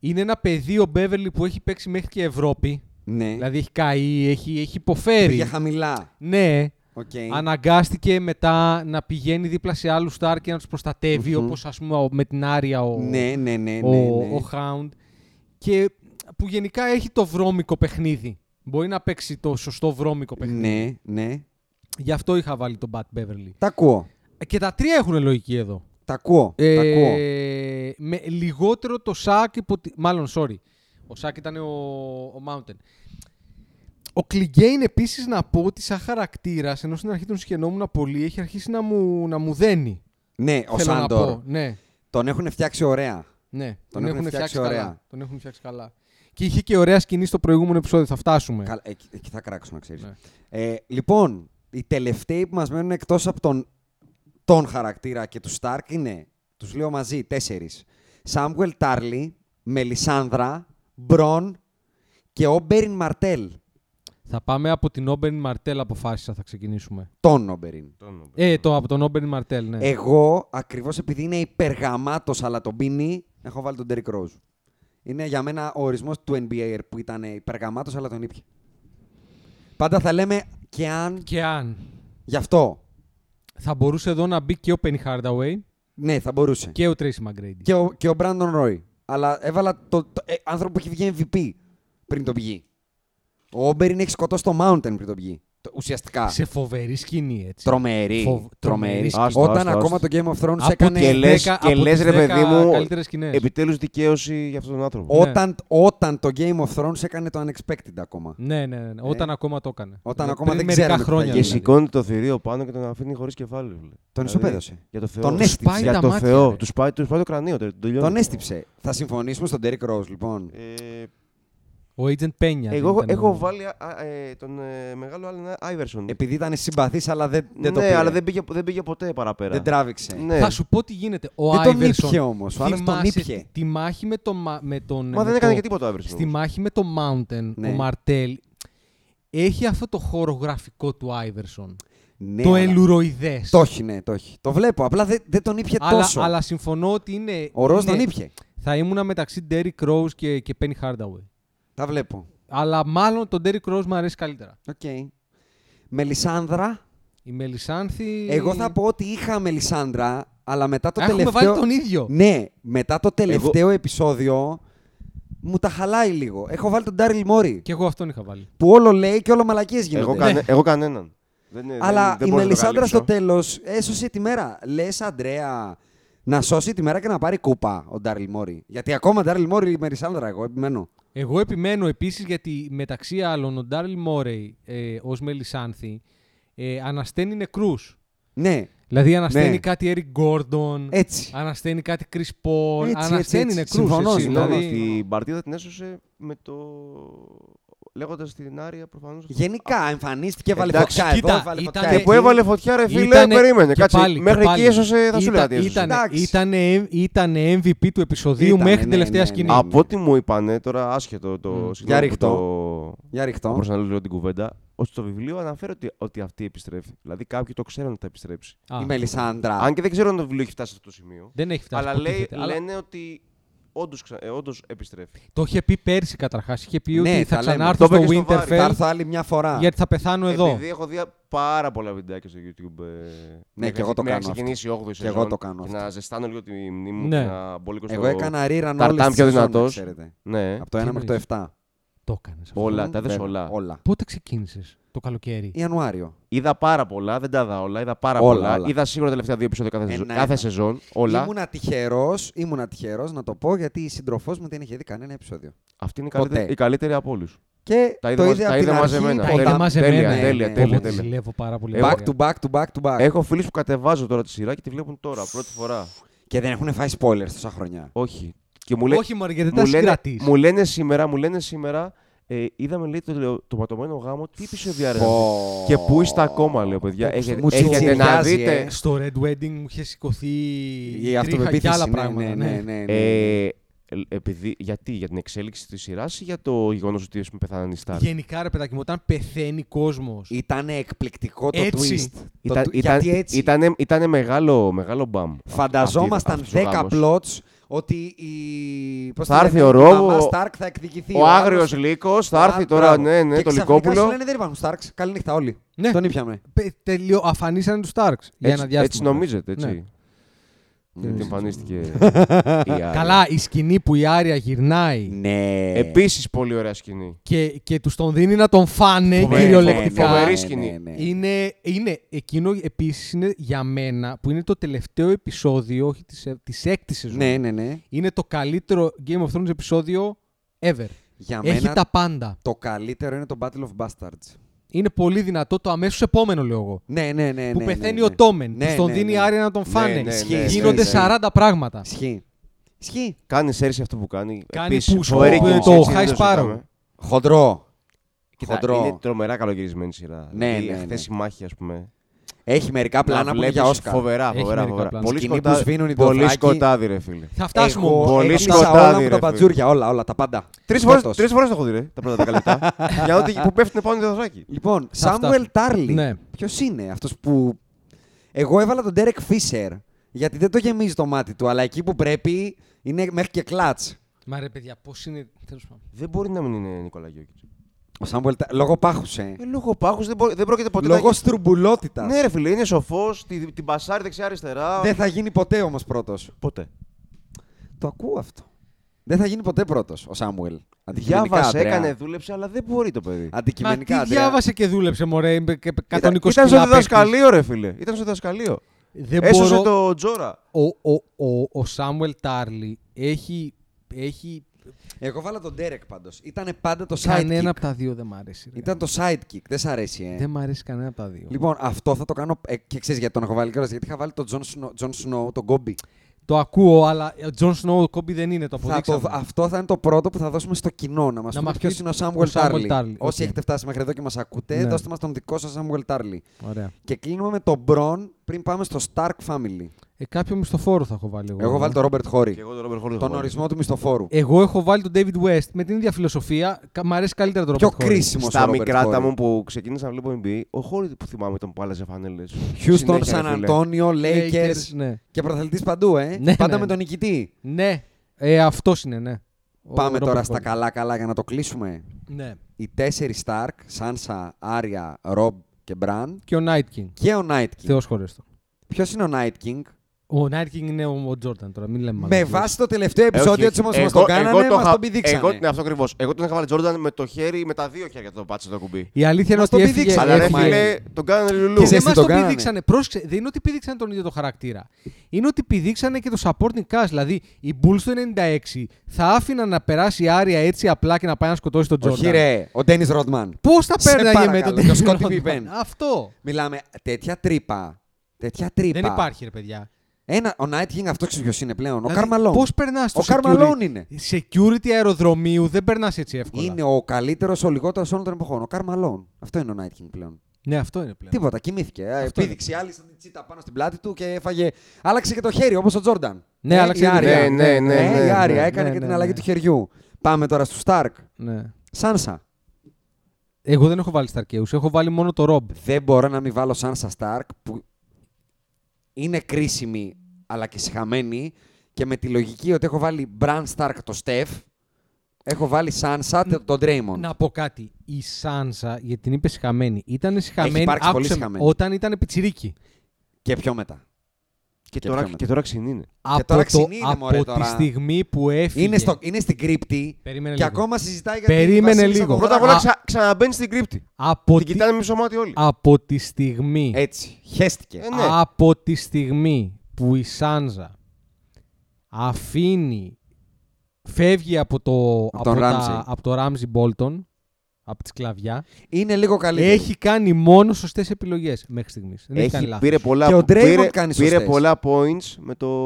[SPEAKER 2] είναι ένα παιδί ο Beverly που έχει παίξει μέχρι και Ευρώπη.
[SPEAKER 3] Ναι.
[SPEAKER 2] Δηλαδή έχει καεί, έχει, έχει υποφέρει.
[SPEAKER 3] Πήγε χαμηλά.
[SPEAKER 2] Ναι,
[SPEAKER 3] Οκ.
[SPEAKER 2] αναγκάστηκε μετά να πηγαίνει δίπλα σε άλλους Σταρ και να τους προστατεύει,
[SPEAKER 3] Μμμ.
[SPEAKER 2] όπως ας πούμε ο- με την Άρια ο,
[SPEAKER 3] Ναι, ναι, ναι, ναι.
[SPEAKER 2] ο,
[SPEAKER 3] ναι.
[SPEAKER 2] ο Hound. Και που γενικά έχει το βρώμικο παιχνίδι. Μπορεί να παίξει το σωστό βρώμικο παιχνίδι.
[SPEAKER 3] ναι, ναι.
[SPEAKER 2] Γι' αυτό είχα βάλει τον Bat Beverly.
[SPEAKER 3] Τα ακούω.
[SPEAKER 2] Και τα τρία έχουν λογική εδώ.
[SPEAKER 3] Τα ακούω. Τα ακούω.
[SPEAKER 2] Ε, με λιγότερο το Σάκ υπό τη- Μάλλον, sorry. Ο Σάκ ήταν ο, ο Mountain. Ο Κλιγκέιν επίσης να πω ότι σαν χαρακτήρας, ενώ στην αρχή τον συγχαινόμουν πολύ, έχει αρχίσει να μου, να μου δένει.
[SPEAKER 3] Ναι, ο
[SPEAKER 2] θέλω να
[SPEAKER 3] Σάντορ.
[SPEAKER 2] πω. Ναι,
[SPEAKER 3] Τον έχουν φτιάξει ωραία.
[SPEAKER 2] ναι. Τον,
[SPEAKER 3] έχουν
[SPEAKER 2] έχουνε
[SPEAKER 3] φτιάξει
[SPEAKER 2] καλά.
[SPEAKER 3] ωραία.
[SPEAKER 2] Τον έχουν φτιάξει καλά. Και είχε και ωραία σκηνή στο προηγούμενο επεισόδιο, θα φτάσουμε.
[SPEAKER 3] Καλά, εκεί, εκεί θα κράξω να ξέρεις.
[SPEAKER 2] Ναι.
[SPEAKER 3] Ε, λοιπόν, οι τελευταίοι που μας μένουν εκτός από τον, τον χαρακτήρα και τους Σταρκ είναι, τους λέω μαζί, τέσσερις. Σάμουελ Τάρλι, Μελισάνδρα, Μπρον και Όμπεριν Μαρτέλ.
[SPEAKER 2] Θα πάμε από την Όμπερν Μαρτέλ αποφάσισα, θα ξεκινήσουμε.
[SPEAKER 3] Τον Όμπεριν.
[SPEAKER 2] Ε, το, από τον Όμπερν Μαρτέλ,
[SPEAKER 3] Ε-
[SPEAKER 2] ναι.
[SPEAKER 3] Εγώ, ακριβώς επειδή είναι υπεργαμάτος αλλά τον πίνει, έχω βάλει τον Derrick Rose. Είναι για μένα ο ορισμός του NBA που ήταν υπεργαμάτος αλλά τον ήπια. Πάντα θα λέμε και αν.
[SPEAKER 2] Και αν
[SPEAKER 3] Γι' αυτό.
[SPEAKER 2] θα μπορούσε εδώ να μπει και ο Penny Hardaway
[SPEAKER 3] Ναι, θα μπορούσε.
[SPEAKER 2] και ο Tracy McGrady.
[SPEAKER 3] και ο, και ο Brandon Roy. Αλλά έβαλα το, το- ε, άνθρωπο που έχει βγει MVP πριν τον πηγεί. Ο Όμπεριν έχει σκοτώσει το Mountain πριν τον πηγεί. Το- ουσιαστικά.
[SPEAKER 2] Σε φοβερή σκηνή, έτσι.
[SPEAKER 3] Τρομερή.
[SPEAKER 2] Φοβ- τρομερή
[SPEAKER 3] Τρομερή.
[SPEAKER 2] σκηνή.
[SPEAKER 4] Άστο,
[SPEAKER 3] Όταν
[SPEAKER 4] άστο,
[SPEAKER 3] ακόμα
[SPEAKER 4] άστο.
[SPEAKER 3] το Game of Thrones
[SPEAKER 2] Από
[SPEAKER 3] έκανε.
[SPEAKER 2] τις
[SPEAKER 4] Και λες,
[SPEAKER 2] Ναι, δέκα-
[SPEAKER 4] και
[SPEAKER 2] από
[SPEAKER 4] λες,
[SPEAKER 2] τις
[SPEAKER 4] ρε
[SPEAKER 2] δέκα
[SPEAKER 4] παιδί μου,
[SPEAKER 2] καλύτερες σκηνές.
[SPEAKER 4] επιτέλους δικαίωση για αυτόν τον άνθρωπο.
[SPEAKER 2] Ο-
[SPEAKER 3] Όταν, όταν το Game of Thrones έκανε το unexpected ακόμα.
[SPEAKER 2] Ναι, ναι, ναι, ναι. Όταν ακόμα το έκανε.
[SPEAKER 3] Ε.
[SPEAKER 2] Ε,
[SPEAKER 3] Όταν
[SPEAKER 2] Πριν
[SPEAKER 3] ακόμα δεν
[SPEAKER 2] μερικά
[SPEAKER 3] ξέραμε τι θα
[SPEAKER 2] χρόνια.
[SPEAKER 3] γίνει.
[SPEAKER 4] Και
[SPEAKER 2] δηλαδή.
[SPEAKER 4] σηκώνει το θηρίο πάνω και τον αφήνει χωρίς κεφάλι. Τον
[SPEAKER 3] ισοπαίδωσε.
[SPEAKER 4] Για το Θεό.
[SPEAKER 3] Τον
[SPEAKER 4] Τους
[SPEAKER 3] έστυψε.
[SPEAKER 4] πάει
[SPEAKER 2] τα
[SPEAKER 4] Για το
[SPEAKER 2] μάτια, ρε.
[SPEAKER 4] Θεό. Του
[SPEAKER 2] Ναι.
[SPEAKER 4] πάει, τους πάει το κρανίο. Τον τελειώνει.
[SPEAKER 2] Ε,
[SPEAKER 3] Τον έστυψε. Θα συμφωνήσουμε στον Derrick Rose, λοιπόν.
[SPEAKER 4] Ε,
[SPEAKER 2] Ο Agent Πένια.
[SPEAKER 4] Εγώ έχω, έχω βάλει α, α, ε, τον ε, μεγάλο Άλεν Άιβερσον.
[SPEAKER 3] Επειδή ήταν συμπαθής, αλλά δεν, Ε, δεν το
[SPEAKER 4] ναι,
[SPEAKER 3] πήρε.
[SPEAKER 4] αλλά δεν πήγε, δεν πήγε ποτέ παραπέρα.
[SPEAKER 3] Δεν τράβηξε.
[SPEAKER 4] Ναι.
[SPEAKER 2] Θα σου πω τι γίνεται. Ο
[SPEAKER 3] ε. Δεν τον
[SPEAKER 2] Άιβερσον
[SPEAKER 3] ήπιε όμως. Ο άλλος τον
[SPEAKER 2] θυμάσαι
[SPEAKER 3] ήπιε.
[SPEAKER 2] Τη, τη μάχη με τον. Μα- Με τον
[SPEAKER 4] Μα
[SPEAKER 2] με
[SPEAKER 4] δεν έκανε
[SPEAKER 2] το-
[SPEAKER 4] και τίποτα ο Άιβερσον.
[SPEAKER 2] Στη μάχη με τον Mountain,
[SPEAKER 3] Ναι.
[SPEAKER 2] ο Μαρτέλ έχει αυτό το χορογραφικό του Άιβερσον.
[SPEAKER 3] Ναι,
[SPEAKER 2] το
[SPEAKER 3] αλλά-
[SPEAKER 2] ελουροειδές.
[SPEAKER 3] Το έχει, ναι, το έχει. Το βλέπω. Απλά δεν, δεν τον ήπιε
[SPEAKER 2] Αλλά,
[SPEAKER 3] τόσο.
[SPEAKER 2] αλλά Ναι. συμφωνώ ότι είναι.
[SPEAKER 3] Ο Ρος
[SPEAKER 2] είναι-
[SPEAKER 3] τον ήπιε.
[SPEAKER 2] Θα ήμουνα μεταξύ Derrick Rose και, και Penny Hardaway.
[SPEAKER 3] Τα βλέπω.
[SPEAKER 2] Αλλά μάλλον τον Derrick Rose μου αρέσει καλύτερα.
[SPEAKER 3] Οκ. Μελισάνδρα.
[SPEAKER 2] Η Μελισάνθη.
[SPEAKER 3] Εγώ θα πω ότι είχα Μελισάνδρα, αλλά μετά το
[SPEAKER 2] Ε. Έχουμε
[SPEAKER 3] τελευταίο.
[SPEAKER 2] βάλει τον ίδιο.
[SPEAKER 3] Ναι, μετά το τελευταίο επεισόδιο μου τα χαλάει λίγο. Έχω βάλει τον Ντάριλ Μόρι.
[SPEAKER 2] Και εγώ αυτόν είχα βάλει.
[SPEAKER 3] Που όλο λέει και όλο μαλακίες γίνονται.
[SPEAKER 4] Εγώ, κανε, εγώ κανέναν. Δεν, δεν-
[SPEAKER 3] Αλλά
[SPEAKER 4] Ε, δεν
[SPEAKER 3] η
[SPEAKER 4] μπορώ να το ε.
[SPEAKER 3] Μελισάνδρα
[SPEAKER 4] καλύψω.
[SPEAKER 3] στο τέλος έσωσε τη μέρα. Λες, Αντρέα, να σώσει τη μέρα και να πάρει κούπα ο Ντάριλ Μόρι. Γιατί ακόμα Ντάριλ Μόρι η Μελισάνδρα, εγώ επιμένω.
[SPEAKER 2] Εγώ επιμένω επίσης γιατί μεταξύ άλλων ο Ντάριλ Μόρεϊ ε, ως Μελισάνθη ε, ανασταίνει νεκρούς.
[SPEAKER 3] Ναι,
[SPEAKER 2] Δηλαδή ανασταίνει
[SPEAKER 3] Ναι.
[SPEAKER 2] κάτι Eric Gordon,
[SPEAKER 3] έτσι.
[SPEAKER 2] ανασταίνει κάτι Chris Paul,
[SPEAKER 3] Έτσι, έτσι,
[SPEAKER 2] ανασταίνει
[SPEAKER 3] έτσι.
[SPEAKER 2] νεκρούς.
[SPEAKER 3] Συμφωνώ,
[SPEAKER 2] έτσι,
[SPEAKER 3] συμφωνώ.
[SPEAKER 2] δηλαδή-
[SPEAKER 4] Την παρτίδα την έσωσε με το. Λέγοντας την Άρια προφανώς.
[SPEAKER 3] Γενικά εμφανίστηκε, έβαλε
[SPEAKER 4] Εντάξει,
[SPEAKER 3] φωτιά εδώ,
[SPEAKER 2] κοίτα,
[SPEAKER 3] έβαλε
[SPEAKER 2] ήταν-
[SPEAKER 3] φωτιά
[SPEAKER 4] Ε,
[SPEAKER 3] εκεί.
[SPEAKER 4] που έβαλε φωτιά, ρε φίλε, περίμενε.
[SPEAKER 2] και
[SPEAKER 4] Κάτσε,
[SPEAKER 2] πάλι, και
[SPEAKER 4] μέχρι
[SPEAKER 2] πάλι.
[SPEAKER 4] εκεί έσωσε, θα σου λέω
[SPEAKER 2] Ήταν-
[SPEAKER 4] τι έσωσε.
[SPEAKER 2] Ήταν,
[SPEAKER 3] Εντάξει.
[SPEAKER 2] ήταν, ήταν MVP του επεισοδίου
[SPEAKER 3] Ήτανε,
[SPEAKER 2] μέχρι την
[SPEAKER 3] ναι,
[SPEAKER 2] τελευταία
[SPEAKER 3] ναι, ναι.
[SPEAKER 2] σκηνή.
[SPEAKER 3] Α,
[SPEAKER 4] Από ό,τι μου είπανε τώρα, άσχετο το.
[SPEAKER 3] Για
[SPEAKER 4] συγγνώμη που
[SPEAKER 3] ρίχτω.
[SPEAKER 4] το-
[SPEAKER 3] Για ρηχτό.
[SPEAKER 4] Προσαναλύω λίγο την κουβέντα. Ότι στο βιβλίο αναφέρει ότι, ότι αυτή επιστρέφει. Δηλαδή κάποιοι το ξέρουν ότι θα επιστρέψει.
[SPEAKER 2] Α,
[SPEAKER 3] Η Μελισάνδρα.
[SPEAKER 4] Αν και δεν ξέρω αν το βιβλίο έχει φτάσει σε αυτό το σημείο.
[SPEAKER 2] δεν έχει φτάσει.
[SPEAKER 4] αλλά λέει,
[SPEAKER 2] υποτίθεται, αλλά
[SPEAKER 4] λένε ότι όντως ε, όντως επιστρέφει.
[SPEAKER 2] Το είχε πει πέρσι καταρχάς. Είχε πει
[SPEAKER 3] Ναι,
[SPEAKER 2] ότι
[SPEAKER 3] τα
[SPEAKER 2] θα
[SPEAKER 3] λέμε.
[SPEAKER 2] ξανάρθω
[SPEAKER 4] Το
[SPEAKER 2] στο
[SPEAKER 4] είπε και στο Βάρη.
[SPEAKER 3] Θα
[SPEAKER 2] Winterfell
[SPEAKER 3] έρθω άλλη μια φορά.
[SPEAKER 2] γιατί θα πεθάνω εδώ.
[SPEAKER 4] Επειδή έχω δει πάρα πολλά βιντεάκια στο YouTube. Ε, μέχρι
[SPEAKER 3] Ναι, και εγώ το
[SPEAKER 4] μέχρι να
[SPEAKER 3] κάνω
[SPEAKER 4] ξεκινήσει η 8η σεζόν.
[SPEAKER 3] εγώ το κάνω
[SPEAKER 4] Και
[SPEAKER 3] αυτό.
[SPEAKER 4] να ζεστάνω λίγο τη μνήμη μου.
[SPEAKER 2] Ναι.
[SPEAKER 4] και να μπω λίγο στο...
[SPEAKER 3] Εγώ έκανα ρήραν
[SPEAKER 4] Ταρτάν
[SPEAKER 3] όλες τις
[SPEAKER 4] πιο
[SPEAKER 3] σεζόν,
[SPEAKER 4] δυνατός.
[SPEAKER 3] ξέρετε.
[SPEAKER 4] Ναι.
[SPEAKER 3] Από το 1
[SPEAKER 2] Τι
[SPEAKER 3] μέχρι το
[SPEAKER 2] εννοείς?
[SPEAKER 3] 7.
[SPEAKER 2] Το έκανες.
[SPEAKER 4] Όλα, τα δες
[SPEAKER 3] Βέβαια,
[SPEAKER 4] όλα.
[SPEAKER 3] Όλα.
[SPEAKER 2] Πότε ξεκίνησες το καλοκαίρι.
[SPEAKER 4] Ε,
[SPEAKER 3] Ιανουάριο.
[SPEAKER 4] Είδα πάρα πολλά, δεν τα είδα όλα. Είδα πάρα
[SPEAKER 3] Όλα,
[SPEAKER 4] πολλά.
[SPEAKER 3] όλα.
[SPEAKER 4] Είδα σίγουρα τα τελευταία δύο επεισόδια κάθε,
[SPEAKER 3] Ένα,
[SPEAKER 4] σεζόν,
[SPEAKER 3] ένα.
[SPEAKER 4] κάθε σεζόν. Όλα.
[SPEAKER 3] Ήμουνα τυχερός, ήμουνα τυχερός, να το πω, γιατί η σύντροφό μου δεν είχε δει κανένα επεισόδιο.
[SPEAKER 4] Αυτή είναι η
[SPEAKER 3] Ποτέ.
[SPEAKER 4] καλύτερη, η καλύτερη από όλους.
[SPEAKER 3] Και
[SPEAKER 4] Τα είδα
[SPEAKER 3] το
[SPEAKER 4] μαζε-
[SPEAKER 3] είδε
[SPEAKER 4] τα
[SPEAKER 3] από
[SPEAKER 4] είδα
[SPEAKER 3] την αρχή.
[SPEAKER 4] μαζεμένα.
[SPEAKER 3] το-
[SPEAKER 2] Τα είδα
[SPEAKER 3] τα-
[SPEAKER 2] μαζεμένα.
[SPEAKER 3] τέλεια,
[SPEAKER 2] ναι,
[SPEAKER 3] τέλεια,
[SPEAKER 2] ναι.
[SPEAKER 3] τέλεια,
[SPEAKER 2] Πω,
[SPEAKER 3] τέλεια.
[SPEAKER 2] τη ζηλεύω πάρα πολύ.
[SPEAKER 3] Back
[SPEAKER 2] παιδιά.
[SPEAKER 3] to back to back to back.
[SPEAKER 4] Έχω φίλους που κατεβάζω τώρα τη σειρά και τη βλέπουν τώρα, πρώτη φορά.
[SPEAKER 3] Και δεν έχουν φάει spoilers τόσα χρονιά.
[SPEAKER 4] Όχι. Και μου, λέ-
[SPEAKER 2] Όχι, Μωρή, γιατί δεν
[SPEAKER 4] μου,
[SPEAKER 2] τα
[SPEAKER 4] λένε,
[SPEAKER 2] συγκρατείς.
[SPEAKER 4] μου λένε σήμερα, μου λένε σήμερα, ε, είδαμε λέει το, το πατωμένο γάμο, τι επεισόδια ρε.
[SPEAKER 3] Πω.
[SPEAKER 4] Και πού είστε ακόμα, λέω παιδιά.
[SPEAKER 2] Πω,
[SPEAKER 4] Έχετε,
[SPEAKER 2] μου
[SPEAKER 4] έχετε να
[SPEAKER 3] τσιριάζει,
[SPEAKER 4] δείτε.
[SPEAKER 3] ε.
[SPEAKER 2] Στο Red Wedding μου είχε σηκωθεί
[SPEAKER 3] Η
[SPEAKER 2] η τρίχα και
[SPEAKER 3] αυτοπεποίθηση.
[SPEAKER 2] άλλα
[SPEAKER 3] ναι,
[SPEAKER 2] πράγματα.
[SPEAKER 3] ναι,
[SPEAKER 2] ναι.
[SPEAKER 3] ναι, ναι, ναι.
[SPEAKER 4] Ε, ε, επειδή, γιατί, για την εξέλιξη της σειράς ή για το γεγονός ότι ας πούμε, πεθάναν οι Σταρ.
[SPEAKER 2] Γενικά, ρε παιδάκι μου, όταν πεθαίνει κόσμος.
[SPEAKER 3] Ήταν εκπληκτικό το
[SPEAKER 2] Έτσι.
[SPEAKER 3] twist.
[SPEAKER 4] Ήταν,
[SPEAKER 3] το,
[SPEAKER 4] ήταν,
[SPEAKER 3] γιατί έτσι.
[SPEAKER 4] ήτανε, ήτανε μεγάλο, μεγάλο μπαμ.
[SPEAKER 3] Φανταζόμασταν
[SPEAKER 4] Αυτή- αυτός ο
[SPEAKER 3] 10
[SPEAKER 4] γάμος.
[SPEAKER 3] plots ότι η. πώς
[SPEAKER 4] Θα
[SPEAKER 3] τη
[SPEAKER 4] έρθει
[SPEAKER 3] λένε,
[SPEAKER 4] ο Ρόβο,
[SPEAKER 3] Μαμά Σταρκ θα εκδικηθεί.
[SPEAKER 4] Ο άγριο
[SPEAKER 3] άλλος-
[SPEAKER 4] λύκος θα έρθει
[SPEAKER 3] Α,
[SPEAKER 4] τώρα,
[SPEAKER 3] μπράβο.
[SPEAKER 4] ναι, ναι,
[SPEAKER 3] και
[SPEAKER 4] το
[SPEAKER 3] ξαφνικά Σου
[SPEAKER 4] Λυκόπουλο.
[SPEAKER 3] λένε δεν υπάρχουν Στάρξ. Καληνύχτα όλοι.
[SPEAKER 2] Ναι.
[SPEAKER 3] Τον ήπιαμε.
[SPEAKER 2] Πε- Τελείω, αφανίσανε τους Starks για ένα
[SPEAKER 4] Έτσι,
[SPEAKER 2] διάστημα.
[SPEAKER 4] έτσι νομίζετε, έτσι. Ναι,
[SPEAKER 2] Ναι.
[SPEAKER 3] Ναι.
[SPEAKER 4] Γιατί εμφανίστηκε η Άρια.
[SPEAKER 2] Καλά, η σκηνή που η Άρια
[SPEAKER 4] Ε,
[SPEAKER 2] γυρνάει
[SPEAKER 3] Ναι.
[SPEAKER 2] Ε,
[SPEAKER 4] Επίσης πολύ ωραία σκηνή.
[SPEAKER 2] και, και τους τον δίνει να τον φάνε
[SPEAKER 3] ναι,
[SPEAKER 4] Φοβερή,
[SPEAKER 2] κυριολεκτικά.
[SPEAKER 4] ναι, φοβερή σκηνή.
[SPEAKER 2] Είναι, είναι εκείνο επίσης είναι για μένα που είναι το τελευταίο επεισόδιο, όχι της, ε- της έκτης σεζόν.
[SPEAKER 3] Ναι, ναι, ναι.
[SPEAKER 2] Είναι το καλύτερο Game of Thrones επεισόδιο ever.
[SPEAKER 3] Για
[SPEAKER 2] Έχει
[SPEAKER 3] μένα
[SPEAKER 2] τα πάντα.
[SPEAKER 3] το καλύτερο είναι το Battle of Bastards.
[SPEAKER 2] Είναι πολύ δυνατό το αμέσως επόμενο, λέω εγώ.
[SPEAKER 3] Ναι, ναι, ναι.
[SPEAKER 2] που
[SPEAKER 3] ναι,
[SPEAKER 2] πεθαίνει
[SPEAKER 3] ναι, ναι.
[SPEAKER 2] ο Τόμεν,
[SPEAKER 3] Ναι,
[SPEAKER 2] ναι, τον
[SPEAKER 3] ναι,
[SPEAKER 2] δίνει
[SPEAKER 3] ναι.
[SPEAKER 2] η Άρια να τον φάνε.
[SPEAKER 4] ναι, ναι,
[SPEAKER 3] Ισχύει,
[SPEAKER 4] ναι,
[SPEAKER 2] Γίνονται
[SPEAKER 3] ισχύει.
[SPEAKER 2] 40 πράγματα.
[SPEAKER 3] Ισχύει. Ισχύει.
[SPEAKER 4] Κάνει σέρση αυτό που κάνει.
[SPEAKER 2] Κάνει
[SPEAKER 4] Επίσης,
[SPEAKER 2] push, ε,
[SPEAKER 4] φοβερή
[SPEAKER 3] το-
[SPEAKER 4] κίνηση,
[SPEAKER 3] το
[SPEAKER 4] έτσι,
[SPEAKER 2] High
[SPEAKER 4] δεν το
[SPEAKER 2] Sparrow.
[SPEAKER 4] συζητάμε.
[SPEAKER 3] Χοντρό.
[SPEAKER 4] Κοίτα,
[SPEAKER 3] Χοντρό.
[SPEAKER 4] είναι τρομερά καλογυρισμένη σειρά.
[SPEAKER 3] Ναι,
[SPEAKER 4] Δηλαδή,
[SPEAKER 3] ναι, ναι.
[SPEAKER 4] εχθές η μάχη, ας πούμε.
[SPEAKER 3] Έχει μερικά πλάνα που είναι για
[SPEAKER 4] βλέπεις
[SPEAKER 3] Όσκαρ.
[SPEAKER 4] Φοβερά,
[SPEAKER 2] Έχει
[SPEAKER 4] φοβερά.
[SPEAKER 2] μερικά
[SPEAKER 4] φοβερά.
[SPEAKER 2] πλάνα.
[SPEAKER 4] Πολύ
[SPEAKER 3] Σκηνή που
[SPEAKER 4] σκοτάδι,
[SPEAKER 3] σβήνουν οι
[SPEAKER 4] πολύ
[SPEAKER 3] ντοφράκι.
[SPEAKER 4] σκοτάδι, ρε φίλε.
[SPEAKER 2] Θα φτάσουμε
[SPEAKER 3] Εγώ
[SPEAKER 2] όμως.
[SPEAKER 4] Πολύ
[SPEAKER 3] έκλεισα
[SPEAKER 4] σκοτάδι,
[SPEAKER 3] όλα μου
[SPEAKER 4] ρε,
[SPEAKER 3] τα
[SPEAKER 4] φίλε.
[SPEAKER 3] πατζούρια, όλα, όλα, τα πάντα.
[SPEAKER 4] Τρεις φορές
[SPEAKER 3] Πρώτος.
[SPEAKER 4] τρεις φορές το έχω δει, ρε, τα πρώτα δέκα λεπτά. για ό,τι που πέφτουν πάνω το δράκι.
[SPEAKER 3] Λοιπόν,
[SPEAKER 2] Θα
[SPEAKER 3] Σάμουελ
[SPEAKER 2] φτάσουμε.
[SPEAKER 3] Τάρλι.
[SPEAKER 2] Ναι.
[SPEAKER 3] Ποιος είναι αυτός που. Εγώ έβαλα τον Ντέρεκ Φίσερ. Γιατί δεν το γεμίζει το μάτι του, αλλά εκεί που πρέπει είναι μέχρι και κλατ.
[SPEAKER 2] Μα ρε παιδιά, πώς είναι... τέλος πάντων.
[SPEAKER 4] Δεν μπορεί να μην είναι Νικόλα Γιώκητ.
[SPEAKER 3] Ο Σάμουελ Τάρλι. Λόγω πάχους, ε.
[SPEAKER 4] Ε, λόγω πάχους δεν, μπορεί- δεν πρόκειται ποτέ
[SPEAKER 3] Λόγω
[SPEAKER 4] να.
[SPEAKER 3] στρουμπουλότητας.
[SPEAKER 4] Ναι, ρε φίλε, είναι σοφός, την, την πασάρει δεξιά-αριστερά.
[SPEAKER 3] Δεν θα γίνει ποτέ όμως πρώτος.
[SPEAKER 4] Ποτέ.
[SPEAKER 3] Το ακούω αυτό. Δεν θα γίνει ποτέ πρώτος ο Σάμουελ. Αντικειμενικά.
[SPEAKER 4] Διάβασε,
[SPEAKER 3] Αντρέα.
[SPEAKER 4] έκανε, δούλεψε, αλλά δεν μπορεί το παιδί.
[SPEAKER 2] Μα
[SPEAKER 3] Αντικειμενικά.
[SPEAKER 2] τι
[SPEAKER 3] Αντρέα.
[SPEAKER 2] διάβασε και δούλεψε, μωρέ, είπε και 120
[SPEAKER 4] ήταν, ήταν στο
[SPEAKER 2] κιλά παίκτης.
[SPEAKER 4] διδασκαλείο, ρε φίλε. Ήταν στο διδασκαλείο.
[SPEAKER 2] Δεν
[SPEAKER 4] Έσωσε
[SPEAKER 2] μπορώ...
[SPEAKER 4] το Τζόρα.
[SPEAKER 2] Ο, ο, ο, ο Σάμουελ Τάρλι έχει, έχει
[SPEAKER 3] Εγώ βάλα τον Ντέρεκ πάντω. Ήταν πάντα το
[SPEAKER 2] κανένα
[SPEAKER 3] sidekick.
[SPEAKER 2] από τα δύο δεν μ' αρέσει. ρε.
[SPEAKER 3] Ήταν το sidekick. Δεν σ' αρέσει, ε.
[SPEAKER 2] Δεν μ' αρέσει κανένα από τα δύο.
[SPEAKER 3] Λοιπόν, αυτό θα το κάνω. Ε, και ξέρεις γιατί τον έχω βάλει κιόλας. Γιατί είχα βάλει τον Τζον Σνο, Τζον Σνο τον κόμπι.
[SPEAKER 2] Το ακούω, αλλά ο Τζον Σνόου ο Κόμπι δεν είναι το
[SPEAKER 3] Θα το,
[SPEAKER 2] αποδείξαμε.
[SPEAKER 3] αυτό θα είναι το πρώτο που θα δώσουμε στο κοινό να μας
[SPEAKER 2] Να
[SPEAKER 3] πούνε
[SPEAKER 2] μας
[SPEAKER 3] ποιος
[SPEAKER 2] πεις
[SPEAKER 3] είναι ο
[SPEAKER 2] ο
[SPEAKER 3] Σάμουελ
[SPEAKER 2] Samuel
[SPEAKER 3] Τάρλι.
[SPEAKER 2] Tarly.
[SPEAKER 3] Όσοι
[SPEAKER 2] Οκ.
[SPEAKER 3] έχετε φτάσει μέχρι εδώ και μας ακούτε,
[SPEAKER 2] Ναι.
[SPEAKER 3] δώστε μας τον δικό σας Σάμουελ Τάρλι.
[SPEAKER 2] Ωραία.
[SPEAKER 3] Και κλείνουμε με τον Μπρον πριν πάμε στο Stark Family.
[SPEAKER 2] Ε, κάποιο μισθοφόρο θα έχω βάλει εγώ. ναι.
[SPEAKER 3] Εγώ βάλω τον Ρόμπερτ
[SPEAKER 4] Και
[SPEAKER 3] Χόρι.
[SPEAKER 4] εγώ τον Ρόμπερ Χόρντ.
[SPEAKER 3] Τον ορισμό του μισθοφόρου.
[SPEAKER 2] Εγώ έχω βάλει τον David West με την ίδια φιλοσοφία. Κα- Μ' αρέσει καλύτερα το
[SPEAKER 3] Πιο
[SPEAKER 2] Robert Horry.
[SPEAKER 3] κρίσιμος
[SPEAKER 4] Στα μικρά τα μου που ξεκίνησα να βλέπω NBA, ο Χόρντ που θυμάμαι ήταν που άλλαζε φανέλε.
[SPEAKER 3] Χιούστον, Σαν
[SPEAKER 4] Ε,
[SPEAKER 3] Αντώνιο, Lakers.
[SPEAKER 2] ναι.
[SPEAKER 3] Και πρωταθλητής παντού, ε.
[SPEAKER 2] Ναι,
[SPEAKER 3] Πάντα
[SPEAKER 2] ναι.
[SPEAKER 3] με τον νικητή.
[SPEAKER 2] Ναι, ε, αυτός είναι, ναι. Ο
[SPEAKER 3] Πάμε
[SPEAKER 2] Robert
[SPEAKER 3] τώρα
[SPEAKER 2] Horry.
[SPEAKER 3] στα καλά-καλά για να το κλείσουμε.
[SPEAKER 2] Ναι.
[SPEAKER 3] Οι τέσσερις Σταρκ, Σάνσα, Άρια, Ρομπ και Μπραν
[SPEAKER 2] Και ο Night King.
[SPEAKER 3] και ο Night King.
[SPEAKER 2] Θεός χωρέστο.
[SPEAKER 3] Ποιος είναι ο Night King,
[SPEAKER 2] Ο Night King είναι ο, ο Jordan τώρα, μην λέμε
[SPEAKER 3] με
[SPEAKER 2] μαλακίες.
[SPEAKER 3] βάση το
[SPEAKER 4] Ε,
[SPEAKER 3] τελευταίο επεισόδιο έτσι όπως μας το κάνανε, μα τον πηδήξανε.
[SPEAKER 4] Εγώ, ναι, αυτό ακριβώς. Εγώ τον είχα βάλει Τζόρνταν με το χέρι, με τα δύο χέρια το πάτσε το κουμπί.
[SPEAKER 2] Η αλήθεια είναι
[SPEAKER 3] Μας τον
[SPEAKER 2] ότι έφυγε.
[SPEAKER 3] πηδήξανε,
[SPEAKER 4] Αλλά ρε
[SPEAKER 3] έχουμε-
[SPEAKER 4] φίλε, τον κάνανε λουλού.
[SPEAKER 2] Και δεν
[SPEAKER 3] Ξέρεις τι
[SPEAKER 2] μας
[SPEAKER 3] το
[SPEAKER 2] τον
[SPEAKER 3] κάνανε.
[SPEAKER 2] πηδήξανε. Πρόσεξε, δεν είναι ότι πηδήξανε τον ίδιο το χαρακτήρα. Είναι ότι πηδήξανε και το supporting cast. Δηλαδή, οι Bulls το 96 θα άφηναν να περάσει η Άρια έτσι απλά και να πάει να σκοτώσει τον Τζόρνταν.
[SPEAKER 3] Όχι, ρε, ο Ντένι Ρότμαν.
[SPEAKER 2] Πώς θα
[SPEAKER 3] Σε
[SPEAKER 2] παίρναγε με
[SPEAKER 3] παρακαλώ,
[SPEAKER 2] τον
[SPEAKER 3] το
[SPEAKER 2] David
[SPEAKER 3] Scottie
[SPEAKER 2] Rodman.
[SPEAKER 3] Pippen.
[SPEAKER 2] Αυτό.
[SPEAKER 3] Μιλάμε τέτοια τρύπα. Τέτοια τρύπα.
[SPEAKER 2] Δεν υπάρχει, Δηλαδή, ρε παιδιά.
[SPEAKER 3] Ένα, ο Night King αυτός ξέρεις ποιος είναι πλέον. Ο Καρμαλόν.
[SPEAKER 2] Πώς περνάς το
[SPEAKER 3] Ο Καρμαλόν είναι.
[SPEAKER 2] Security αεροδρομίου δεν περνάς έτσι εύκολα.
[SPEAKER 3] Είναι ο καλύτερος, ο λιγότερος όλων των εποχών. Ο Καρμαλόν. Αυτό είναι ο Night King πλέον.
[SPEAKER 2] Ναι, αυτό είναι πλέον.
[SPEAKER 3] Τίποτα, κοιμήθηκε. Ε,
[SPEAKER 2] Αυτό
[SPEAKER 3] Πήδηξε η άλλη σαν την τσίτα πάνω στην πλάτη του και έφαγε. Άλλαξε και το χέρι όπως ο Τζόρνταν.
[SPEAKER 2] Ναι,
[SPEAKER 3] Ε,
[SPEAKER 2] άλλαξε
[SPEAKER 3] η
[SPEAKER 2] και το
[SPEAKER 3] Άρια.
[SPEAKER 4] χέρι. Ναι, ναι, ναι,
[SPEAKER 3] Ε, Η
[SPEAKER 4] ναι,
[SPEAKER 3] Άρια
[SPEAKER 4] ναι.
[SPEAKER 3] έκανε
[SPEAKER 2] Ναι,
[SPEAKER 3] και την
[SPEAKER 2] ναι,
[SPEAKER 3] αλλαγή
[SPEAKER 2] ναι.
[SPEAKER 3] του χεριού. Πάμε τώρα στου Σταρκ.
[SPEAKER 2] Ναι.
[SPEAKER 3] Σάνσα.
[SPEAKER 2] Εγώ δεν έχω βάλει σταρκέου. Έχω βάλει μόνο το Ρομπ.
[SPEAKER 3] δεν μπορώ να μην βάλω Σάνσα Σταρκ που είναι κρίσιμη αλλά και συχαμένη και με τη λογική ότι έχω βάλει Μπραν Σταρκ το Στεφ, έχω βάλει Σάνσα το- τον Τρέιμον.
[SPEAKER 2] Να πω κάτι. Η Σάνσα, γιατί την είπε χαμένη, ήταν
[SPEAKER 3] Έχει
[SPEAKER 2] συχαμένη
[SPEAKER 3] υπάρξει πολύ
[SPEAKER 2] άκουσε με,
[SPEAKER 3] συχαμένη.
[SPEAKER 2] όταν ήταν πιτσιρίκι.
[SPEAKER 3] Και πιο μετά.
[SPEAKER 4] Και
[SPEAKER 3] Και
[SPEAKER 4] τώρα-
[SPEAKER 3] πιο μετά.
[SPEAKER 4] Και τώρα ξυνίνε.
[SPEAKER 2] από
[SPEAKER 3] τώρα
[SPEAKER 2] το-
[SPEAKER 3] ξυνή είναι,
[SPEAKER 2] από
[SPEAKER 3] μωρέ, τώρα.
[SPEAKER 2] τη στιγμή που έφυγε.
[SPEAKER 3] Είναι, στο, είναι στην κρύπτη
[SPEAKER 2] Περίμενε
[SPEAKER 3] και
[SPEAKER 2] λίγο.
[SPEAKER 3] ακόμα συζητάει για
[SPEAKER 2] Περίμενε
[SPEAKER 3] την Βασίλισσα
[SPEAKER 2] λίγο.
[SPEAKER 3] του
[SPEAKER 4] Πρώτα απ'
[SPEAKER 3] Βορρά.
[SPEAKER 4] όλα
[SPEAKER 3] Α,
[SPEAKER 4] ξα- ξαναμπαίνει στην κρύπτη.
[SPEAKER 2] από,
[SPEAKER 4] Την
[SPEAKER 2] τη...
[SPEAKER 4] κοιτάνε με σωμάτι όλοι.
[SPEAKER 2] από τη στιγμή.
[SPEAKER 3] Έτσι, χέστηκε.
[SPEAKER 4] Ε, ναι.
[SPEAKER 2] Από τη στιγμή που η Σάνζα αφήνει. Φεύγει από το, από
[SPEAKER 3] τον
[SPEAKER 2] τα-
[SPEAKER 3] Ράμζι.
[SPEAKER 2] από το Ράμζι Μπόλτον, από τη σκλαβιά.
[SPEAKER 3] Είναι λίγο καλύτερη.
[SPEAKER 2] Έχει κάνει μόνο σωστές επιλογές μέχρι στιγμής. Δεν έχει κάνει
[SPEAKER 4] Έχει,
[SPEAKER 2] λάθος.
[SPEAKER 4] πήρε πολλά,
[SPEAKER 3] Και ο Draymond
[SPEAKER 4] πήρε,
[SPEAKER 3] κάνει
[SPEAKER 4] πήρε
[SPEAKER 3] σωστές.
[SPEAKER 4] πολλά points με το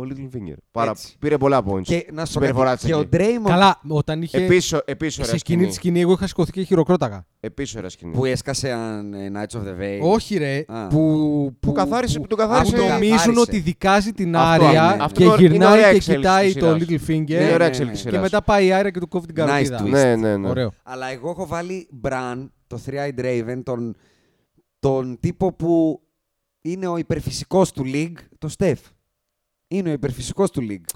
[SPEAKER 4] Little Finger. Πάρα,
[SPEAKER 3] Έτσι.
[SPEAKER 4] πήρε πολλά points.
[SPEAKER 3] Και, να σου πω
[SPEAKER 4] Συμπεριφορά
[SPEAKER 3] κάτι,
[SPEAKER 4] της
[SPEAKER 3] και ο
[SPEAKER 4] εκεί.
[SPEAKER 3] Ντρέιμον
[SPEAKER 2] Καλά, όταν είχε.
[SPEAKER 4] Επίση, επίση
[SPEAKER 2] σε
[SPEAKER 4] ωραία
[SPEAKER 2] εκείνη
[SPEAKER 4] σκηνή.
[SPEAKER 2] τη σκηνή, εγώ είχα σηκωθεί και χειροκρόταγα.
[SPEAKER 4] Επίση ωραία σκηνή.
[SPEAKER 3] που έσκασε αν, ε, Knights of the Veil.
[SPEAKER 2] Όχι, ρε.
[SPEAKER 3] Α.
[SPEAKER 2] Που, που,
[SPEAKER 4] καθάρισε- που το καθάρισε-
[SPEAKER 2] που νομίζουν
[SPEAKER 3] καθάρισε.
[SPEAKER 2] ότι δικάζει την
[SPEAKER 3] Αυτό
[SPEAKER 2] Άρια
[SPEAKER 3] είναι. Αυτό
[SPEAKER 2] και
[SPEAKER 4] είναι ωραία- είναι ωραία
[SPEAKER 2] γυρνάει και
[SPEAKER 4] εξέλιξη
[SPEAKER 2] κοιτάει
[SPEAKER 4] της
[SPEAKER 2] το
[SPEAKER 4] σειράς.
[SPEAKER 2] Little
[SPEAKER 4] Είναι
[SPEAKER 2] Finger.
[SPEAKER 4] ωραία
[SPEAKER 3] ναι,
[SPEAKER 4] εξέλιξη
[SPEAKER 3] ναι.
[SPEAKER 2] Και
[SPEAKER 4] σειράς.
[SPEAKER 2] μετά πάει η Άρια και του κόβει την
[SPEAKER 3] Nice
[SPEAKER 2] καρδίδα.
[SPEAKER 3] twist.
[SPEAKER 4] Ναι, ναι, ναι.
[SPEAKER 2] Ωραίο.
[SPEAKER 3] Αλλά εγώ έχω βάλει Μπραν, το Three-Eyed Raven, τον, τον τύπο που είναι ο υπερφυσικός του League, το Στεφ. Είναι ο υπερφυσικός του League.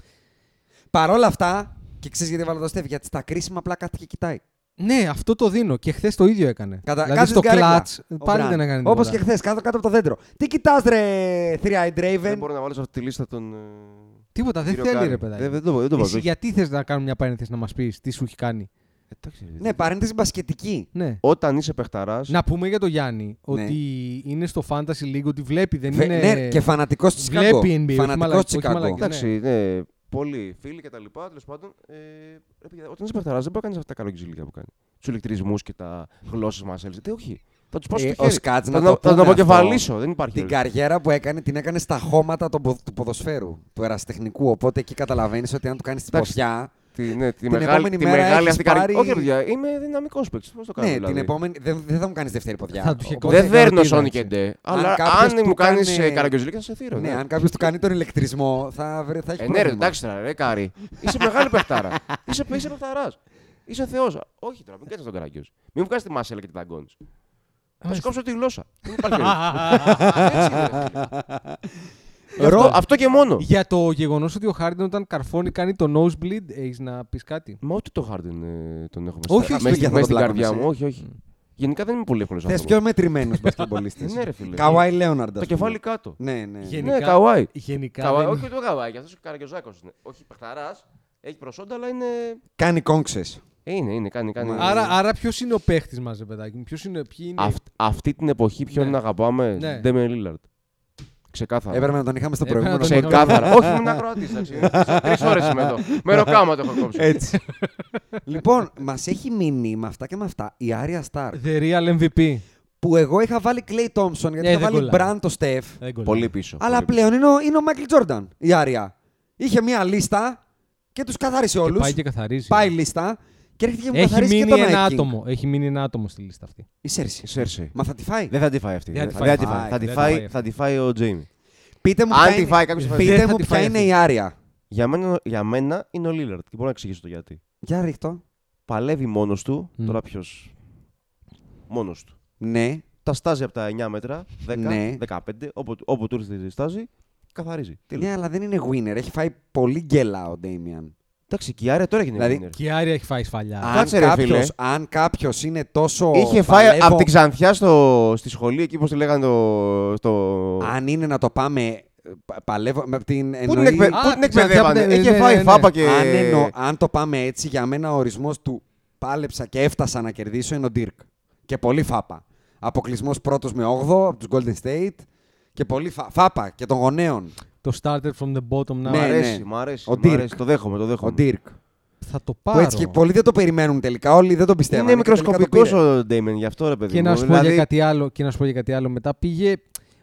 [SPEAKER 3] Παρ' όλα αυτά, και ξέρεις γιατί βάλω το Στεφ, γιατί στα κρίσιμα απλά κάτι και κοιτάει.
[SPEAKER 2] Ναι, αυτό το δίνω. Και χθες το ίδιο έκανε.
[SPEAKER 3] Κατά,
[SPEAKER 2] δηλαδή
[SPEAKER 3] κάτσε
[SPEAKER 2] στο
[SPEAKER 3] στην καρέκλα,
[SPEAKER 2] κλατ
[SPEAKER 3] ο
[SPEAKER 2] πάλι
[SPEAKER 3] Μπραν.
[SPEAKER 2] δεν έκανε τίποτα.
[SPEAKER 3] Όπως και χθες, κάτω κάτω από το δέντρο. Τι κοιτάς ρε Three-Eyed Raven.
[SPEAKER 4] Δεν μπορώ να βάλω σε αυτή τη λίστα τον. ε,
[SPEAKER 2] Τίποτα, δεν
[SPEAKER 4] κύριο
[SPEAKER 2] θέλει
[SPEAKER 4] Κάρι.
[SPEAKER 2] ρε παιδάκι.
[SPEAKER 4] Δεν, δεν το, δεν το βάζω. Ε,
[SPEAKER 2] Εσύ γιατί θες να κάνουμε μια παρένθεση να μας πεις τι σου έχει κάνει.
[SPEAKER 4] Εντάξει, ρε.
[SPEAKER 3] Ναι, παρένθεση μπασκετική.
[SPEAKER 2] Ναι.
[SPEAKER 4] Όταν είσαι παιχταράς.
[SPEAKER 2] Να πούμε για το Γιάννη
[SPEAKER 3] Ναι.
[SPEAKER 2] ότι είναι στο Fantasy League, ότι βλέπει, δεν
[SPEAKER 3] Βε-
[SPEAKER 2] είναι.
[SPEAKER 3] ναι, και φανατικός του Σικάγο.
[SPEAKER 2] Βλέπει NBA, όχι
[SPEAKER 3] Φανατικός
[SPEAKER 2] μαλακ-
[SPEAKER 3] του
[SPEAKER 2] όχι
[SPEAKER 3] Σικάγο.
[SPEAKER 2] μαλακές.
[SPEAKER 4] Εντάξει, ναι. Πολλοί φίλοι και τα λοιπά, τέλος πάντων. Ε, ρε παιδιά, όταν είσαι παιχταρά, δεν μπορεί να κάνεις αυτά τα καλοκυζίλια που κάνει. Τους ηλεκτρισμούς και τα γλώσσες μα. Δεν όχι. Θα τους πάω
[SPEAKER 3] Ε,
[SPEAKER 4] στο
[SPEAKER 3] ο
[SPEAKER 4] χέρι.
[SPEAKER 3] Σκάτς, να
[SPEAKER 4] θα
[SPEAKER 3] το
[SPEAKER 4] τα- θα
[SPEAKER 3] πούμε
[SPEAKER 4] τα
[SPEAKER 3] αυτό.
[SPEAKER 4] αποκεφαλίσω. Δεν υπάρχει.
[SPEAKER 3] Την
[SPEAKER 4] λόγος.
[SPEAKER 3] καριέρα που έκανε την έκανε στα χώματα των πο- του ποδοσφαίρου, του ερασιτεχνικού. Οπότε εκεί καταλαβαίνεις ότι αν του κάνεις την
[SPEAKER 4] Εντάξει.
[SPEAKER 3] ποδιά.
[SPEAKER 4] Τη, ναι, τη
[SPEAKER 3] Την
[SPEAKER 4] μεγάλη,
[SPEAKER 3] επόμενη
[SPEAKER 4] τη
[SPEAKER 3] μέρα
[SPEAKER 4] μεγάλη
[SPEAKER 3] έχεις
[SPEAKER 4] αυτή καριέρα.
[SPEAKER 3] πάρει-
[SPEAKER 4] Όχι, παιδιά, είμαι δυναμικός παίκτης. Πώς το κάνω.
[SPEAKER 3] Ναι,
[SPEAKER 4] δηλαδή.
[SPEAKER 3] την επόμενη. Δεν, δεν θα μου κάνεις δεύτερη ποδιά. Ναι,
[SPEAKER 2] Θα του είχε
[SPEAKER 3] Οπότε-
[SPEAKER 2] κόψει.
[SPEAKER 4] Δεν
[SPEAKER 2] Οπότε
[SPEAKER 4] δέρνω
[SPEAKER 2] καροτίδα,
[SPEAKER 4] Sonic
[SPEAKER 2] έτσι.
[SPEAKER 4] and Day,
[SPEAKER 3] Αν
[SPEAKER 4] αλλά
[SPEAKER 3] κάποιος
[SPEAKER 4] αν
[SPEAKER 3] του
[SPEAKER 4] μου κάνει
[SPEAKER 3] κάνει-
[SPEAKER 4] καραγκιόζιλικη θα σε θύρω.
[SPEAKER 3] Ναι, αν κάποιος του κάνει τον ηλεκτρισμό, θα, βρε- θα έχει
[SPEAKER 4] Ε, ναι, ρε,
[SPEAKER 3] πρόβλημα.
[SPEAKER 4] εντάξει τώρα, ρε, Κάρι. Είσαι μεγάλη παιχτάρα. είσαι είσαι παιχταράς. Είσαι θεός. Όχι τώρα, μην κάνει τον καραγκιόζ. Μην μου κάνεις τη μασέλα και την ταγκόνη. Θα σου κόψω τη γλώσσα. Δεν υπάρχει περίπτωση. Έτσι είναι. Γι' αυτό-
[SPEAKER 3] Ρο-
[SPEAKER 4] Αυτό και μόνο.
[SPEAKER 2] Για το γεγονός ότι ο Χάρντεν όταν καρφώνει κάνει το nosebleed, έχεις να πεις κάτι.
[SPEAKER 4] Μα ούτε το Χάρντεν ε, τον έχουμε
[SPEAKER 3] Όχι,
[SPEAKER 4] στα-
[SPEAKER 3] όχι,
[SPEAKER 4] μέσα
[SPEAKER 3] παιδιά, θα
[SPEAKER 4] μέσα
[SPEAKER 3] το
[SPEAKER 4] στην καρδιά
[SPEAKER 3] πλάκωνες,
[SPEAKER 4] μου.
[SPEAKER 3] ε.
[SPEAKER 4] Όχι, όχι. Γενικά δεν είμαι πολύ εύκολος
[SPEAKER 3] Θες πιο μετρημένου μπασκετμπολίστε.
[SPEAKER 4] Ναι, ρε, φίλε.
[SPEAKER 3] Καουάι Λέοναρντ.
[SPEAKER 4] Το κεφάλι κάτω.
[SPEAKER 3] Ναι, ναι.
[SPEAKER 2] Γενικά-
[SPEAKER 4] Ναι, καουάι.
[SPEAKER 2] Γενικά.
[SPEAKER 4] Καβάη,
[SPEAKER 2] δεν-
[SPEAKER 4] όχι το Καβάη, αυτός ο Καραγκιόζάκο είναι. Όχι παιχταράς, έχει προσόντα, αλλά είναι.
[SPEAKER 3] Κάνει κόνξε.
[SPEAKER 4] Ε, είναι, είναι, κάνει. κάνει.
[SPEAKER 2] Άρα, άρα ποιος είναι ο παίχτης μας, ρε παιδάκι μου, ποιος είναι, ποιοι είναι.
[SPEAKER 4] Αυτ- αυτή την εποχή ποιον
[SPEAKER 2] Ναι.
[SPEAKER 4] αγαπάμε,
[SPEAKER 2] Ναι.
[SPEAKER 4] Ντέμεν Λίλαρντ. Ξεκάθαρα.
[SPEAKER 3] Έπρεπε να τον είχαμε στο
[SPEAKER 2] Έπρεπε να
[SPEAKER 3] προηγούμενο.
[SPEAKER 2] τον
[SPEAKER 3] podcast.
[SPEAKER 4] Ξεκάθαρα. όχι, ήμουν ακροατή. Τρεις ώρες είμαι εδώ. Με ροκάμα το έχω κόψει.
[SPEAKER 3] Έτσι. λοιπόν, μας έχει μείνει με αυτά και με αυτά η Άρια Σταρ.
[SPEAKER 2] The real MVP.
[SPEAKER 3] Που εγώ είχα βάλει Clay Thompson γιατί
[SPEAKER 2] Ε,
[SPEAKER 3] είχα
[SPEAKER 2] δεν
[SPEAKER 3] βάλει
[SPEAKER 2] κολλάει.
[SPEAKER 3] Μπραν το Στεφ.
[SPEAKER 2] Δεν κολλάει.
[SPEAKER 4] Πολύ πίσω.
[SPEAKER 3] Αλλά
[SPEAKER 4] πολύ πίσω.
[SPEAKER 3] πλέον είναι ο, είναι ο Μάικλ Τζόρνταν η Άρια. Είχε μία λίστα και τους καθάρισε όλους.
[SPEAKER 2] Πάει και καθαρίζει.
[SPEAKER 3] Πάει λίστα και έρχεται και μου
[SPEAKER 2] Έχει
[SPEAKER 3] καθαρίζει και
[SPEAKER 2] μείνει
[SPEAKER 3] τον
[SPEAKER 2] ένα
[SPEAKER 3] Night King.
[SPEAKER 2] άτομο. Έχει μείνει ένα άτομο στη λίστα αυτή.
[SPEAKER 3] Η Σέρση.
[SPEAKER 4] Σέρση.
[SPEAKER 3] Μα θα τη φάει.
[SPEAKER 4] Δεν θα τη φάει αυτή.
[SPEAKER 2] Δεν θα τη φάει.
[SPEAKER 4] Δεν θα τη φάει. Θα τη
[SPEAKER 2] Δεν
[SPEAKER 4] φάει-
[SPEAKER 2] θα τη
[SPEAKER 4] Θα τη φάει ο Τζέιμι.
[SPEAKER 3] Πείτε μου
[SPEAKER 4] Αν
[SPEAKER 3] ποια
[SPEAKER 4] τη
[SPEAKER 3] είναι-
[SPEAKER 4] φάει κάποιος, θα τη
[SPEAKER 3] πείτε
[SPEAKER 2] φάει.
[SPEAKER 3] μου
[SPEAKER 2] Δεν θα τη
[SPEAKER 3] ποια
[SPEAKER 2] φάει
[SPEAKER 3] είναι
[SPEAKER 2] αυτή.
[SPEAKER 3] η Άρια.
[SPEAKER 4] Για μένα, για μένα είναι ο Λίλαρτ και μπορώ να εξηγήσω το γιατί.
[SPEAKER 3] Για ρίχτω.
[SPEAKER 4] Παλεύει μόνος του.
[SPEAKER 2] Μμ.
[SPEAKER 4] Τώρα ποιος. Μόνος του.
[SPEAKER 3] Ναι.
[SPEAKER 4] Τα στάζει από τα 9 μέτρα, 10,
[SPEAKER 3] Ναι.
[SPEAKER 4] 15, όπου, όπου του έρθει τη στάζει, καθαρίζει. Τέλος.
[SPEAKER 3] Ναι, αλλά δεν είναι winner. Έχει φάει πολύ γκέλα ο Ντέιμιαν.
[SPEAKER 4] Εντάξει, και η Άρια τώρα έγινε
[SPEAKER 3] Δηλαδή,
[SPEAKER 4] winner.
[SPEAKER 2] Και η Άρια έχει φάει σφαλιά.
[SPEAKER 4] Α, Κάτσε, ρε, φίλε.
[SPEAKER 3] αν κάποιος είναι τόσο.
[SPEAKER 4] Είχε φάει
[SPEAKER 3] παλεύω-
[SPEAKER 4] από την Ξανθιά στο, στη σχολή, εκεί πώς τη λέγανε το. στο-
[SPEAKER 3] Αν είναι να το πάμε. ε, πα- Παλεύω. Με την
[SPEAKER 4] Πού την,
[SPEAKER 3] εννοεί-
[SPEAKER 4] εκπαιδε-
[SPEAKER 2] Α,
[SPEAKER 4] πού την
[SPEAKER 2] τη Ξανθιά
[SPEAKER 4] εκπαιδεύανε.
[SPEAKER 2] που την-
[SPEAKER 4] Είχε
[SPEAKER 2] ναι, ναι,
[SPEAKER 4] φάει
[SPEAKER 2] ναι.
[SPEAKER 4] φάπα και.
[SPEAKER 3] αν, εννο- αν το πάμε έτσι, για μένα ο ορισμός του πάλεψα και έφτασα να κερδίσω είναι ο Ντίρκ. Και πολύ φάπα. Αποκλεισμός πρώτος με 8 από τους Golden State. Και πολύ φα- φάπα και των γονέων.
[SPEAKER 2] Το starter from the bottom now.
[SPEAKER 4] Μ'
[SPEAKER 3] ναι,
[SPEAKER 4] αρέσει,
[SPEAKER 3] ναι.
[SPEAKER 4] μ' αρέσει.
[SPEAKER 3] Ο
[SPEAKER 4] μ'
[SPEAKER 3] Dirk.
[SPEAKER 4] αρέσει. Το δέχομαι, το
[SPEAKER 3] Ο
[SPEAKER 4] δέχομαι.
[SPEAKER 3] Ντίρκ.
[SPEAKER 2] Θα το
[SPEAKER 3] Που
[SPEAKER 2] πάρω.
[SPEAKER 3] έτσι και πολλοί δεν το περιμένουν τελικά. Όλοι δεν το πιστεύουν.
[SPEAKER 4] Είναι μικροσκοπικό ο Ντέιμεν γι' αυτό ρε παιδί.
[SPEAKER 2] Και
[SPEAKER 4] μου.
[SPEAKER 2] να σου πω
[SPEAKER 4] Δηλαδή,
[SPEAKER 2] για κάτι άλλο. Και να σου πω για κάτι άλλο. Μετά πήγε.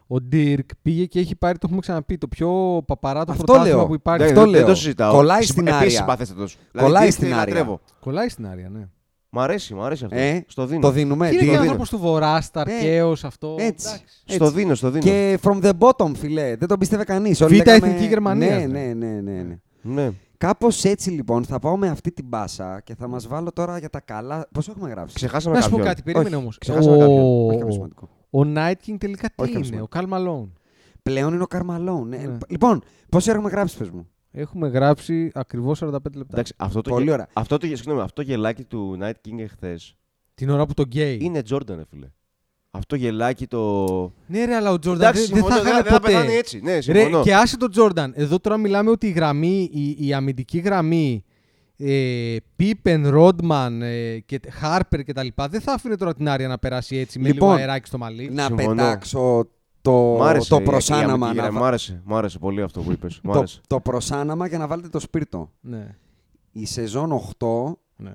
[SPEAKER 2] Ο Ντίρκ πήγε και έχει πάρει, το έχουμε ξαναπεί, το πιο παπαράτο
[SPEAKER 3] Αυτό λέω.
[SPEAKER 2] πρωτάθλημα που υπάρχει.
[SPEAKER 4] εντάξει,
[SPEAKER 3] αυτό
[SPEAKER 4] δεν- Δεν
[SPEAKER 3] λέω.
[SPEAKER 4] το συζητάω.
[SPEAKER 3] Κολλάει
[SPEAKER 4] Συμπα-
[SPEAKER 3] στην
[SPEAKER 4] επίσης
[SPEAKER 3] Άρια.
[SPEAKER 4] συμπαθέστατος.
[SPEAKER 3] Κολλάει
[SPEAKER 4] Dirk
[SPEAKER 3] στην
[SPEAKER 4] τη
[SPEAKER 3] Άρια.
[SPEAKER 4] λατρεύω.
[SPEAKER 2] Κολλάει στην Άρια, ναι.
[SPEAKER 4] Μ' αρέσει, μ' αρέσει αυτό.
[SPEAKER 3] Ε,
[SPEAKER 4] Στο δίνω.
[SPEAKER 3] Το δίνουμε.
[SPEAKER 2] Και
[SPEAKER 3] τι
[SPEAKER 2] είναι και
[SPEAKER 3] το
[SPEAKER 2] άνθρωπος του Βορρά,
[SPEAKER 4] Ναι.
[SPEAKER 2] ταρκαίο αυτό.
[SPEAKER 3] δίνουμε. Έτσι.
[SPEAKER 2] εντάξει.
[SPEAKER 4] Στο δίνω, στο δίνω.
[SPEAKER 3] Και from the bottom, φιλέ. Δεν τον πίστευε κανείς.
[SPEAKER 2] Β' Εθνική Γερμανία,
[SPEAKER 3] Ναι,
[SPEAKER 2] ναι.
[SPEAKER 3] ναι, ναι. ναι, ναι.
[SPEAKER 4] Ναι.
[SPEAKER 3] Κάπως έτσι λοιπόν θα πάω με αυτή την μπάσα και θα μας βάλω τώρα για τα καλά. Πώ έχουμε γράψει.
[SPEAKER 4] Ξεχάσαμε
[SPEAKER 2] Να σου πω
[SPEAKER 4] κάποιον.
[SPEAKER 2] κάτι, περίμενε
[SPEAKER 3] Όχι,
[SPEAKER 2] όμως.
[SPEAKER 4] ξεχάσαμε κάποιον.
[SPEAKER 3] Όχι κάποιο σημαντικό.
[SPEAKER 2] Ο Night King τελικά τι
[SPEAKER 4] Όχι κάποιο
[SPEAKER 2] είναι, ο Καλ Μαλόν.
[SPEAKER 3] Πλέον είναι ο Καρμαλόν. ναι.
[SPEAKER 2] Ναι.
[SPEAKER 3] Λοιπόν, πόση ώρα έχουμε γράψει, πες μου.
[SPEAKER 2] Έχουμε γράψει ακριβώς 45 λεπτά.
[SPEAKER 4] Εντάξει, αυτό το,
[SPEAKER 3] Πολύ
[SPEAKER 4] γε-
[SPEAKER 3] ωραία.
[SPEAKER 4] Αυτό, το, γε- συγγνώμη, αυτό γελάκι του Night King εχθές
[SPEAKER 2] Την ώρα που το γκέι.
[SPEAKER 4] είναι Jordan, ρε φίλε. Αυτό γελάκι το.
[SPEAKER 2] Ναι, ρε, αλλά ο Τζόρνταν
[SPEAKER 4] Εντάξει,
[SPEAKER 2] δεν δεν
[SPEAKER 4] συμφωνώ,
[SPEAKER 2] θα
[SPEAKER 4] δεν
[SPEAKER 2] έκανε
[SPEAKER 4] θα πεθάνει
[SPEAKER 2] ποτέ.
[SPEAKER 4] έτσι. Ναι,
[SPEAKER 2] Ρε,
[SPEAKER 4] συμφωνώ.
[SPEAKER 2] και άσε τον Τζόρνταν. Εδώ τώρα μιλάμε ότι η γραμμή, η, η αμυντική γραμμή ε, Πίπεν, Ρόντμαν, ε, και, Χάρπερ και τα λοιπά δεν θα άφηνε τώρα την Άρια να περάσει έτσι με
[SPEAKER 3] Λοιπόν,
[SPEAKER 2] λίγο αεράκι στο μαλλί.
[SPEAKER 3] Να
[SPEAKER 4] συμφωνώ.
[SPEAKER 3] πετάξω το,
[SPEAKER 4] Μ' άρεσε
[SPEAKER 3] το
[SPEAKER 4] η- η
[SPEAKER 3] προσάναμα.
[SPEAKER 4] αμυντική
[SPEAKER 3] να
[SPEAKER 4] γραμμή.
[SPEAKER 3] βα-
[SPEAKER 4] Μ' άρεσε, μ' άρεσε πολύ αυτό που είπες. Μ'
[SPEAKER 3] το,
[SPEAKER 4] άρεσε.
[SPEAKER 3] το προσάναμα και να βάλετε το σπίρτο.
[SPEAKER 2] Ναι,
[SPEAKER 3] Η σεζόν 8
[SPEAKER 2] ναι.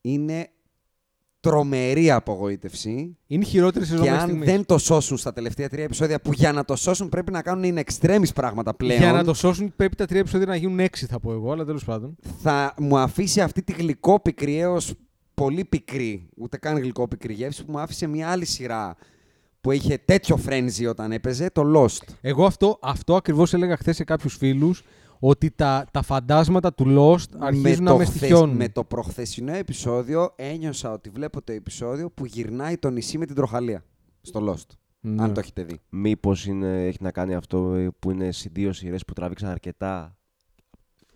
[SPEAKER 3] είναι τρομερή απογοήτευση.
[SPEAKER 2] Είναι η χειρότερη σεζόν
[SPEAKER 3] Και
[SPEAKER 2] μέχρι
[SPEAKER 3] αν
[SPEAKER 2] στιγμής.
[SPEAKER 3] δεν το σώσουν στα τελευταία τρία επεισόδια, που για να το σώσουν πρέπει να κάνουν in extremis πράγματα πλέον,
[SPEAKER 2] Για να το σώσουν πρέπει τα τρία επεισόδια να γίνουν έξι θα πω εγώ, αλλά τέλος πάντων.
[SPEAKER 3] θα μου αφήσει αυτή τη γλυκό πικρή έως πολύ πικρή, ούτε καν γλυκό πικρή γεύση, που μου άφησε μια άλλη σειρά που είχε τέτοιο φρένζι όταν έπαιζε, το Lost.
[SPEAKER 2] Εγώ αυτό, αυτό ακριβώς έλεγα χθες σε κάποιους φίλους ότι τα, τα φαντάσματα του Lost αρχίζουν να
[SPEAKER 3] το
[SPEAKER 2] με
[SPEAKER 3] χθες-
[SPEAKER 2] στοιχιώνουν.
[SPEAKER 3] με το προχθεσινό επεισόδιο ένιωσα ότι βλέπω το επεισόδιο που γυρνάει το νησί με την τροχαλία στο Lost.
[SPEAKER 2] Ναι.
[SPEAKER 3] Αν το έχετε δει.
[SPEAKER 4] Μήπως έχει να κάνει αυτό ε, που είναι σε δύο σειρές που τράβηξαν αρκετά.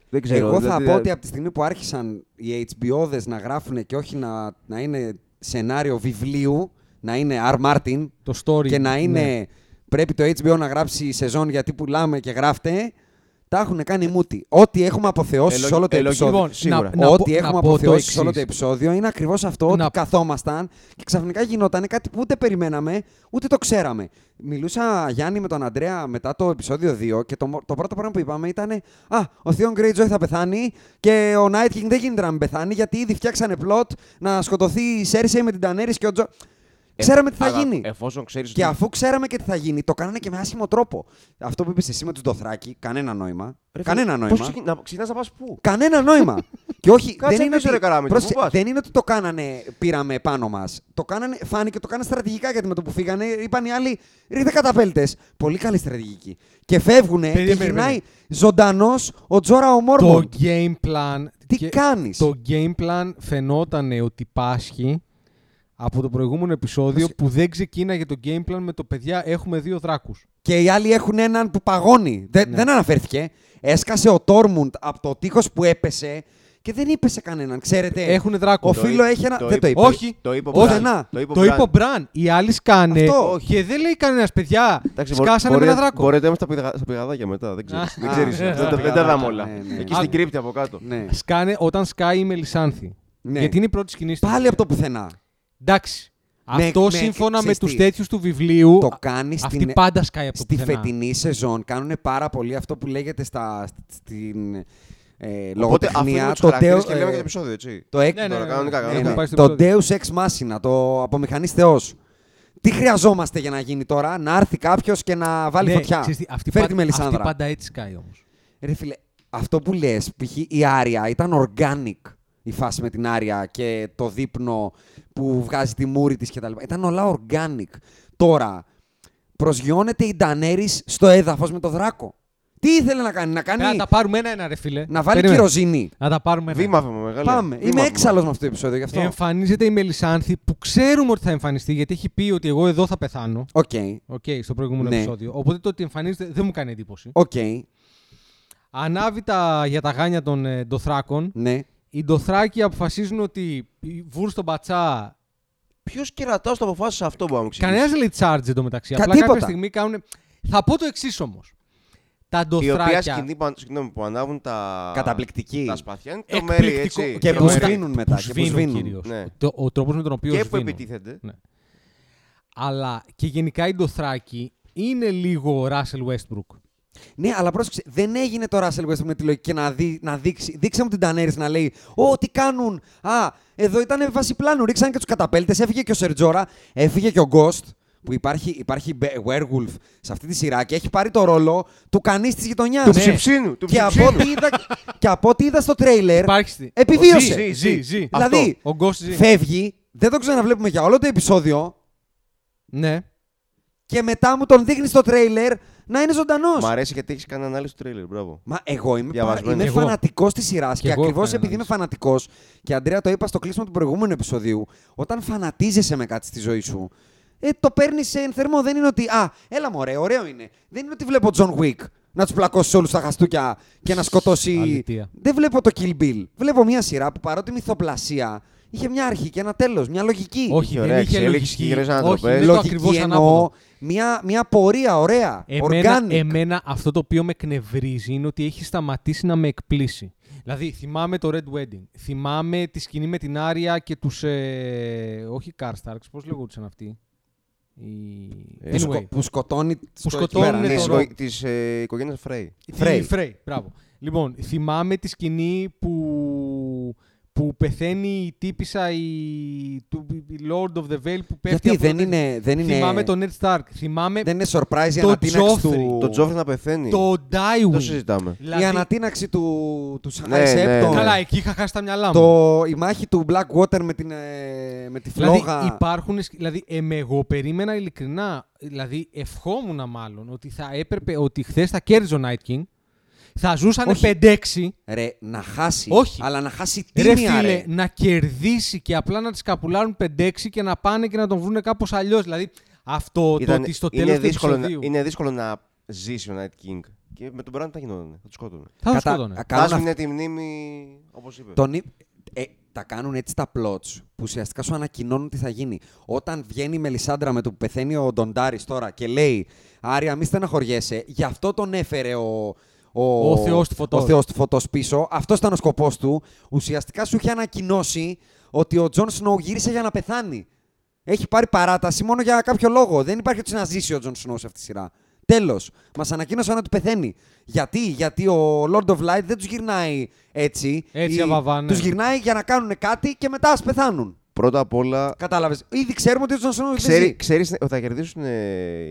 [SPEAKER 4] Δεν ξέρω.
[SPEAKER 3] Εγώ θα
[SPEAKER 4] δηλαδή,
[SPEAKER 2] ε,
[SPEAKER 3] πω
[SPEAKER 4] δα-
[SPEAKER 3] ότι από τη στιγμή που άρχισαν οι HBO δες να γράφουν και όχι να, να είναι σενάριο βιβλίου, να είναι R. Martin
[SPEAKER 2] Το story.
[SPEAKER 3] και να
[SPEAKER 2] ναι.
[SPEAKER 3] είναι πρέπει το HBO να γράψει σεζόν γιατί πουλάμε και γράφτε, τα έχουν κάνει μούτι. Ό,τι έχουμε αποθεώσει
[SPEAKER 4] Ε,
[SPEAKER 3] σε όλο το
[SPEAKER 4] ε,
[SPEAKER 3] επεισόδιο.
[SPEAKER 2] Λοιπόν,
[SPEAKER 4] σίγουρα.
[SPEAKER 2] να, να,
[SPEAKER 3] ό,τι
[SPEAKER 2] πω-
[SPEAKER 3] έχουμε
[SPEAKER 2] να πω το
[SPEAKER 3] αποθεώσει σε όλο το
[SPEAKER 2] εξής.
[SPEAKER 3] επεισόδιο είναι ακριβώς αυτό. Ότι
[SPEAKER 2] Να-
[SPEAKER 3] καθόμασταν και ξαφνικά γινόταν κάτι που ούτε περιμέναμε, ούτε το ξέραμε. Μιλούσα, Γιάννη, με τον Αντρέα μετά το επεισόδιο 2 και το, μο- το πρώτο πράγμα που είπαμε ήταν Α, ο Θεόν Greyjoy θα πεθάνει και ο Night King δεν γίνεται να μην πεθάνει γιατί ήδη φτιάξανε πλότ να σκοτωθεί η Σέρσεϊ με την Τανέρη και ο Τζο.
[SPEAKER 2] Ε,
[SPEAKER 3] Ξέραμε τι θα
[SPEAKER 4] Αλλά
[SPEAKER 3] γίνει.
[SPEAKER 4] Εφόσον ξέρεις.
[SPEAKER 3] Και αφού ξέραμε και τι θα γίνει, το κάνανε και με άσχημο τρόπο. Αυτό που είπες εσύ με τους Ντοθράκη, κανένα νόημα. κανένα νόημα.
[SPEAKER 4] Ξεκινάς να πας πού.
[SPEAKER 3] Κανένα νόημα. και όχι,
[SPEAKER 4] Κάτσε
[SPEAKER 3] δεν, είναι
[SPEAKER 4] πίσω, ρε καράμι,
[SPEAKER 3] Πρόσεξε,
[SPEAKER 4] πού πας?
[SPEAKER 3] δεν είναι ότι το κάνανε, πήραμε πάνω μας. Το κάνανε, φάνηκε, το κάνανε στρατηγικά γιατί με το που φύγανε, είπαν οι άλλοι, ρίχτε καταπέλτες. Πολύ καλή στρατηγική. Και φεύγουν και
[SPEAKER 2] Περίμενε,
[SPEAKER 3] γυρνάει
[SPEAKER 2] περίμενε.
[SPEAKER 3] ζωντανός ο Τζόρα ο Μόρμον.
[SPEAKER 2] Το game plan.
[SPEAKER 3] Τι
[SPEAKER 2] και-
[SPEAKER 3] κάνεις?
[SPEAKER 2] Το game plan φαινόταν ότι πάσχει από το προηγούμενο επεισόδιο
[SPEAKER 3] Πρόσεχε.
[SPEAKER 2] που δεν ξεκίναγε το game plan με το παιδιά έχουμε δύο δράκους.
[SPEAKER 3] Και οι άλλοι έχουν έναν που παγώνει. Δε-
[SPEAKER 2] Ναι.
[SPEAKER 3] Δεν αναφέρθηκε. Έσκασε ο Τόρμουντ από το τείχος που έπεσε και δεν είπε σε κανέναν. Ξέρετε.
[SPEAKER 2] Έχουν δράκο.
[SPEAKER 3] Ο
[SPEAKER 2] Το
[SPEAKER 3] φίλο έχει ένα.
[SPEAKER 4] το
[SPEAKER 3] δεν Ε, το
[SPEAKER 4] είπε.
[SPEAKER 3] είπε.
[SPEAKER 2] Όχι.
[SPEAKER 4] Το είπε ο
[SPEAKER 3] Όχι,
[SPEAKER 4] Μπραν.
[SPEAKER 3] να.
[SPEAKER 4] Το είπε ο
[SPEAKER 2] Το
[SPEAKER 4] Μπραν.
[SPEAKER 2] είπε ο Μπραν. Οι άλλοι σκάνε
[SPEAKER 3] Αυτό.
[SPEAKER 2] και δεν λέει κανένας παιδιά.
[SPEAKER 4] Εντάξει, μπο-
[SPEAKER 2] σκάσανε με
[SPEAKER 4] μπορεί-
[SPEAKER 2] ένα δράκο.
[SPEAKER 4] Μπορείτε να είμαστε στα πηγα- στα πηγαδάκια μετά. Δεν ξέρεις.
[SPEAKER 3] Α,
[SPEAKER 4] δεν ξέρεις.
[SPEAKER 3] ναι.
[SPEAKER 4] Αυτό
[SPEAKER 3] Ναι.
[SPEAKER 4] το- δεν τα είδαμε όλα.
[SPEAKER 3] Ναι, ναι.
[SPEAKER 4] Εκεί στην
[SPEAKER 3] Α,
[SPEAKER 4] κρύπτη από κάτω.
[SPEAKER 3] Ναι.
[SPEAKER 2] Σκάνε όταν σκάει η Μελισάνθη.
[SPEAKER 3] Ναι.
[SPEAKER 2] Γιατί είναι η πρώτη σκηνή στην
[SPEAKER 3] Πάλι
[SPEAKER 2] ουσία.
[SPEAKER 3] από το πουθενά.
[SPEAKER 2] Εντάξει.
[SPEAKER 3] Ναι,
[SPEAKER 2] Αυτό
[SPEAKER 3] ναι,
[SPEAKER 2] σύμφωνα με
[SPEAKER 3] ξέρεις
[SPEAKER 2] τους
[SPEAKER 3] τι.
[SPEAKER 2] τέτοιους του βιβλίου.
[SPEAKER 3] Το
[SPEAKER 2] α-
[SPEAKER 3] κάνει
[SPEAKER 2] Αυτή
[SPEAKER 3] στην-
[SPEAKER 2] πάντα σκάει από το
[SPEAKER 3] Στη
[SPEAKER 2] πουθενά.
[SPEAKER 3] φετινή σεζόν κάνουν πάρα πολύ αυτό που λέγεται στα, στην ε,
[SPEAKER 4] Οπότε αφήνουμε
[SPEAKER 3] λογοτεχνία.
[SPEAKER 4] τους χαρακτήρες
[SPEAKER 3] Deo-
[SPEAKER 4] και λέμε
[SPEAKER 3] ε,
[SPEAKER 4] για το επεισόδιο, έτσι.
[SPEAKER 3] το έκ-
[SPEAKER 2] Ναι, ναι,
[SPEAKER 4] Τώρα,
[SPEAKER 2] ναι,
[SPEAKER 4] κανονικά,
[SPEAKER 2] ναι, ναι,
[SPEAKER 3] ναι,
[SPEAKER 4] κανονικά.
[SPEAKER 3] ναι.
[SPEAKER 2] Έχουμε πάει στο
[SPEAKER 3] Το Deus Ex Machina, το απομηχανής θεός. Τι χρειαζόμαστε για να γίνει τώρα, να έρθει κάποιος και να βάλει
[SPEAKER 2] Ναι,
[SPEAKER 3] φωτιά.
[SPEAKER 2] ξέρεις τι, αυτή,
[SPEAKER 3] Φέρει
[SPEAKER 2] πάντα,
[SPEAKER 3] τη Μελισάνδρα.
[SPEAKER 2] αυτή πάντα έτσι σκάει όμως.
[SPEAKER 3] Ρε φίλε, αυτό που λες, π.χ. η Άρια ήταν organic η φάση με την Άρια και το δείπνο που βγάζει τη μούρη της κτλ. Ήταν όλα organic. Τώρα, προσγειώνεται η Ντανέρης στο έδαφος με το δράκο. Τι ήθελε να κάνει, να κάνει.
[SPEAKER 2] Πρέπει να τα πάρουμε ένα-ένα, ρε φίλε.
[SPEAKER 3] ναι. να βάλει
[SPEAKER 2] Περίμενε.
[SPEAKER 3] κυροζίνη.
[SPEAKER 2] Να τα πάρουμε ένα.
[SPEAKER 4] Βήμα βήμα μεγάλε.
[SPEAKER 3] ναι. Πάμε.
[SPEAKER 4] Βήμα,
[SPEAKER 3] Είμαι
[SPEAKER 4] βήμα.
[SPEAKER 3] έξαλλος με αυτό το επεισόδιο γι' αυτό.
[SPEAKER 2] Εμφανίζεται η Μελισάνθη που ξέρουμε ότι θα εμφανιστεί γιατί έχει πει ότι εγώ εδώ θα πεθάνω.
[SPEAKER 3] Οκ.
[SPEAKER 2] Οκ, στο προηγούμενο
[SPEAKER 3] Ναι.
[SPEAKER 2] επεισόδιο. Οπότε το ότι εμφανίζεται δεν μου κάνει εντύπωση.
[SPEAKER 3] Οκ.
[SPEAKER 2] Ανάβει τα για τα γάνια των ε, ντοθράκων.
[SPEAKER 3] Ναι.
[SPEAKER 2] Οι ντοθράκοι αποφασίζουν ότι οι βουρ στον πατσά.
[SPEAKER 4] Ποιος κερατάς το αποφάσισε αυτό που μου
[SPEAKER 2] Κανένας δεν λέει charge εντωμεταξύ.
[SPEAKER 3] Κα-
[SPEAKER 2] Απλά κάποια
[SPEAKER 3] τίποτα.
[SPEAKER 2] στιγμή κάνουν. Θα πω το εξής όμως. Τα
[SPEAKER 4] Η οποία
[SPEAKER 2] ντοθράκια.
[SPEAKER 4] σκηνή που- συγγνώμη, που ανάβουν τα.
[SPEAKER 3] Καταπληκτική.
[SPEAKER 4] Τα σπαθιά είναι το μέρι, έτσι.
[SPEAKER 3] Και
[SPEAKER 4] το
[SPEAKER 3] που
[SPEAKER 4] μέρι.
[SPEAKER 3] σβήνουν μετά,
[SPEAKER 2] Που
[SPEAKER 3] και που
[SPEAKER 2] σβήνουν,
[SPEAKER 3] σβήνουν.
[SPEAKER 2] κυρίως.
[SPEAKER 4] Ναι.
[SPEAKER 2] Το- ο τρόπος με τον οποίο
[SPEAKER 4] Και που
[SPEAKER 2] σβήνουν.
[SPEAKER 4] επιτίθεται.
[SPEAKER 2] Ναι. Αλλά και γενικά οι ντοθράκοι είναι λίγο Russell Westbrook.
[SPEAKER 3] Ναι, αλλά πρόσεξε, δεν έγινε το Russell Westbrook με τη λογική να, δει, να δείξει. Δείξε μου την Τανέρη να λέει: Ω, τι κάνουν! Α, εδώ ήταν βάση πλάνου. Ρίξαν και τους καταπέλτες. Έφυγε και ο Σερτζόρα, έφυγε και ο Ghost. Που υπάρχει, υπάρχει μπε- werewolf σε αυτή τη σειρά και έχει πάρει το ρόλο του κανείς της γειτονιάς.
[SPEAKER 4] Του ψιψίνου, του
[SPEAKER 3] Ναι. και, από
[SPEAKER 4] ψιψίνου.
[SPEAKER 3] ό,τι είδα, και από ό,τι είδα στο τρέιλερ,
[SPEAKER 2] Υπάρχει στη-
[SPEAKER 3] Ε, επιβίωσε.
[SPEAKER 2] Ζει, ζει, ζει.
[SPEAKER 3] Δηλαδή,
[SPEAKER 2] Αυτό. Ο Ghost ζει.
[SPEAKER 3] φεύγει, δεν τον ξαναβλέπουμε για όλο το επεισόδιο
[SPEAKER 2] Ναι.
[SPEAKER 3] και μετά μου τον δείχνει στο τρέιλερ να είναι ζωντανός.
[SPEAKER 4] Μ' αρέσει γιατί έχεις κάνει ανάλυση του τρέιλερ. Μπράβο.
[SPEAKER 3] Μα εγώ είμαι, παρα...
[SPEAKER 4] Διαβασμένος.
[SPEAKER 3] είμαι
[SPEAKER 2] Κι εγώ.
[SPEAKER 3] φανατικός τη σειρά και,
[SPEAKER 2] εγώ έχω
[SPEAKER 3] ακριβώ
[SPEAKER 2] κάνει
[SPEAKER 3] επειδή είμαι
[SPEAKER 2] ανάλυση.
[SPEAKER 3] φανατικός, και Αντρέα το είπα στο κλείσιμο του προηγούμενου επεισοδίου, όταν φανατίζεσαι με κάτι στη ζωή σου, ε, το παίρνεις εν θερμό. Δεν είναι ότι, α, έλα μωρέ, ωραίο είναι. Δεν είναι ότι βλέπω John Wick να τους πλακώσει όλους τα χαστούκια και να σκοτώσει.
[SPEAKER 2] Αλήθεια.
[SPEAKER 3] Δεν βλέπω το Kill Bill. Βλέπω μια σειρά που παρότι μυθοπλασία είχε μια αρχή και ένα τέλος, μια λογική.
[SPEAKER 2] Όχι,
[SPEAKER 4] ωραία
[SPEAKER 2] δεν είχε
[SPEAKER 4] εξέλιξη,
[SPEAKER 2] λογική.
[SPEAKER 4] χειρές
[SPEAKER 2] Όχι,
[SPEAKER 4] άνθρωπες.
[SPEAKER 2] είναι το ακριβώς
[SPEAKER 3] λογική εννοώ.
[SPEAKER 2] ανάποδο.
[SPEAKER 3] Μια, μια πορεία, ωραία.
[SPEAKER 2] Εμένα,
[SPEAKER 3] organic.
[SPEAKER 2] εμένα αυτό το οποίο με κνευρίζει είναι ότι έχει σταματήσει να με εκπλήσει. Δηλαδή, θυμάμαι το Red Wedding. Θυμάμαι τη σκηνή με την Άρια και τους. Ε, όχι Karstarks, πώς λέγονταν αυτοί. Οι...
[SPEAKER 3] Που, σκο- που σκοτώνει. στο εκεί
[SPEAKER 2] σκοτώνουν
[SPEAKER 3] πέρα, ναι.
[SPEAKER 2] τον Ρο-
[SPEAKER 4] Τη οικογένεια ε, Φρέι.
[SPEAKER 3] Frey.
[SPEAKER 2] Φρέι. Φρέι, μπράβο. Λοιπόν, θυμάμαι τη σκηνή που, που πεθαίνει η τύπησα η, του, η Lord of the Veil που
[SPEAKER 3] Γιατί
[SPEAKER 2] πέφτει. από το
[SPEAKER 3] δεν
[SPEAKER 2] τέτοιο.
[SPEAKER 3] είναι- δεν είναι-
[SPEAKER 2] Θυμάμαι τον Ned Stark. Θυμάμαι
[SPEAKER 3] Δεν είναι surprise η
[SPEAKER 2] Το
[SPEAKER 3] ανατείναξη
[SPEAKER 2] Τζόφρι.
[SPEAKER 3] του.
[SPEAKER 4] Το Τζόφρι να πεθαίνει.
[SPEAKER 2] το Dywin.
[SPEAKER 4] Το συζητάμε.
[SPEAKER 3] Η ανατείναξη του, του Σαχάη
[SPEAKER 4] Ναι, ναι,
[SPEAKER 3] Σέπτον.
[SPEAKER 4] ναι.
[SPEAKER 2] Καλά, εκεί είχα χάσει τα μυαλά μου.
[SPEAKER 3] Το, η μάχη του Blackwater με, την, ε, με τη
[SPEAKER 2] Δηλαδή,
[SPEAKER 3] φλόγα.
[SPEAKER 2] υπάρχουν, σκ- δηλαδή εμ, εγώ περίμενα ειλικρινά, δηλαδή ευχόμουν μάλλον ότι θα έπρεπε, ότι χθες θα κέρδιζε ο Night King, θα ζούσαν
[SPEAKER 3] Όχι.
[SPEAKER 2] 5-6,
[SPEAKER 3] Ρε, να χάσει.
[SPEAKER 2] Όχι.
[SPEAKER 3] Αλλά να χάσει
[SPEAKER 2] ρε
[SPEAKER 3] τίμια, ρε.
[SPEAKER 2] φίλε, να κερδίσει και απλά να τις καπουλάρουν 5-6 και να πάνε και να τον βρουν κάπως αλλιώς. Δηλαδή, αυτό το
[SPEAKER 4] Ήταν-
[SPEAKER 2] ότι στο
[SPEAKER 4] είναι,
[SPEAKER 2] τέλος του
[SPEAKER 4] δύσκολο να,
[SPEAKER 2] επεισοδίου
[SPEAKER 4] είναι δύσκολο να ζήσει ο Night King. Και με τον Brand θα γινόταν. Θα τους σκότωνε.
[SPEAKER 2] θα τον
[SPEAKER 3] Κατα-
[SPEAKER 2] ναι. σκότωνε.
[SPEAKER 3] κάνουν
[SPEAKER 4] Βάζουν
[SPEAKER 3] αυ-
[SPEAKER 4] τη μνήμη, όπως είπε.
[SPEAKER 3] τον υ- ε, τα κάνουν έτσι τα plots που ουσιαστικά σου ανακοινώνουν τι θα γίνει. Όταν βγαίνει η Μελισάνδρα με το που πεθαίνει ο Ντοντάρης τώρα και λέει Άρια, μη στεναχωριέσαι, γι' αυτό τον έφερε ο. Ο,
[SPEAKER 2] Ο Θεός του Φωτός.
[SPEAKER 3] ο Θεός του Φωτός πίσω. Αυτός ήταν ο σκοπός του. Ουσιαστικά σου είχε ανακοινώσει ότι ο Τζον Σνόου γύρισε για να πεθάνει. Έχει πάρει παράταση μόνο για κάποιο λόγο. Δεν υπάρχει ότι να ζήσει ο Τζον Σνόου σε αυτή τη σειρά. Τέλος. Μας ανακοίνωσαν ότι πεθαίνει. Γιατί, Γιατί ο Lord of Light δεν τους γυρνάει έτσι.
[SPEAKER 2] Έτσι, αβαβά, ναι.
[SPEAKER 3] Τους γυρνάει για να κάνουν κάτι και μετά ας πεθάνουν.
[SPEAKER 4] Πρώτα απ' όλα,
[SPEAKER 3] Κατάλαβες. Ήδη ξέρουμε ότι ο Τζον Σνόου δεν ζει.
[SPEAKER 4] ξέρει, ξέρεις ότι θα κερδίσουν ε,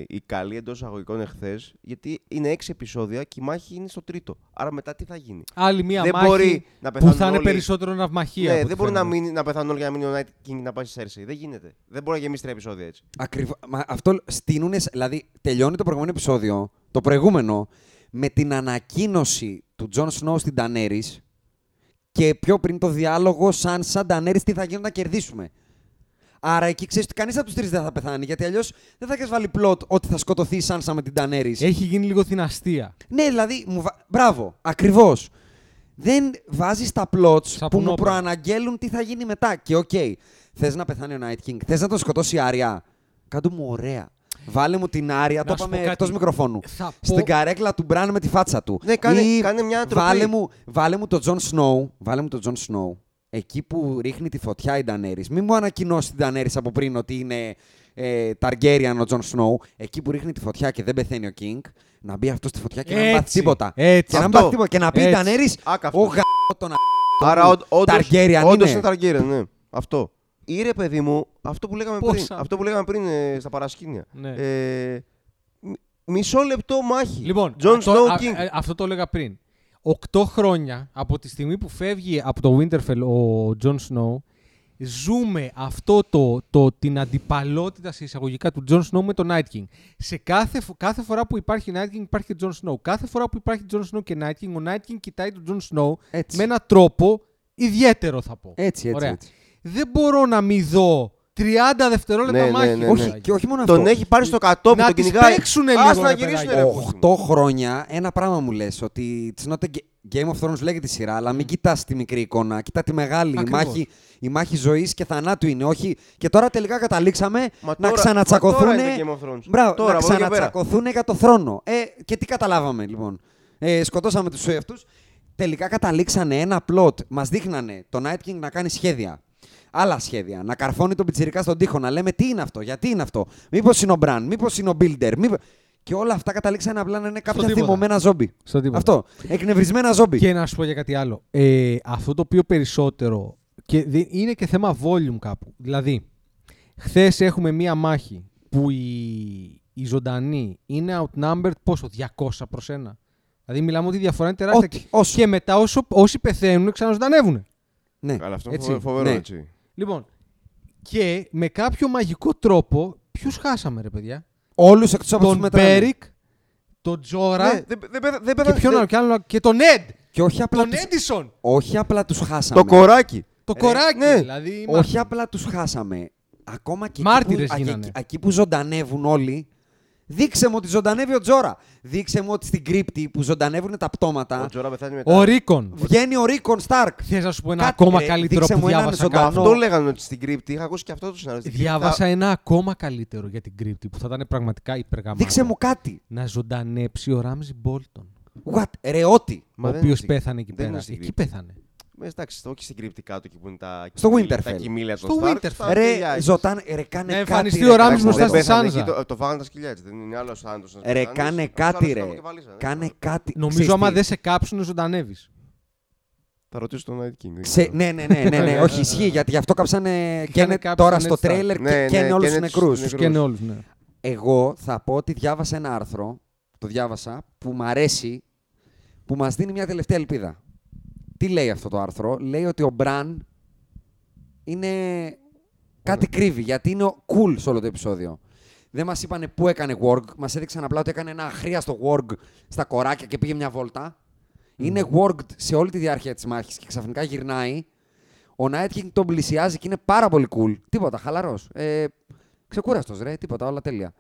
[SPEAKER 4] οι καλοί εντός αγωγικών εχθές, γιατί είναι έξι επεισόδια και η μάχη είναι στο τρίτο. Άρα μετά τι θα γίνει.
[SPEAKER 2] Άλλη μία
[SPEAKER 4] δεν
[SPEAKER 2] μάχη
[SPEAKER 4] μπορεί να
[SPEAKER 2] που θα
[SPEAKER 4] πεθάνουν
[SPEAKER 2] είναι
[SPEAKER 4] όλοι.
[SPEAKER 2] περισσότερο ναυμαχία. από
[SPEAKER 4] ναι,
[SPEAKER 2] ό,τι
[SPEAKER 4] δεν μπορεί να,
[SPEAKER 2] φαίνεται.
[SPEAKER 4] μείνει, να πεθάνουν όλοι για να μείνει ο Night King να πάει στη Cersei. Δεν γίνεται. Δεν μπορεί να γεμίσει τρία επεισόδια έτσι.
[SPEAKER 3] Ακριβώς. Μα αυτό στείνουνε. Δηλαδή, τελειώνει το προηγούμενο επεισόδιο, το προηγούμενο, με την ανακοίνωση του Τζον Σνόου στην Τανέρη και πιο πριν το διάλογο σαν σαν Τανέρη τι θα γίνει όταν κερδίσουμε. Άρα εκεί ξέρεις ότι κανείς από τους τρεις δεν θα πεθάνει. Γιατί αλλιώς δεν θα έχεις βάλει πλότ ότι θα σκοτωθεί η Σάνσα με την Τανέρη.
[SPEAKER 2] Έχει γίνει λίγο θυναστεία.
[SPEAKER 3] Ναι, δηλαδή. Μου βα... Μπράβο, ακριβώς. Δεν βάζεις τα plots που μου
[SPEAKER 2] πουνόπερα.
[SPEAKER 3] προαναγγέλουν τι θα γίνει μετά. Και οκ, θες να πεθάνει ο Night King, θες να τον σκοτώσει η Άρια. Κάντου μου ωραία. Βάλε μου την Άρια,
[SPEAKER 2] Να
[SPEAKER 3] το
[SPEAKER 2] σου
[SPEAKER 3] είπαμε
[SPEAKER 2] πω κάτι.
[SPEAKER 3] εκτός μικροφώνου.
[SPEAKER 2] Θα πω-
[SPEAKER 3] Στην καρέκλα του Μπραν με τη φάτσα του.
[SPEAKER 4] Ναι, κάνε- κάνε μια ντροπή.
[SPEAKER 3] Βάλε μου, βάλε μου το Τζον Snow, βάλε μου το Τζον Snow, εκεί που ρίχνει τη φωτιά η Ντανέρη. Μην μου ανακοινώσει την Ντανέρη από πριν ότι είναι ε, Ταργέριαν ο Τζον Snow. Εκεί που ρίχνει τη φωτιά και δεν πεθαίνει ο Κίνγκ, να μπει αυτός στη φωτιά και να μην πάθει
[SPEAKER 2] Έτσι,
[SPEAKER 3] τίποτα.
[SPEAKER 2] έτσι.
[SPEAKER 3] Και να μην
[SPEAKER 4] Αυτό.
[SPEAKER 3] πάθει τίποτα. Και να πει η
[SPEAKER 2] Έτσι.
[SPEAKER 3] Ντανέρη,
[SPEAKER 4] Άκα αυτό.
[SPEAKER 3] ο γα... τον α...
[SPEAKER 4] Άρα
[SPEAKER 3] του Targaryen
[SPEAKER 4] όντως
[SPEAKER 3] είναι.
[SPEAKER 4] είναι Targaryen, ναι. Αυτό. Ή ρε παιδί μου, αυτό που λέγαμε πριν,
[SPEAKER 2] Πόσα.
[SPEAKER 4] αυτό που λέγαμε πριν ε, στα παρασκήνια.
[SPEAKER 2] Ναι.
[SPEAKER 4] Ε, μ- μισό λεπτό μάχη.
[SPEAKER 2] Λοιπόν,
[SPEAKER 4] John
[SPEAKER 2] το-
[SPEAKER 4] Snow
[SPEAKER 2] α- ε,
[SPEAKER 4] King.
[SPEAKER 2] α- αυτό το έλεγα πριν. Οκτώ χρόνια από τη στιγμή που φεύγει από το Winterfell ο Τζον Snow, ζούμε αυτό το, το, την αντιπαλότητα σε εισαγωγικά του Τζον Snow με τον Night King. Σε κάθε, φο- κάθε φορά που υπάρχει Night King υπάρχει και Τζον Snow. Κάθε φορά που υπάρχει Τζον Snow και Night King, ο Night King κοιτάει τον Τζον Snow
[SPEAKER 3] Έτσι.
[SPEAKER 2] με έναν τρόπο ιδιαίτερο θα πω.
[SPEAKER 3] Έτσι, έτσι,
[SPEAKER 2] Ωραία.
[SPEAKER 3] έτσι.
[SPEAKER 2] Δεν μπορώ να μη δω 30 δευτερόλεπτα
[SPEAKER 4] Ναι, ναι,
[SPEAKER 2] μάχη.
[SPEAKER 4] ναι, ναι.
[SPEAKER 3] Όχι, και όχι μόνο αυτό.
[SPEAKER 4] Τον έχει πάρει στο κατόπι,
[SPEAKER 2] Να
[SPEAKER 4] τον
[SPEAKER 2] τις
[SPEAKER 4] κυνηγάει.
[SPEAKER 2] παίξουνε
[SPEAKER 4] Ας
[SPEAKER 2] λίγο,
[SPEAKER 4] να
[SPEAKER 2] ρε
[SPEAKER 4] γυρίσουνε,
[SPEAKER 2] παιδάκι.
[SPEAKER 4] ρε πούστη μου.
[SPEAKER 3] 8 χρόνια ένα πράγμα μου λες. Ότι it's not a ga- Game of Thrones λέγεται η σειρά, αλλά
[SPEAKER 4] Mm.
[SPEAKER 3] μην κοιτάς τη μικρή εικόνα. Κοιτά τη μεγάλη. Η
[SPEAKER 2] Ακριβώς.
[SPEAKER 3] μάχη, η μάχη ζωής και θανάτου είναι. Όχι. Και τώρα τελικά καταλήξαμε
[SPEAKER 4] Μα
[SPEAKER 3] να
[SPEAKER 4] τώρα-
[SPEAKER 3] ξανατσακωθούν.
[SPEAKER 4] μα τώρα είναι Game of Thrones.
[SPEAKER 3] Μπράβο,
[SPEAKER 4] Τώρα,
[SPEAKER 3] να
[SPEAKER 4] από εδώ και πέρα.
[SPEAKER 3] ξανατσακωθούν για το θρόνο. Ε, και τι καταλάβαμε λοιπόν. Ε, σκοτώσαμε τους αυτούς. Τελικά καταλήξανε ένα πλότ. Μας δείχνανε το Night King να κάνει σχέδια. Άλλα σχέδια. Να καρφώνει τον πιτσυρικά στον τοίχο. Να λέμε τι είναι αυτό, γιατί είναι αυτό. Μήπως είναι ο Μπραν, μήπως είναι ο Builder. Μήπως... Και όλα αυτά καταλήξανε απλά να είναι κάποια
[SPEAKER 2] τίποτα.
[SPEAKER 3] θυμωμένα ζόμπι.
[SPEAKER 2] Στο τίποτα.
[SPEAKER 3] Αυτό. Εκνευρισμένα ζόμπι.
[SPEAKER 2] Και να σου πω για κάτι άλλο. Ε, αυτό το οποίο περισσότερο. Και δε- είναι και θέμα volume κάπου. Δηλαδή, χθες έχουμε μία μάχη που οι, οι ζωντανοί είναι outnumbered πόσο, 200 προ 1. Δηλαδή, μιλάμε ότι η διαφορά είναι τεράστια.
[SPEAKER 3] Ό,τι, όσο.
[SPEAKER 2] Και μετά, όσο, όσοι πεθαίνουν, ξαναζωντανεύουν.
[SPEAKER 3] Ναι.
[SPEAKER 4] Καλά, αυτό
[SPEAKER 2] Έτσι,
[SPEAKER 4] φοβε- φοβερό
[SPEAKER 3] ναι.
[SPEAKER 4] έτσι.
[SPEAKER 2] Λοιπόν, και με κάποιο μαγικό τρόπο, ποιους χάσαμε, ρε παιδιά.
[SPEAKER 3] Όλους εκτός από του
[SPEAKER 2] Τον
[SPEAKER 3] μετράνε.
[SPEAKER 2] Μπέρικ, τον Τζόρα
[SPEAKER 4] Ναι, δεν- δεν πέθα- δεν
[SPEAKER 2] και
[SPEAKER 4] πέθα-
[SPEAKER 2] ποιον
[SPEAKER 4] δεν-
[SPEAKER 2] άλλο, και άλλο, και τον Ed.
[SPEAKER 3] Και όχι απλά,
[SPEAKER 2] Τον
[SPEAKER 3] τους...
[SPEAKER 2] Έντισον.
[SPEAKER 3] όχι απλά τους χάσαμε.
[SPEAKER 4] Το κοράκι.
[SPEAKER 2] Το κοράκι.
[SPEAKER 4] ναι.
[SPEAKER 2] Δηλαδή,
[SPEAKER 3] Όχι απλά τους χάσαμε. Ακόμα και
[SPEAKER 2] Μάρτυρες
[SPEAKER 3] εκεί που,
[SPEAKER 2] γίνανε.
[SPEAKER 3] εκεί- εκεί που ζωντανεύουν όλοι, δείξε μου ότι ζωντανεύει ο Τζόρα. Δείξε μου ότι στην κρύπτη που ζωντανεύουν τα πτώματα,
[SPEAKER 4] Ο Τζόρα πεθάνει μετά.
[SPEAKER 2] Ο Ρίκον.
[SPEAKER 3] βγαίνει ο Ρίκον Σταρκ.
[SPEAKER 2] Θες να σου πω ένα
[SPEAKER 3] Κάτι,
[SPEAKER 2] ακόμα
[SPEAKER 3] ρε,
[SPEAKER 2] καλύτερο
[SPEAKER 3] δείξε
[SPEAKER 2] που
[SPEAKER 3] μου έναν
[SPEAKER 2] διάβασα.
[SPEAKER 3] ζωντανό.
[SPEAKER 2] κάπου.
[SPEAKER 4] Αυτό λέγανε ότι στην κρύπτη. Είχα ακούσει και αυτό το σενάριο. στην κρύπτη.
[SPEAKER 2] Διάβασα
[SPEAKER 4] Α,
[SPEAKER 2] ένα ακόμα καλύτερο για την κρύπτη που θα ήταν πραγματικά υπεργαμάτο.
[SPEAKER 3] Δείξε μου κάτι.
[SPEAKER 2] Να ζωντανέψει ο Ράμζι Μπόλτον.
[SPEAKER 3] What, ρεότη.
[SPEAKER 4] μα
[SPEAKER 2] ο
[SPEAKER 4] δεν
[SPEAKER 2] οποίος
[SPEAKER 4] είναι στην-
[SPEAKER 2] πέθανε εκεί
[SPEAKER 4] δεν
[SPEAKER 2] πέρα.
[SPEAKER 4] είναι στην
[SPEAKER 2] Εκεί
[SPEAKER 4] κρύπτη.
[SPEAKER 2] πέθανε.
[SPEAKER 4] Ε, Εντάξει, όχι στην κρύπτη κάτω εκεί που είναι τα,
[SPEAKER 3] Στο
[SPEAKER 4] κοιμήλια- τα
[SPEAKER 3] Winterfell.
[SPEAKER 4] κοιμήλια των
[SPEAKER 2] Στο
[SPEAKER 4] Stark,
[SPEAKER 2] Winterfell.
[SPEAKER 4] τα σκυλιά,
[SPEAKER 3] Ρε,
[SPEAKER 4] έτσι.
[SPEAKER 3] ζωταν, ρε κάνε
[SPEAKER 2] Να
[SPEAKER 3] κάτι.
[SPEAKER 2] εμφανιστεί
[SPEAKER 3] ρε,
[SPEAKER 2] ο Ράμις
[SPEAKER 3] εντάξει,
[SPEAKER 2] μπροστά
[SPEAKER 3] δεν
[SPEAKER 4] Δεν
[SPEAKER 2] στη
[SPEAKER 3] πέθανε.
[SPEAKER 4] πέθανε
[SPEAKER 2] Σάνζα.
[SPEAKER 4] εκεί, Το, το φάγανε τα σκυλιά έτσι. Δεν είναι άλλο άντρο.
[SPEAKER 3] Ρε, κάνε κάτι, ρε. Κάνε κάτι. Ξέρεις
[SPEAKER 2] Νομίζω άμα
[SPEAKER 3] τι,
[SPEAKER 2] δεν σε κάψουν, ζωντανεύεις.
[SPEAKER 4] Θα ρωτήσω τον Night King. δεν
[SPEAKER 3] Ξε...
[SPEAKER 4] ξέρω.
[SPEAKER 3] Ναι, ναι, ναι, ναι, ναι. όχι ισχύει γιατί γι' αυτό κάψανε. Καίνε
[SPEAKER 2] κάψει
[SPEAKER 3] τώρα
[SPEAKER 2] τον
[SPEAKER 3] στο
[SPEAKER 2] Ned Stark.
[SPEAKER 3] τρέιλερ
[SPEAKER 4] Ναι,
[SPEAKER 3] και
[SPEAKER 4] ναι,
[SPEAKER 3] καίνε όλους τους
[SPEAKER 4] καίνε τους
[SPEAKER 3] νεκρούς.
[SPEAKER 4] νεκρούς.
[SPEAKER 2] Του καίνε όλους, ναι.
[SPEAKER 3] Εγώ θα πω ότι διάβασα ένα άρθρο, το διάβασα, που μ' αρέσει, που μας δίνει μια τελευταία ελπίδα. Τι λέει αυτό το άρθρο, λέει ότι ο Μπραν είναι κάτι κρύβει, γιατί είναι ο cool σε όλο το επεισόδιο. Δεν μας είπανε πού έκανε work, μας έδειξαν απλά ότι έκανε ένα αχρίαστο work στα κοράκια και πήγε μια βόλτα. Είναι worked σε όλη τη διάρκεια της μάχης και ξαφνικά γυρνάει. Ο Night King τον πλησιάζει και είναι πάρα πολύ cool. Τίποτα, χαλαρός. Ε, ξεκούραστος ρε, τίποτα, όλα τέλεια.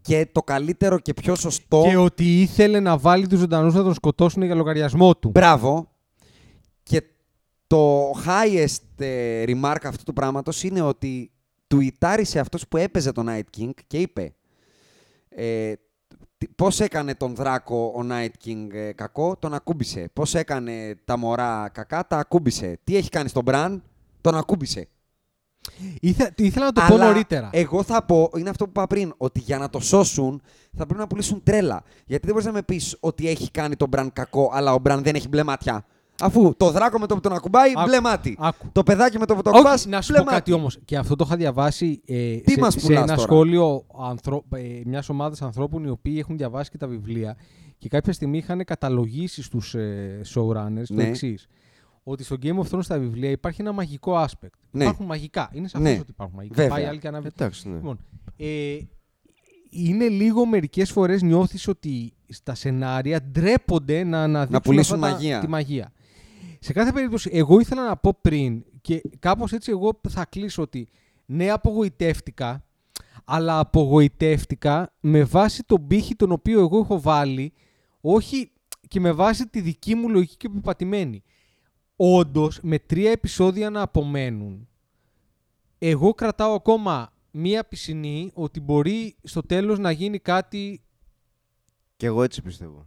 [SPEAKER 3] Και το καλύτερο και πιο σωστό...
[SPEAKER 2] Και ότι ήθελε να βάλει τους ζωντανούς να τον σκοτώσουν για λογαριασμό του.
[SPEAKER 3] Μπράβο. Και το highest ε, remark αυτού του πράγματος είναι ότι τουιτάρισε αυτός που έπαιζε τον Night King και είπε ε, τι- πώς έκανε τον Δράκο ο Night King ε, κακό, τον ακούμπησε. Πώς έκανε τα μωρά κακά, τα ακούμπησε. Τι έχει κάνει στον Μπραν, τον ακούμπησε.
[SPEAKER 2] Ήθε- Ήθελα να το πω
[SPEAKER 3] Αλλά ε-
[SPEAKER 2] νωρίτερα.
[SPEAKER 3] Εγώ θα πω, είναι αυτό που είπα πριν, ότι για να το σώσουν θα πρέπει να πουλήσουν τρέλα. Γιατί δεν μπορείς να με πεις ότι έχει κάνει τον Μπραν κακό, αλλά ο Μπραν δεν έχει μπλε μάτια. Αφού το δράκο με το που τον ακουμπάει,
[SPEAKER 2] Άκου,
[SPEAKER 3] μπλε μάτι.
[SPEAKER 2] άκου.
[SPEAKER 3] Το παιδάκι με το που το
[SPEAKER 2] Όχι,
[SPEAKER 3] ακουμπάς,
[SPEAKER 2] να σου
[SPEAKER 3] μπλε
[SPEAKER 2] πω
[SPEAKER 3] μάτι.
[SPEAKER 2] κάτι όμως. Και αυτό το είχα διαβάσει ε,
[SPEAKER 3] Τι
[SPEAKER 2] σε,
[SPEAKER 3] μας
[SPEAKER 2] σε
[SPEAKER 3] πουλάς
[SPEAKER 2] ένα
[SPEAKER 3] τώρα?
[SPEAKER 2] σχόλιο ανθρω... ε, μιας ομάδας ανθρώπων οι οποίοι έχουν διαβάσει και τα βιβλία και κάποια στιγμή είχαν καταλογίσει στους ε, showrunners το
[SPEAKER 3] Ναι.
[SPEAKER 2] εξής. Ότι στο Game of Thrones στα βιβλία υπάρχει ένα μαγικό aspect.
[SPEAKER 3] Ναι.
[SPEAKER 2] Υπάρχουν μαγικά. Είναι σαφές
[SPEAKER 3] Ναι.
[SPEAKER 2] ότι υπάρχουν μαγικά.
[SPEAKER 3] Βέβαια.
[SPEAKER 2] Πάει άλλη και αναβε-
[SPEAKER 4] Εντάξει, ναι.
[SPEAKER 2] Λοιπόν, ε, είναι λίγο μερικές φορές νιώθεις ότι στα σενάρια ντρέπονται να αναδείξουν
[SPEAKER 3] πουλήσουν
[SPEAKER 2] αυτά τα-
[SPEAKER 3] μαγεία.
[SPEAKER 2] τη μαγεία. Σε κάθε περίπτωση, εγώ ήθελα να πω πριν και κάπως έτσι εγώ θα κλείσω ότι ναι, απογοητεύτηκα, αλλά απογοητεύτηκα με βάση τον πύχη τον οποίο εγώ έχω βάλει, όχι και με βάση τη δική μου λογική και επιπατημένη. Όντως, με τρία επεισόδια να απομένουν, εγώ κρατάω ακόμα μία πισινή ότι μπορεί στο τέλος να γίνει κάτι
[SPEAKER 4] Και εγώ έτσι πιστεύω.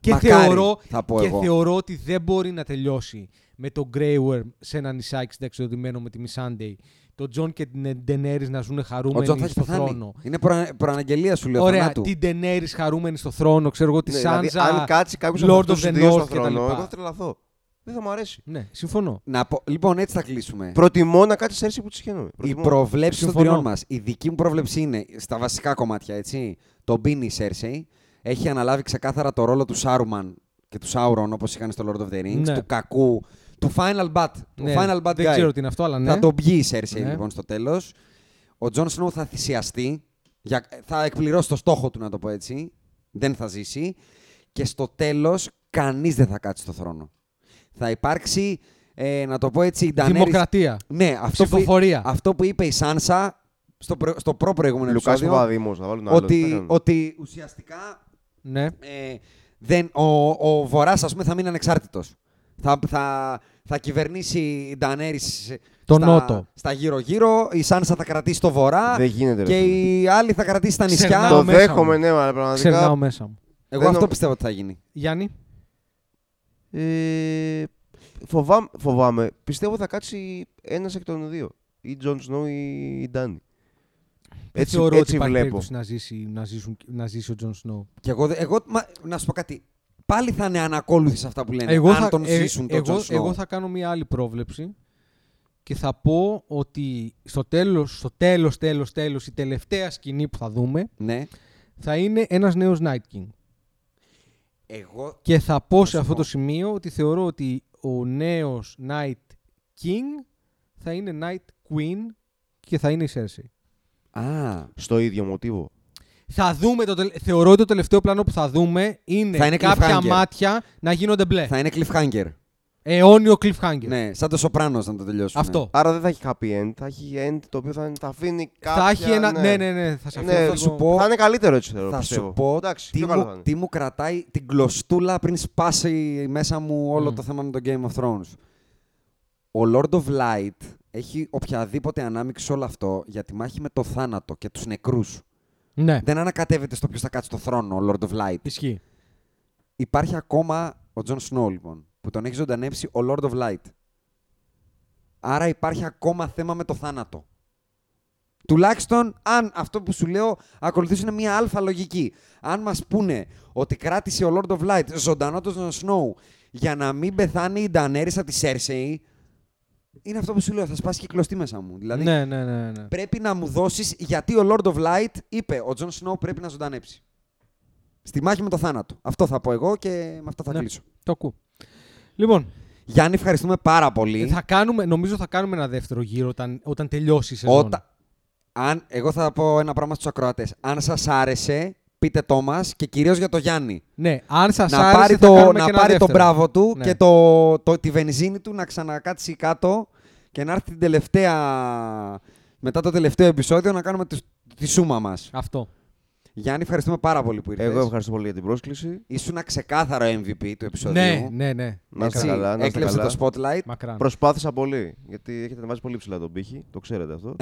[SPEAKER 2] και,
[SPEAKER 3] Μακάρι,
[SPEAKER 2] θεωρώ,
[SPEAKER 3] θα πω
[SPEAKER 2] και
[SPEAKER 3] εγώ.
[SPEAKER 2] θεωρώ ότι δεν μπορεί να τελειώσει με τον Grey Worm σε ένα νησάκι συνταξιδοτημένο με τη Missandei. Το Τζον και την Ντενέρη να ζουν
[SPEAKER 3] Ο Τζον θα
[SPEAKER 2] χαρούμενοι
[SPEAKER 3] έχει
[SPEAKER 2] στο
[SPEAKER 3] πεθάνει.
[SPEAKER 2] θρόνο.
[SPEAKER 3] Είναι προα... προαναγγελία σου, λέω.
[SPEAKER 2] Ωραία,
[SPEAKER 3] θανάτου.
[SPEAKER 2] την Ντενέρη χαρούμενη στο θρόνο, ξέρω εγώ, τη
[SPEAKER 4] Ναι,
[SPEAKER 2] Σάντζα.
[SPEAKER 4] δηλαδή, αν κάτσει κάποιος
[SPEAKER 2] Lord
[SPEAKER 4] από
[SPEAKER 2] of
[SPEAKER 4] τους
[SPEAKER 2] the
[SPEAKER 4] δύο
[SPEAKER 2] North
[SPEAKER 4] στον
[SPEAKER 2] και τα
[SPEAKER 4] θρόνο,
[SPEAKER 2] λοιπά.
[SPEAKER 4] εγώ θα τρελαθώ. Δεν θα μου αρέσει.
[SPEAKER 2] Ναι, συμφωνώ.
[SPEAKER 3] Να πω... Λοιπόν, έτσι θα
[SPEAKER 4] Ε.
[SPEAKER 3] κλείσουμε.
[SPEAKER 4] Προτιμώ να κάτσει έρση που τη χαίνομαι.
[SPEAKER 3] Οι
[SPEAKER 4] Προτιμώ.
[SPEAKER 3] προβλέψεις των
[SPEAKER 2] Συμφωνώ.
[SPEAKER 3] τριών μας. Η δική μου πρόβλεψη είναι στα βασικά κομμάτια, έτσι. Τον πίνει η Σέρσεϊ. Έχει αναλάβει ξεκάθαρα το ρόλο του Σάρουμαν και του Sauron όπως είχαν στο Lord of the Rings,
[SPEAKER 2] Ναι.
[SPEAKER 3] του κακού, του Final Bat. Του
[SPEAKER 2] Ναι,
[SPEAKER 3] Final Bat
[SPEAKER 2] δεν
[SPEAKER 3] guy.
[SPEAKER 2] ξέρω τι είναι αυτό, αλλά ναι.
[SPEAKER 3] Θα τον πιει η Σέρσεϊ
[SPEAKER 2] Ναι.
[SPEAKER 3] λοιπόν στο τέλος. Ο Τζον Σνόου θα θυσιαστεί, για- θα εκπληρώσει το στόχο του να το πω έτσι, δεν θα ζήσει και στο τέλος κανείς δεν θα κάτσει στο θρόνο. Θα υπάρξει, ε, να το πω έτσι, η Ντανέρης-
[SPEAKER 2] Δημοκρατία.
[SPEAKER 3] Ναι, αυτό
[SPEAKER 2] Ψηφοφορία.
[SPEAKER 3] Που, αυτό που είπε η Σάνσα στο, προ, στο προ-προηγούμενο
[SPEAKER 4] Λουκάς
[SPEAKER 3] επεισόδιο,
[SPEAKER 4] Παπαδήμο, θα βάλουν άλλο. τι θα
[SPEAKER 3] ότι,
[SPEAKER 4] κάνουν.
[SPEAKER 3] ότι ουσιαστικά
[SPEAKER 2] Ναι.
[SPEAKER 3] ε, δεν, ο, ο Βορράς, ας πούμε, θα μείνει ανεξάρτητος. Θα, θα, θα κυβερνήσει η Ντανέρης
[SPEAKER 2] Τον
[SPEAKER 3] στα,
[SPEAKER 2] Νότο.
[SPEAKER 3] στα γύρω-γύρω, η Σάνσα θα κρατήσει το Βορρά
[SPEAKER 4] Δεν γίνεται, ρε
[SPEAKER 3] και
[SPEAKER 4] φίλε.
[SPEAKER 3] οι άλλοι θα κρατήσει τα νησιά.
[SPEAKER 2] Ξερνάω
[SPEAKER 4] Το
[SPEAKER 2] μέσα
[SPEAKER 4] δέχομαι,
[SPEAKER 2] μου.
[SPEAKER 4] ναι, αλλά πραγματικά.
[SPEAKER 2] Ξερνάω μέσα μου.
[SPEAKER 3] Εγώ
[SPEAKER 4] δεν
[SPEAKER 3] αυτό
[SPEAKER 4] νο-
[SPEAKER 3] πιστεύω ότι θα γίνει.
[SPEAKER 2] Gianni.
[SPEAKER 4] Ε, φοβάμαι, φοβάμαι. Πιστεύω θα κάτσει ένας εκ των δύο. Ή Τζον Σνόου ή η Ντάνι. Έτσι,
[SPEAKER 2] θεωρώ ότι
[SPEAKER 4] έτσι
[SPEAKER 2] υπάρχει
[SPEAKER 4] βλέπω.
[SPEAKER 2] περίπτωση να ζήσει, να, ζήσουν, να ζήσει ο Τζον Σνόου.
[SPEAKER 3] Και εγώ, δε- εγώ μα, να σου πω κάτι. Πάλι θα είναι ανακόλουθοι σε αυτά που λένε.
[SPEAKER 2] Εγώ
[SPEAKER 3] αν
[SPEAKER 2] θα,
[SPEAKER 3] τον
[SPEAKER 2] ε,
[SPEAKER 3] ζήσουν τον
[SPEAKER 2] εγώ,
[SPEAKER 3] Τζον Σνόου.
[SPEAKER 2] εγώ θα κάνω μια άλλη πρόβλεψη και θα πω ότι στο τέλος, στο τέλος, τέλος, τέλος, η τελευταία σκηνή που θα δούμε
[SPEAKER 3] Ναι.
[SPEAKER 2] θα είναι ένας νέος Night King.
[SPEAKER 3] Εγώ...
[SPEAKER 2] Και θα πω σε
[SPEAKER 3] σου
[SPEAKER 2] αυτό
[SPEAKER 3] πω.
[SPEAKER 2] το σημείο ότι θεωρώ ότι ο νέος Night King θα είναι Night Queen και θα είναι η Cersei.
[SPEAKER 3] Α,
[SPEAKER 4] Στο ίδιο μοτίβο.
[SPEAKER 2] Θα δούμε, το, τελε- θεωρώ ότι το τελευταίο πλάνο που θα δούμε είναι,
[SPEAKER 3] Θα είναι
[SPEAKER 2] κάποια
[SPEAKER 3] cliffhanger.
[SPEAKER 2] μάτια να γίνονται μπλε.
[SPEAKER 3] θα είναι cliffhanger.
[SPEAKER 2] Αιώνιο cliffhanger.
[SPEAKER 3] Ναι, σαν το Σοπράνος να το τελειώσουμε.
[SPEAKER 2] Αυτό.
[SPEAKER 4] Άρα δεν θα έχει happy end. Θα έχει end το οποίο θα, είναι- θα αφήνει κάποια...
[SPEAKER 2] θα έχει ένα. Ναι, ναι, ναι. Θα σε αφήνω
[SPEAKER 4] Ναι,
[SPEAKER 2] λίγο-
[SPEAKER 4] θα
[SPEAKER 3] σου πω-
[SPEAKER 4] Θα είναι καλύτερο έτσι θεωρώ.
[SPEAKER 3] Θα
[SPEAKER 4] πιστεύω.
[SPEAKER 3] σου πω
[SPEAKER 4] Εντάξει,
[SPEAKER 3] τι,
[SPEAKER 4] πιο καλό θα
[SPEAKER 3] μου,
[SPEAKER 4] είναι.
[SPEAKER 3] τι μου κρατάει την κλωστούλα πριν σπάσει μέσα μου όλο
[SPEAKER 2] Μμμ.
[SPEAKER 3] το θέμα με το Game of Thrones. Ο Lord of Light έχει οποιαδήποτε ανάμειξη σε όλο αυτό για τη μάχη με το θάνατο και τους νεκρούς.
[SPEAKER 2] Ναι,
[SPEAKER 3] Δεν ανακατεύεται στο ποιος θα κάτσει στο θρόνο ο Lord of Light.
[SPEAKER 2] ισχύει.
[SPEAKER 3] Υπάρχει ακόμα ο Τζον Snow λοιπόν, που τον έχει ζωντανέψει ο Lord of Light. Άρα υπάρχει ακόμα θέμα με το θάνατο. Τουλάχιστον αν αυτό που σου λέω ακολουθήσουν μια αλφα λογική. Αν μας πούνε ότι κράτησε ο Lord of Light ζωντανό τον Τζον Snow για να μην πεθάνει η Ντανέρης από τη Σέρσεϊ, είναι αυτό που σου λέω, θα σπάσει και η κλωστή μέσα μου. Δηλαδή
[SPEAKER 2] Ναι, ναι, ναι. ναι.
[SPEAKER 3] πρέπει να μου δώσεις γιατί ο Lord of Light είπε ο Τζον Snow πρέπει να ζωντανέψει. Στη μάχη με το θάνατο. Αυτό θα πω εγώ και με αυτό θα
[SPEAKER 2] Ναι.
[SPEAKER 3] κλείσω.
[SPEAKER 2] Το ακούω. Λοιπόν,
[SPEAKER 3] Γιάννη, ευχαριστούμε πάρα πολύ.
[SPEAKER 2] Ε, θα κάνουμε, νομίζω θα κάνουμε ένα δεύτερο γύρο όταν, όταν τελειώσει η σεζόν.
[SPEAKER 3] Ότα... Αν... Εγώ θα πω ένα πράγμα στους ακροατές. Αν σας άρεσε, πείτε το μας και κυρίως για το Γιάννη.
[SPEAKER 2] Ναι, αν σας
[SPEAKER 3] να
[SPEAKER 2] άρεσε.
[SPEAKER 3] πάρει,
[SPEAKER 2] θα
[SPEAKER 3] το,
[SPEAKER 2] κάνουμε
[SPEAKER 3] να
[SPEAKER 2] και ένα
[SPEAKER 3] πάρει το
[SPEAKER 2] δεύτερο.
[SPEAKER 3] μπράβο του
[SPEAKER 2] Ναι.
[SPEAKER 3] και το, το, τη βενζίνη του να ξανακάτσει κάτω και να έρθει την τελευταία... μετά το τελευταίο επεισόδιο να κάνουμε τη, τη σούμα μας.
[SPEAKER 2] Αυτό.
[SPEAKER 3] Γιάννη, ευχαριστούμε πάρα πολύ που ήρθες.
[SPEAKER 4] Εγώ ευχαριστώ πολύ για την πρόσκληση.
[SPEAKER 3] Ήσουν ξεκάθαρο MVP του επεισόδιου.
[SPEAKER 2] Ναι, ναι, ναι.
[SPEAKER 4] Να είστε
[SPEAKER 3] Έτσι,
[SPEAKER 4] καλά. Να είστε
[SPEAKER 3] έκλεψε
[SPEAKER 4] καλά.
[SPEAKER 3] το spotlight.
[SPEAKER 2] Μακράν.
[SPEAKER 4] Προσπάθησα πολύ. Γιατί έχετε ανεβάσει πολύ ψηλά τον πύχη. Το ξέρετε αυτό.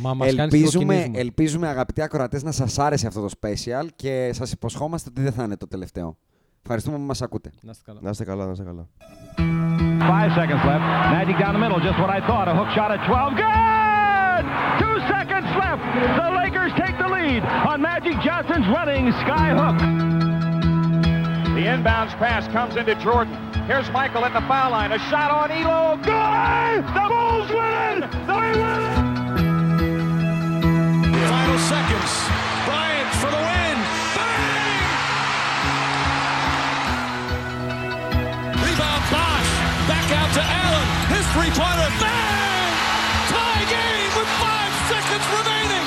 [SPEAKER 2] Μα μας κάνεις
[SPEAKER 3] ελπίζουμε,
[SPEAKER 2] φιλοκινήσουμε.
[SPEAKER 3] ελπίζουμε, αγαπητοί ακροατές, να σας άρεσε αυτό το special και σας υποσχόμαστε ότι δεν θα είναι το τελευταίο. Ευχαριστούμε που μας ακούτε.
[SPEAKER 2] Να είστε καλά.
[SPEAKER 4] να είστε καλά, να είστε καλά.
[SPEAKER 6] Five seconds left. Magic down the middle, just what I thought. A hook shot at 12. Good! Two seconds left. The Lakers take the lead on Magic Johnson's running sky hook.
[SPEAKER 5] The inbounds pass comes into Jordan. Here's Michael at the foul line. A shot on Elo. Good! The Bulls win it! They win it!
[SPEAKER 1] Final seconds. Bryant for the win. Bang! Rebound Bosch. Back out to Allen. His three-pointer. Bang! Tie game with five seconds remaining.